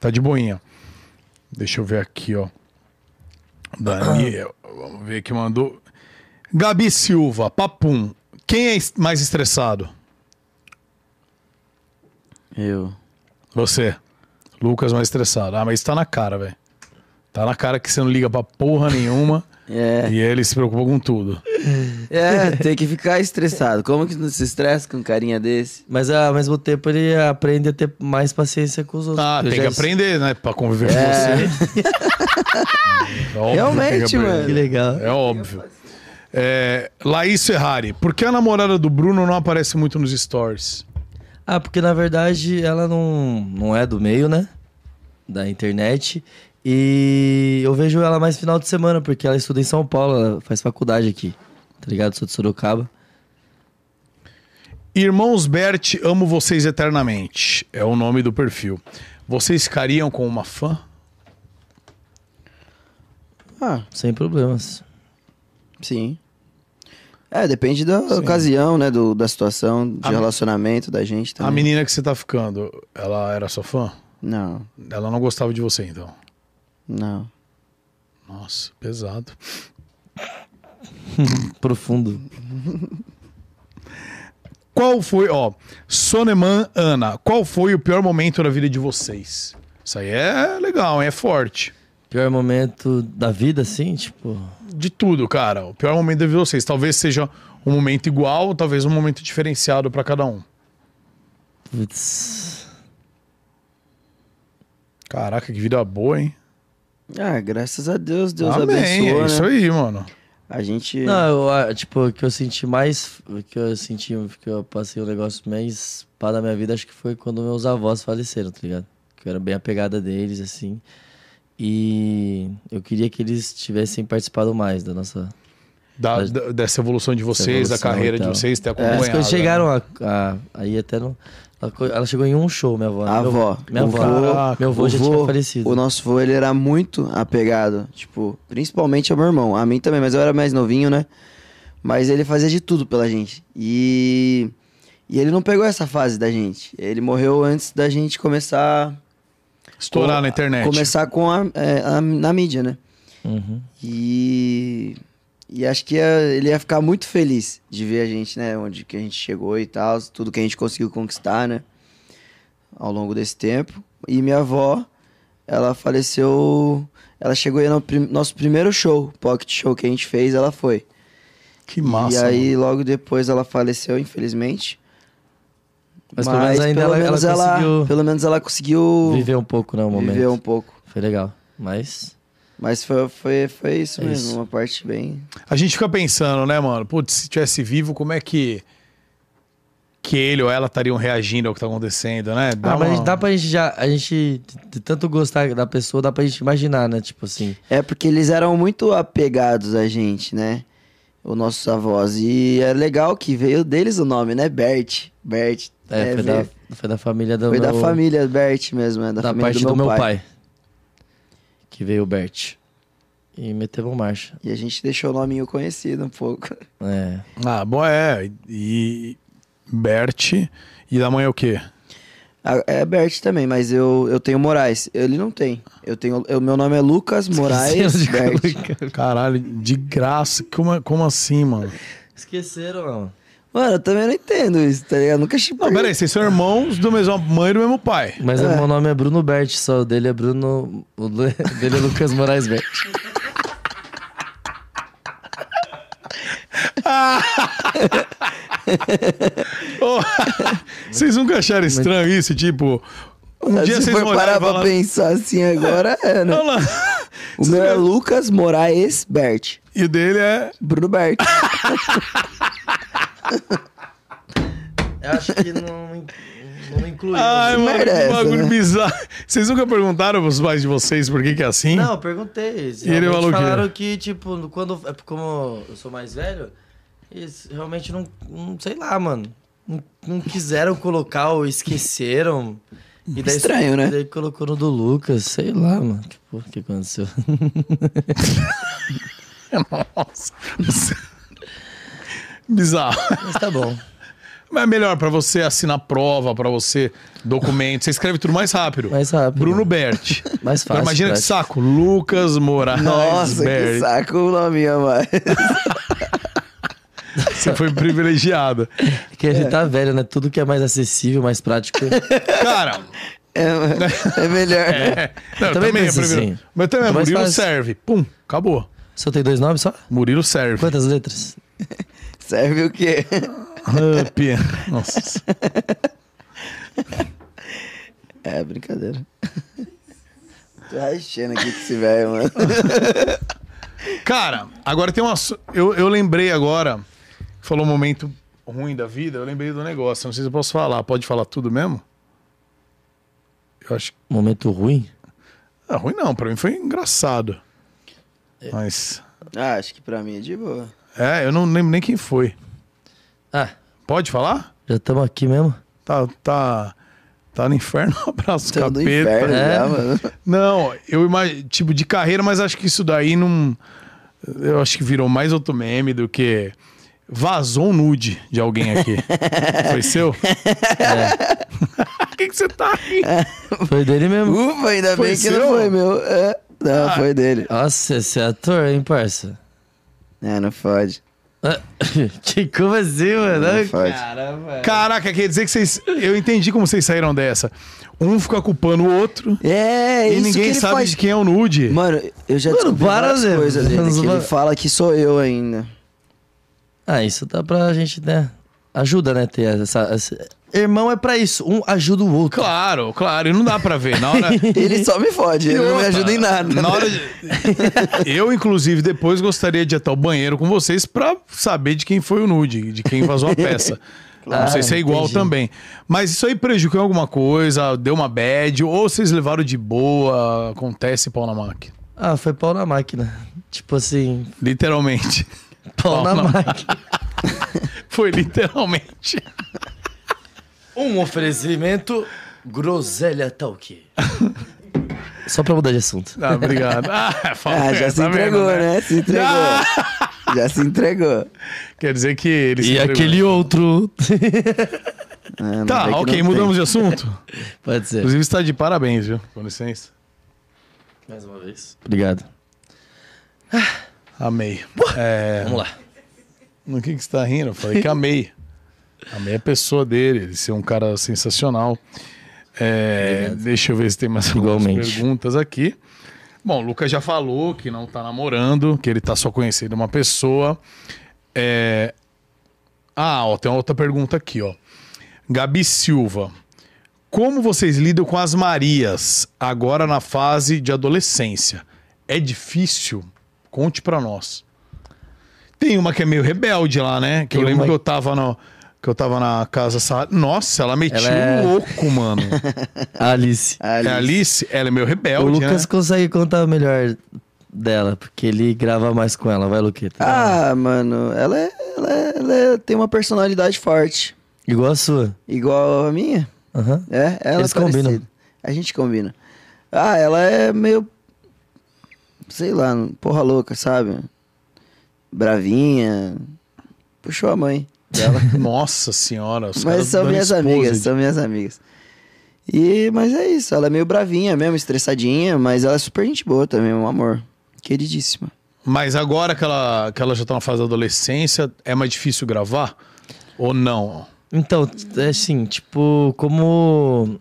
Speaker 1: Tá de boinha. Deixa eu ver aqui, ó. Daniel, vamos ver que mandou. Gabi Silva, papum. Quem é es- mais estressado?
Speaker 3: Eu.
Speaker 1: Você. Lucas mais estressado. Ah, mas isso tá na cara, velho. Tá na cara que você não liga pra porra nenhuma.
Speaker 3: É.
Speaker 1: E ele se preocupa com tudo.
Speaker 3: É, tem que ficar estressado. Como que não se estressa com um carinha desse?
Speaker 2: Mas ao mesmo tempo ele aprende a ter mais paciência com os outros.
Speaker 1: Ah,
Speaker 2: Eu
Speaker 1: tem
Speaker 2: já
Speaker 1: que
Speaker 2: es-
Speaker 1: aprender, né? Pra conviver
Speaker 2: É.
Speaker 1: com você. É óbvio
Speaker 2: Realmente,
Speaker 1: que é pra-
Speaker 2: mano. Que legal.
Speaker 1: É óbvio. É, Laís Ferrari, por que a namorada do Bruno não aparece muito nos stories?
Speaker 2: Ah, porque na verdade ela não, não é do meio, né? Da internet. E eu vejo ela mais final de semana, porque ela estuda em São Paulo, ela faz faculdade aqui. Tá ligado? Sou de Sorocaba.
Speaker 1: Irmãos Bert, amo vocês eternamente. É o nome do perfil. Vocês ficariam com uma fã?
Speaker 3: Ah,
Speaker 2: sem problemas.
Speaker 3: Sim. É, depende da ocasião, né? Do, da situação, de relacionamento da gente também.
Speaker 1: A menina que você tá ficando, ela era sua fã?
Speaker 3: Não,
Speaker 1: Ela não gostava de você, então.
Speaker 3: não.
Speaker 1: Nossa, pesado.
Speaker 2: Profundo.
Speaker 1: Qual foi, ó, Soneman, Ana, qual foi o pior momento da vida de vocês? Isso aí é legal, hein? é forte.
Speaker 2: Pior momento da vida, assim, tipo.
Speaker 1: De tudo, cara. O pior momento da vida de vocês. Talvez seja um momento igual, talvez um momento diferenciado pra cada um.
Speaker 2: Putz.
Speaker 1: Caraca, que vida boa, hein?
Speaker 3: Ah, graças a Deus, Deus
Speaker 1: Amém,
Speaker 3: abençoou,
Speaker 1: é
Speaker 3: né?
Speaker 1: isso aí, mano.
Speaker 3: A gente...
Speaker 2: Não, eu, ah, tipo, o que eu senti mais. O que eu senti, que eu passei o negócio mais pá da minha vida, acho que foi quando meus avós faleceram, tá ligado? Que eu era bem apegada deles, assim. E eu queria que eles tivessem participado mais da nossa.
Speaker 1: Da- da- dessa evolução de vocês,
Speaker 2: evolução
Speaker 1: da carreira
Speaker 2: e
Speaker 1: de
Speaker 3: então.
Speaker 2: tal.
Speaker 1: vocês, ter
Speaker 2: É,
Speaker 1: acompanhado.
Speaker 2: As coisas
Speaker 1: né?
Speaker 2: chegaram a, a- aí até não. Ela, co- ela chegou em um show, minha avó.
Speaker 3: A
Speaker 2: Meu-
Speaker 3: avó.
Speaker 2: Minha
Speaker 3: O
Speaker 2: avó.
Speaker 3: vô-
Speaker 2: meu avô
Speaker 3: o
Speaker 2: já tinha falecido.
Speaker 3: O nosso vô, ele era muito apegado. Tipo, principalmente ao meu irmão. A mim também, mas eu era mais novinho, né? Mas ele fazia de tudo pela gente. E... E ele não pegou essa fase da gente. Ele morreu antes da gente começar...
Speaker 1: Estourar
Speaker 3: com-
Speaker 1: na internet.
Speaker 3: Começar com a, é, a- na mídia, né?
Speaker 2: Uhum.
Speaker 3: E... E acho que ia- ele ia ficar muito feliz de ver a gente, né? Onde que a gente chegou e tal. Tudo que a gente conseguiu conquistar, né? ao longo desse tempo. E minha avó, ela faleceu. Ela chegou aí no prim- nosso primeiro show, pocket show que a gente fez, ela foi.
Speaker 1: Que massa,
Speaker 3: E aí, logo depois, ela faleceu, infelizmente.
Speaker 2: Mas pelo menos ainda
Speaker 3: pelo
Speaker 2: ela-
Speaker 3: menos
Speaker 2: ela conseguiu-
Speaker 3: Pelo menos ela conseguiu.
Speaker 2: Viveu um pouco, né? O momento.
Speaker 3: Viveu um pouco.
Speaker 2: Foi legal. Mas.
Speaker 3: Mas foi, foi, foi isso
Speaker 2: É
Speaker 3: mesmo,
Speaker 2: isso.
Speaker 3: uma parte bem.
Speaker 1: A gente fica pensando, né, mano? Putz, se tivesse vivo, como é que que ele ou ela estariam reagindo ao que tá acontecendo, né? Dá
Speaker 2: Ah, mas
Speaker 1: uma-
Speaker 2: dá pra gente já. A gente, de tanto gostar da pessoa, dá pra gente imaginar, né? Tipo assim.
Speaker 3: É porque eles eram muito apegados a gente, né? Os nossos avós. E é legal que veio deles o nome, né? Bert. Bert.
Speaker 2: É,
Speaker 3: né?
Speaker 2: foi,
Speaker 3: Veio-
Speaker 2: da, foi da família do
Speaker 3: Foi da
Speaker 2: meu-
Speaker 3: família Bert mesmo, é da,
Speaker 2: Da,
Speaker 3: família
Speaker 2: parte
Speaker 3: do meu, pai.
Speaker 2: Que veio o Bert. E metemos marcha.
Speaker 3: E a gente deixou o nominho conhecido um pouco.
Speaker 2: É.
Speaker 1: Ah, bom, é. E Bert. E da mãe é o quê?
Speaker 3: A- É Bert também, mas eu, eu tenho Moraes. Ele não tem. Eu tenho, eu- meu nome é Lucas Moraes Bert.
Speaker 1: Caralho, de graça. Como, como assim, mano?
Speaker 2: Esqueceram, mano.
Speaker 3: Mano, eu também não entendo isso, tá ligado? Nunca
Speaker 1: Não, peraí, vocês são irmãos do mesmo mãe e do mesmo pai.
Speaker 2: Mas
Speaker 1: é.
Speaker 2: o meu nome é Bruno Bert, só o dele é Bruno. O le- dele é Lucas Moraes Bert.
Speaker 1: Ô, vocês nunca acharam estranho isso? Tipo, um dia
Speaker 3: Se
Speaker 1: vocês
Speaker 3: for
Speaker 1: vão olhar
Speaker 3: parar
Speaker 1: e
Speaker 3: pra
Speaker 1: falar...
Speaker 3: pensar assim agora, é, né?
Speaker 1: Olha lá.
Speaker 3: O meu é Lucas Moraes Bert.
Speaker 1: E o dele é...
Speaker 3: Bruno Bert.
Speaker 2: Eu acho que não, não incluiu.
Speaker 3: Ah,
Speaker 1: Ai, mano, que
Speaker 3: merece,
Speaker 1: bagulho
Speaker 3: né?
Speaker 1: bizarro. Vocês nunca perguntaram pros pais de vocês por que que é assim?
Speaker 2: Não, eu perguntei.
Speaker 1: E ele
Speaker 2: Realmente
Speaker 1: falou o quê?
Speaker 2: falaram que, tipo, quando. é porque Como eu sou mais velho, eles realmente não. não sei lá, mano. Não, não quiseram colocar ou esqueceram. E daí,
Speaker 3: Estranho, né?
Speaker 2: Daí colocou no do Lucas, sei lá, mano. Que porra que aconteceu?
Speaker 1: Nossa. Bizarro.
Speaker 2: Mas tá bom.
Speaker 1: Mas é melhor pra você assinar prova, pra você documento. Você escreve tudo mais rápido. Mais
Speaker 2: rápido.
Speaker 1: Bruno Bert.
Speaker 2: Mais fácil,
Speaker 1: Imagina que
Speaker 2: Bert.
Speaker 1: saco. Lucas Moraes
Speaker 3: Nossa, que
Speaker 1: Bert.
Speaker 3: saco o nome, mano.
Speaker 1: Você foi privilegiado.
Speaker 2: É que a gente tá velho, né? Tudo que é mais acessível, mais prático.
Speaker 1: Cara,
Speaker 3: É, é melhor.
Speaker 1: é. Não, eu também, é
Speaker 2: penso
Speaker 1: privilégio.
Speaker 2: assim.
Speaker 1: Mas também, é
Speaker 2: Mais
Speaker 1: Murilo
Speaker 2: fácil.
Speaker 1: serve. Pum, acabou.
Speaker 2: Só tem dois nomes só?
Speaker 1: Murilo serve.
Speaker 2: Quantas letras?
Speaker 3: Serve o quê?
Speaker 1: Up. Nossa.
Speaker 3: É, brincadeira. Tô rachando aqui com esse velho, mano.
Speaker 1: Cara, agora tem um assunto. Eu, eu lembrei agora. Falou um momento ruim da vida. Eu lembrei do negócio. Não sei se eu posso falar. Pode falar tudo mesmo? Eu acho que.
Speaker 2: Momento ruim?
Speaker 1: Ah, ruim não. Pra mim foi engraçado.
Speaker 3: É.
Speaker 1: Mas.
Speaker 3: Ah, acho que pra mim é de boa.
Speaker 1: É, eu não lembro nem quem foi.
Speaker 2: Ah.
Speaker 1: Pode falar?
Speaker 2: Já estamos aqui mesmo?
Speaker 1: Tá. Tá, tá no inferno. Um abraço,
Speaker 3: Tamo
Speaker 1: capeta.
Speaker 3: Tá
Speaker 1: É,
Speaker 3: no inferno já, mano.
Speaker 1: Não, eu imagino. Tipo, de carreira, mas acho que isso daí não. Eu acho que virou mais outro meme do que. Vazou um nude de alguém aqui. Foi seu? O que, que você tá rindo?
Speaker 2: Foi dele mesmo.
Speaker 3: Ufa, ainda
Speaker 1: Foi
Speaker 3: bem que
Speaker 1: seu?
Speaker 3: não foi meu. É, não,
Speaker 1: Ah.
Speaker 3: foi dele.
Speaker 2: Nossa, esse é ator, hein, parça?
Speaker 3: É, não fode.
Speaker 2: Ah, que como assim, mano?
Speaker 1: Não faz. Caraca, quer dizer que vocês. Eu entendi como vocês saíram dessa. Um fica culpando o outro.
Speaker 3: É,
Speaker 1: E
Speaker 3: isso
Speaker 1: ninguém
Speaker 3: que ele
Speaker 1: sabe
Speaker 3: faz.
Speaker 1: de quem é o nude.
Speaker 3: Mano, eu já
Speaker 1: Mano,
Speaker 3: descobri
Speaker 1: para, né?
Speaker 3: várias
Speaker 1: Zé.
Speaker 3: coisas dele,
Speaker 1: Vamos
Speaker 3: que
Speaker 1: lá.
Speaker 3: ele fala que sou eu ainda.
Speaker 2: Ah, isso dá pra gente, né? Ajuda, né? Ter essa, essa- Irmão é pra isso. Um ajuda o outro.
Speaker 1: Claro, claro. E não dá pra ver. Na hora.
Speaker 3: Ele só me fode, ele
Speaker 1: E
Speaker 3: não me
Speaker 1: outra,
Speaker 3: ajuda em nada.
Speaker 1: Na hora de- Né? Eu, inclusive, depois gostaria de ir até o banheiro com vocês pra saber de quem foi o nude, de quem vazou a peça.
Speaker 2: Claro,
Speaker 1: não sei se é igual
Speaker 2: entendi.
Speaker 1: também. Mas isso aí prejudicou em alguma coisa, deu uma bad, ou vocês levaram de boa, acontece pau na máquina.
Speaker 2: Ah, foi pau na máquina. Tipo assim.
Speaker 1: Literalmente.
Speaker 2: Pau, na, máquina.
Speaker 1: foi literalmente.
Speaker 2: Um oferecimento. Groselha Talk. Só pra mudar de assunto.
Speaker 1: Ah, obrigado. Ah, fala,
Speaker 3: Ah, já
Speaker 1: tá
Speaker 3: se
Speaker 1: vendo, Ah!
Speaker 3: entregou, né? Se entregou. Já se entregou.
Speaker 1: Quer dizer que ele se
Speaker 2: E
Speaker 1: entregou.
Speaker 2: aquele outro.
Speaker 3: Ah,
Speaker 1: Tá, ok, mudamos de assunto.
Speaker 2: Pode ser.
Speaker 1: Inclusive, está de parabéns, viu? Com licença.
Speaker 2: Mais uma vez. Obrigado.
Speaker 1: Amei. É,
Speaker 2: Vamos lá.
Speaker 1: No que, que você tá rindo? Eu falei que amei. Amei a pessoa dele, ele ser um cara sensacional. É, deixa eu ver se tem mais algumas
Speaker 2: Igualmente.
Speaker 1: perguntas aqui. Bom, o Lucas já falou que não tá namorando, que ele tá só conhecendo uma pessoa. É, Ah, ó, tem uma outra pergunta aqui, ó. Gabi Silva. Como vocês lidam com as Marias agora na fase de adolescência? É difícil? Conte pra nós. Tem uma que é meio rebelde lá, né? Que eu
Speaker 2: Tem
Speaker 1: lembro
Speaker 2: uma-
Speaker 1: que eu tava no, que eu tava na casa Sa- Nossa, ela metia
Speaker 2: Ela é-
Speaker 1: o louco, mano.
Speaker 2: Alice.
Speaker 1: É a Alice, ela é meio rebelde,
Speaker 2: O Lucas
Speaker 1: né?
Speaker 2: consegue contar melhor dela, porque ele grava mais com ela. Vai, Luqueta.
Speaker 1: tá.
Speaker 3: Ah, mano, ela, é- ela, é- ela é- tem uma personalidade forte.
Speaker 2: Igual a sua.
Speaker 3: Igual a minha.
Speaker 2: Aham.
Speaker 3: É, ela
Speaker 2: Eles
Speaker 3: é parecida.
Speaker 2: combinam.
Speaker 3: A gente combina. Ah, ela é meio. Sei lá, porra louca, sabe? Bravinha. Puxou a mãe.
Speaker 1: Dela. Nossa senhora, os caras
Speaker 3: Mas são
Speaker 1: dando
Speaker 3: minhas
Speaker 1: esposa
Speaker 3: amigas,
Speaker 1: de-
Speaker 3: são minhas amigas. E, mas é isso, ela é meio bravinha mesmo, estressadinha, mas ela é super gente boa também, um amor. Queridíssima.
Speaker 1: Mas agora que ela, que ela já tá na fase da adolescência, é mais difícil gravar? Ou não?
Speaker 2: Então, é assim, tipo, como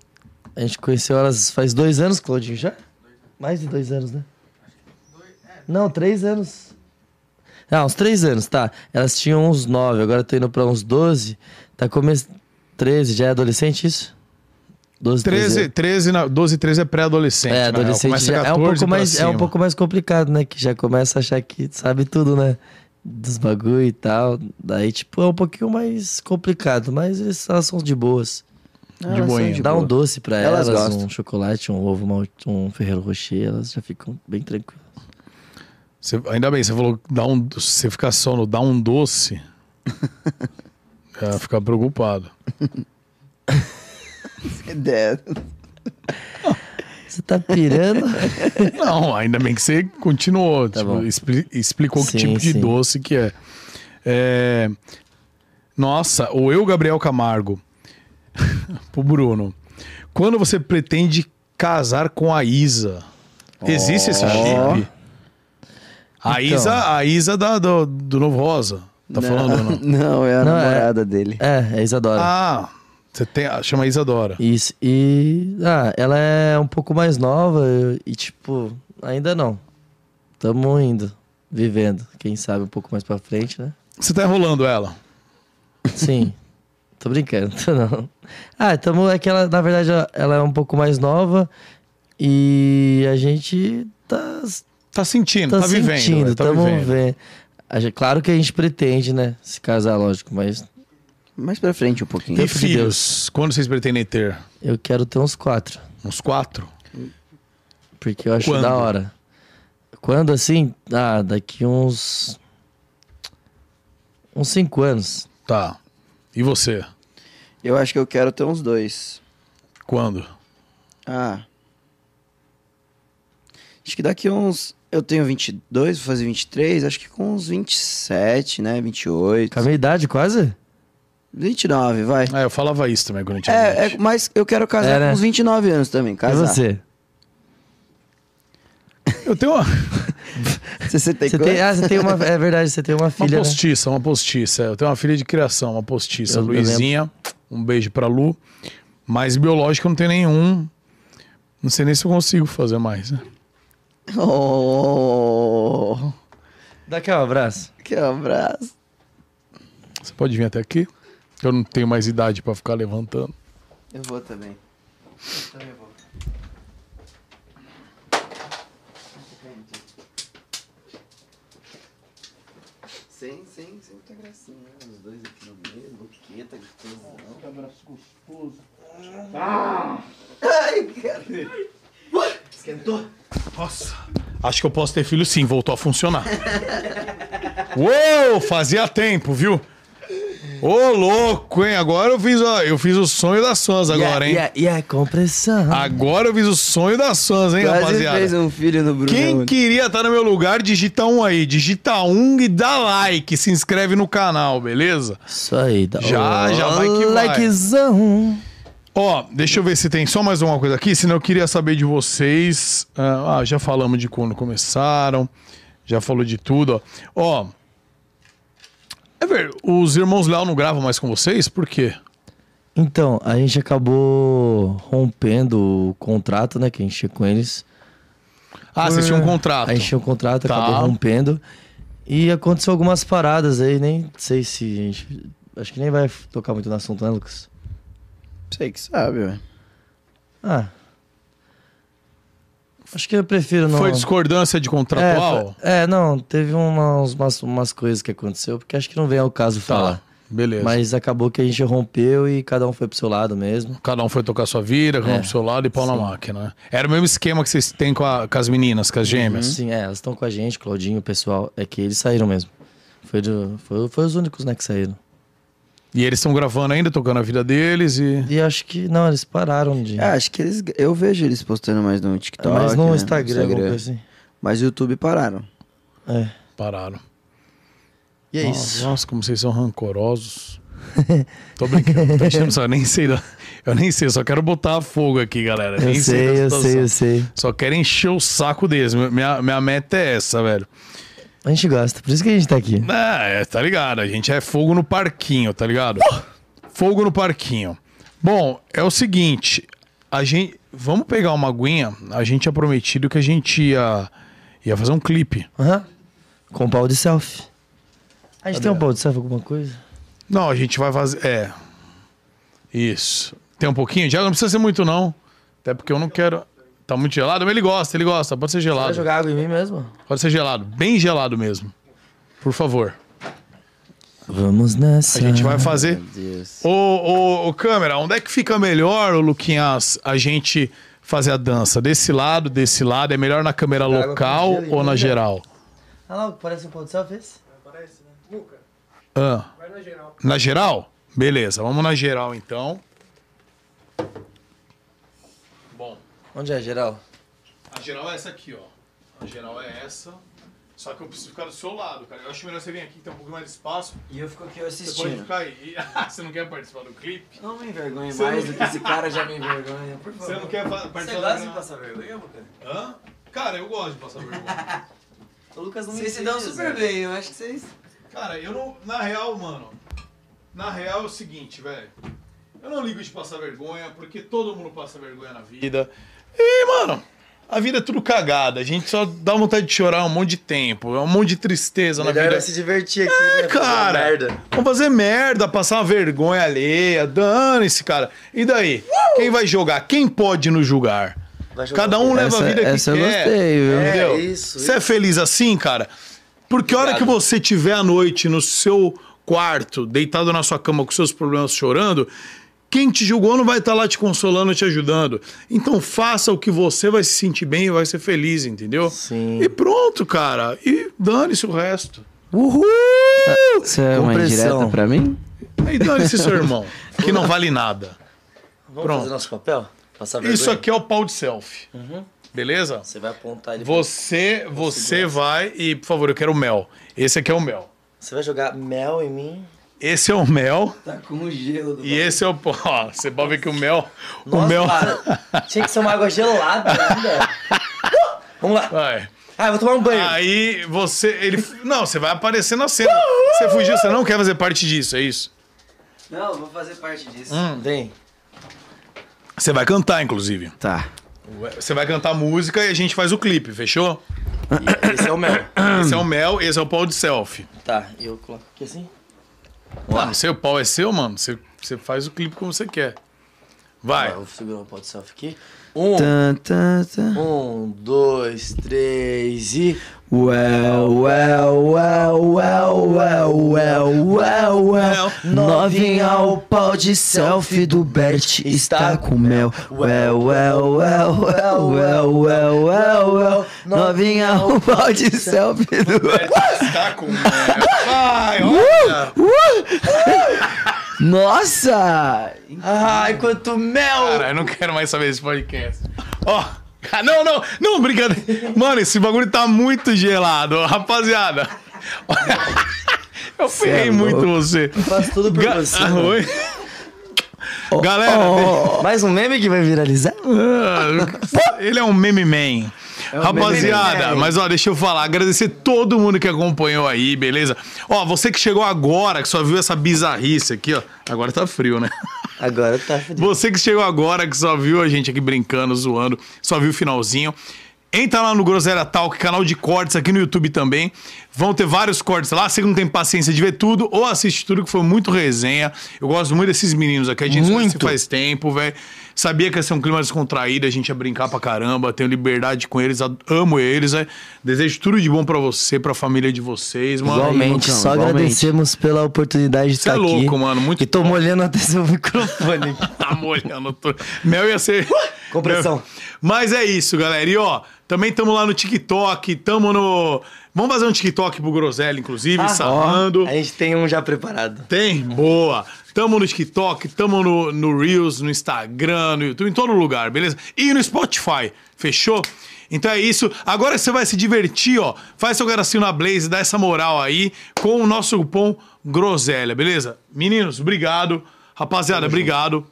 Speaker 2: a gente conheceu elas faz dois anos, Claudinho, já? Mais de dois anos, né? Não, três anos. Ah, uns três anos, tá. Elas tinham uns nove, agora tô indo pra uns doze. Tá começando. Treze, já é adolescente isso? Doze,
Speaker 1: 13, 13, na- 12 e 13 é pré-adolescente.
Speaker 2: É,
Speaker 1: né?
Speaker 2: adolescente
Speaker 1: Começa
Speaker 2: já é, um
Speaker 1: 14
Speaker 2: pouco
Speaker 1: pra
Speaker 2: mais, é um
Speaker 1: cima.
Speaker 2: pouco mais complicado, né? Que já começa a achar que sabe tudo, né? Dos bagulho e tal. Daí, tipo, é um pouquinho mais complicado, mas eles- elas são de boas.
Speaker 3: Elas são boinha. de
Speaker 2: Dá
Speaker 3: boa.
Speaker 2: um doce pra
Speaker 3: Elas
Speaker 2: elas,
Speaker 3: gostam.
Speaker 2: um chocolate, um ovo, uma- um ferreiro rocher, elas já ficam bem tranquilas.
Speaker 1: Você- ainda bem, você falou que dá um, se você ficar só no dar um doce. ela fica preocupada. É.
Speaker 2: Você tá pirando?
Speaker 1: Não, ainda bem que você continuou. tipo,
Speaker 2: Tá bom.
Speaker 1: expli- explicou que
Speaker 2: Sim,
Speaker 1: tipo de
Speaker 2: sim.
Speaker 1: doce que é. É, Nossa, o eu, Gabriel Camargo, pro Bruno. Quando você pretende casar com a Isa? Existe esse
Speaker 2: Ó.
Speaker 1: chip? A
Speaker 2: Então.
Speaker 1: Isa, a Isa da, do, do Novo Rosa. Tá falando ou não?
Speaker 3: Não, é a
Speaker 2: Não, é-
Speaker 3: namorada dele.
Speaker 2: É, é a Isadora.
Speaker 1: Ah, você tem, ah, chama Isadora.
Speaker 2: Isso. E. Ah, ela é um pouco mais nova eu- e, tipo, ainda não. Tamo indo, vivendo. Quem sabe um pouco mais pra frente, né?
Speaker 1: Você tá enrolando ela?
Speaker 2: Sim. Tô brincando, tô não. Ah, tamo. É que ela, na verdade, ela- ela é um pouco mais nova e a gente tá.
Speaker 1: Tá sentindo, tá, vivendo. né? tá
Speaker 2: tamo
Speaker 1: vivendo.
Speaker 2: vendo. A gente- Claro que a gente pretende, né? Se casar, lógico, mas
Speaker 3: Mais pra frente um pouquinho.
Speaker 1: E filhos, quando vocês pretendem ter?
Speaker 2: eu quero ter uns quatro.
Speaker 1: Uns quatro?
Speaker 2: Porque eu acho
Speaker 1: Quando?
Speaker 2: da hora. Quando assim? Ah, daqui uns. Uns cinco anos.
Speaker 1: Tá. E você?
Speaker 3: Eu acho que eu quero ter uns dois.
Speaker 1: Quando?
Speaker 3: Ah. Acho que daqui uns. Eu tenho 22, vou fazer 23, acho que com uns 27, né? 28.
Speaker 2: Com a minha idade quase?
Speaker 3: 29, vai.
Speaker 1: Ah, eu falava isso também quando a gente era
Speaker 3: É, é,
Speaker 1: gente.
Speaker 3: mas eu quero casar
Speaker 2: É, né?
Speaker 3: com uns 29 anos também, casar.
Speaker 2: E você?
Speaker 1: é, Eu tenho uma...
Speaker 3: Você tem
Speaker 2: Você
Speaker 3: quantos?
Speaker 2: tem, ah, você tem uma. É verdade, você tem uma
Speaker 1: Uma
Speaker 2: filha. né?
Speaker 1: postiça, uma postiça. é. Eu tenho uma filha de criação, uma postiça.
Speaker 2: Eu- eu
Speaker 1: Luizinha, um beijo pra Lu. Mas biológico eu não tenho nenhum. Não sei nem se eu consigo fazer mais, né?
Speaker 3: Oh.
Speaker 2: Dá aqui um abraço.
Speaker 3: Que abraço.
Speaker 1: Você pode vir até aqui? Eu não tenho mais idade pra ficar levantando.
Speaker 3: Eu vou também. Também vou. Sim, sim, sim, muita gracinha. Os dois aqui no meio, boqueta, gostoso. Que abraço gostoso. Ah! Ai, cadê? Esquentou?
Speaker 1: Nossa. Acho que eu posso ter filho sim, voltou a funcionar. Uou, fazia tempo, viu? Ô, louco, hein? Agora eu fiz, ó, eu fiz o sonho das suas agora, hein?
Speaker 2: E a compressão.
Speaker 1: Ah, Agora eu fiz o sonho das suas, hein,
Speaker 3: Quase
Speaker 1: rapaziada?
Speaker 3: fez um filho no Bruno.
Speaker 1: Quem
Speaker 3: mano.
Speaker 1: queria estar no meu lugar, digita um aí. Digita um e dá like. Se inscreve no canal, beleza?
Speaker 2: Isso aí, dá
Speaker 1: Já,
Speaker 2: o
Speaker 1: já vai que vai.
Speaker 2: likezão.
Speaker 1: Ó, deixa eu ver se tem só mais alguma coisa aqui, senão eu queria saber de vocês. Ah, ah, já falamos de quando começaram, já falou de tudo, ó. Ó, Ever, os irmãos Léo não gravam mais com vocês? Por quê?
Speaker 2: Então, a gente acabou rompendo o contrato, né? Que a gente tinha com eles.
Speaker 1: Ah, vocês tinham um contrato.
Speaker 2: A gente tinha um contrato,
Speaker 1: Tá.
Speaker 2: acabou rompendo. E aconteceu algumas paradas aí, nem sei se a gente. Acho que nem vai tocar muito no assunto, né, Lucas?
Speaker 3: Sei que sabe, velho.
Speaker 2: Ah. Acho que eu prefiro não.
Speaker 1: Foi discordância de
Speaker 2: É,
Speaker 1: contratual?
Speaker 2: foi- É, não, teve umas, umas, umas coisas que aconteceu, porque acho que não vem ao caso falar.
Speaker 1: Tá. beleza.
Speaker 2: Mas acabou que a gente rompeu e cada um foi pro seu lado mesmo.
Speaker 1: Cada um foi tocar sua vida, cada um
Speaker 2: É,
Speaker 1: pro seu lado e pau na
Speaker 2: sim.
Speaker 1: máquina. né? Era o mesmo esquema que vocês têm com, a- com as meninas, com as gêmeas.
Speaker 2: Sim, é, elas estão com a gente, Claudinho, o pessoal. É que eles saíram mesmo. Foi, do, foi, foi os únicos, né, que saíram.
Speaker 1: E eles estão gravando ainda, tocando a vida deles e.
Speaker 2: E acho que. Não, eles pararam de.
Speaker 3: É, acho que eles. Eu vejo eles postando mais no TikTok.
Speaker 2: Mas no
Speaker 3: né,
Speaker 2: Instagram, alguma coisa assim.
Speaker 3: Mas o YouTube pararam.
Speaker 2: É.
Speaker 1: Pararam.
Speaker 2: E é
Speaker 1: Nossa,
Speaker 2: isso.
Speaker 1: Nossa, como vocês são rancorosos. Tô brincando, tô enchendo, só nem sei. da- Eu nem sei, só quero botar fogo aqui, galera.
Speaker 2: Eu
Speaker 1: nem
Speaker 2: sei,
Speaker 1: da
Speaker 2: eu
Speaker 1: situação.
Speaker 2: sei, eu sei.
Speaker 1: Só quero encher o saco deles. Minha, minha meta é essa, velho.
Speaker 2: A gente gosta, por isso que a gente tá aqui.
Speaker 1: É, é, tá ligado? A gente é fogo no parquinho, tá ligado? Fogo no parquinho. Bom, é o seguinte, a gente. Vamos pegar uma aguinha. A gente tinha prometido que a gente ia, ia fazer um clipe.
Speaker 2: Com pau de selfie. A gente tem um pau de selfie, alguma coisa?
Speaker 1: Não, a gente vai fazer. É. Isso. Tem um pouquinho? Já não precisa ser muito, não. Até porque eu não quero. Tá muito gelado, mas ele gosta, ele gosta. Pode ser
Speaker 2: Vai
Speaker 1: gelado.
Speaker 2: jogar água em mim mesmo?
Speaker 1: Pode ser gelado. Bem gelado mesmo. Por favor.
Speaker 2: Vamos nessa.
Speaker 1: A gente vai fazer. Ô, ô, ô, câmera, onde é que fica melhor, ô, Luquinhas, a gente fazer a dança? Desse lado, desse lado? É melhor na câmera
Speaker 2: Água com
Speaker 1: local
Speaker 2: gelo e
Speaker 1: ou na
Speaker 2: milho.
Speaker 1: geral?
Speaker 2: Ah lá, o que parece um pau de selfie esse?
Speaker 4: Parece, né? Muca,
Speaker 1: Hã?
Speaker 4: vai na geral.
Speaker 1: Na geral? Beleza, vamos na geral então. Bom.
Speaker 2: Onde é, geral?
Speaker 1: A geral é essa aqui, ó. A geral é essa. Só que eu preciso ficar do seu lado, cara. Eu acho melhor você vir aqui, que tem um pouco mais de espaço.
Speaker 3: E eu fico aqui
Speaker 1: Você pode ficar aí. E- você não quer participar do clipe?
Speaker 3: Não me envergonhe
Speaker 1: Você
Speaker 3: mais
Speaker 1: não-
Speaker 3: do que esse cara já me envergonha, por favor.
Speaker 1: Você não quer fa- participar
Speaker 3: Você
Speaker 1: do
Speaker 3: gosta de
Speaker 1: programa?
Speaker 3: passar vergonha, Lucas?
Speaker 1: Hã? Cara, eu gosto de passar vergonha.
Speaker 3: O Lucas não me Vocês se dão super bem, eu acho que vocês...
Speaker 1: Cara, eu não. Na real, mano. Na real é o seguinte, velho. Eu não ligo de passar vergonha, porque todo mundo passa vergonha na vida. E, mano, a vida é tudo cagada. A gente só dá vontade de chorar um monte de tempo. É um monte de tristeza na
Speaker 2: Melhor
Speaker 3: é
Speaker 1: vida.
Speaker 2: vai se divertir aqui,
Speaker 1: É, cara. Vamos fazer merda, passar uma vergonha alheia. Dane-se, cara. E daí? Quem vai jogar? Quem pode nos julgar? Cada um leva
Speaker 3: Essa-
Speaker 1: a vida que
Speaker 3: essa eu
Speaker 1: quer.
Speaker 3: gostei, viu? É,
Speaker 1: Entendeu?
Speaker 3: isso,
Speaker 1: Você é feliz assim, cara? Porque a hora que você tiver à noite no seu quarto, deitado na sua cama com seus problemas chorando, quem te julgou não vai estar lá te consolando, te ajudando. Então faça o que você vai se sentir bem e vai ser feliz, entendeu? Sim. E pronto, cara. E dane-se o resto. Uhul!
Speaker 3: Você é uma
Speaker 1: Compressão.
Speaker 3: indireta pra mim?
Speaker 1: E dane-se seu irmão, que não vale nada.
Speaker 2: Vamos
Speaker 1: Pronto.
Speaker 2: fazer nosso papel? Passar vergonha?
Speaker 1: Isso aqui é o pau de selfie. Beleza?
Speaker 2: Você vai apontar ele. pra-
Speaker 1: Você, você vai e, por favor, eu quero o mel. Esse aqui é o mel.
Speaker 2: Você vai jogar mel em mim?
Speaker 1: Esse é o mel
Speaker 3: Tá com gelo do
Speaker 1: e esse é o pau. Ó, Você pode ver que o mel, o
Speaker 2: Nossa,
Speaker 1: mel.
Speaker 2: para. Tinha que ser uma água gelada ainda. Vamos lá.
Speaker 1: Vai. Ah, vou tomar um banho. Aí você. Ele, não, você vai aparecer na cena. Você fugiu, você não quer fazer parte disso, é isso?
Speaker 3: Não, vou fazer parte disso.
Speaker 2: Hum,
Speaker 1: Vem. Você vai cantar, inclusive. Tá. Você vai cantar música e a gente faz o clipe, fechou? Esse é o Mel. Esse é o Mel, esse é o pau de selfie.
Speaker 2: Tá, e eu coloco aqui assim?
Speaker 1: Ah, não sei, o pau é seu, mano. Você, você faz o clipe como você quer. Vai.
Speaker 2: Eu vou segurar o pau de selfie aqui. Um, um, dois, três e...
Speaker 3: Well, well, well, well, well, well, well, well. Novinha, o pau de selfie do Bert está com mel. Well, well, well, well, well, well, well, well. Novinha, o pau de selfie do Bert
Speaker 1: está com mel. Vai,
Speaker 3: olha. Nossa!
Speaker 1: Ai, quanto mel! Cara, eu não quero mais saber desse podcast. Ó, ah, não, não, não, brincadeira. Mano, esse bagulho tá muito gelado, ó, rapaziada. Eu
Speaker 3: Cê é
Speaker 1: ferrei muito
Speaker 3: louco.
Speaker 1: você.
Speaker 2: Faço tudo por você.
Speaker 1: Ah,
Speaker 2: mano.
Speaker 1: oi. Galera,
Speaker 2: mais um meme que vai viralizar?
Speaker 1: Ah, Ele é um meme man.
Speaker 2: É um
Speaker 1: Rapaziada,
Speaker 2: meme man.
Speaker 1: mas ó, deixa eu falar, agradecer todo mundo que acompanhou aí, beleza? Ó, você que chegou agora, que só viu essa bizarrice aqui, ó. Agora tá frio, né?
Speaker 2: Agora tá frio.
Speaker 1: Você que chegou agora, que só viu a gente aqui brincando, zoando, só viu o finalzinho. Entra lá no Groselha Talk, canal de cortes aqui no YouTube também. Vão ter vários cortes lá. Você que não tem paciência de ver tudo, ou assiste tudo, que foi muito resenha. Eu gosto muito desses meninos aqui. A gente muito. se
Speaker 2: Muito.
Speaker 1: faz tempo, velho. Sabia que ia ser um clima descontraído, a gente ia brincar pra caramba. Tenho liberdade com eles, ad- amo eles, né? Desejo tudo de bom pra você, pra família de vocês, mano.
Speaker 2: Igualmente, só agradecemos pela oportunidade de
Speaker 1: Cê é
Speaker 2: estar aqui.
Speaker 1: louco, mano, muito
Speaker 2: E tô molhando até seu microfone.
Speaker 1: tá molhando tudo. Mel ia ser.
Speaker 2: Compressão.
Speaker 1: Mel. Mas é isso, galera. E ó, também estamos lá no TikTok, tamo no. Vamos fazer um TikTok pro Groselha, inclusive,
Speaker 2: Ah,
Speaker 1: sarrando.
Speaker 2: ó, a gente tem um já preparado.
Speaker 1: Tem? Boa! Tamo no TikTok, tamo no, no Reels, no Instagram, no YouTube, em todo lugar, beleza? E no Spotify, fechou? Então é isso. Agora você vai se divertir, ó. Faz seu garacinho na Blaze, dá essa moral aí com o nosso cupom Groselha, beleza? Meninos, obrigado. Rapaziada, obrigado.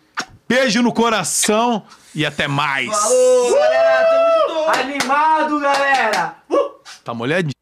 Speaker 1: Beijo no coração e até mais.
Speaker 10: Falou, galera, Uh! tamo junto. Animado, galera.
Speaker 1: Tá molhadinho.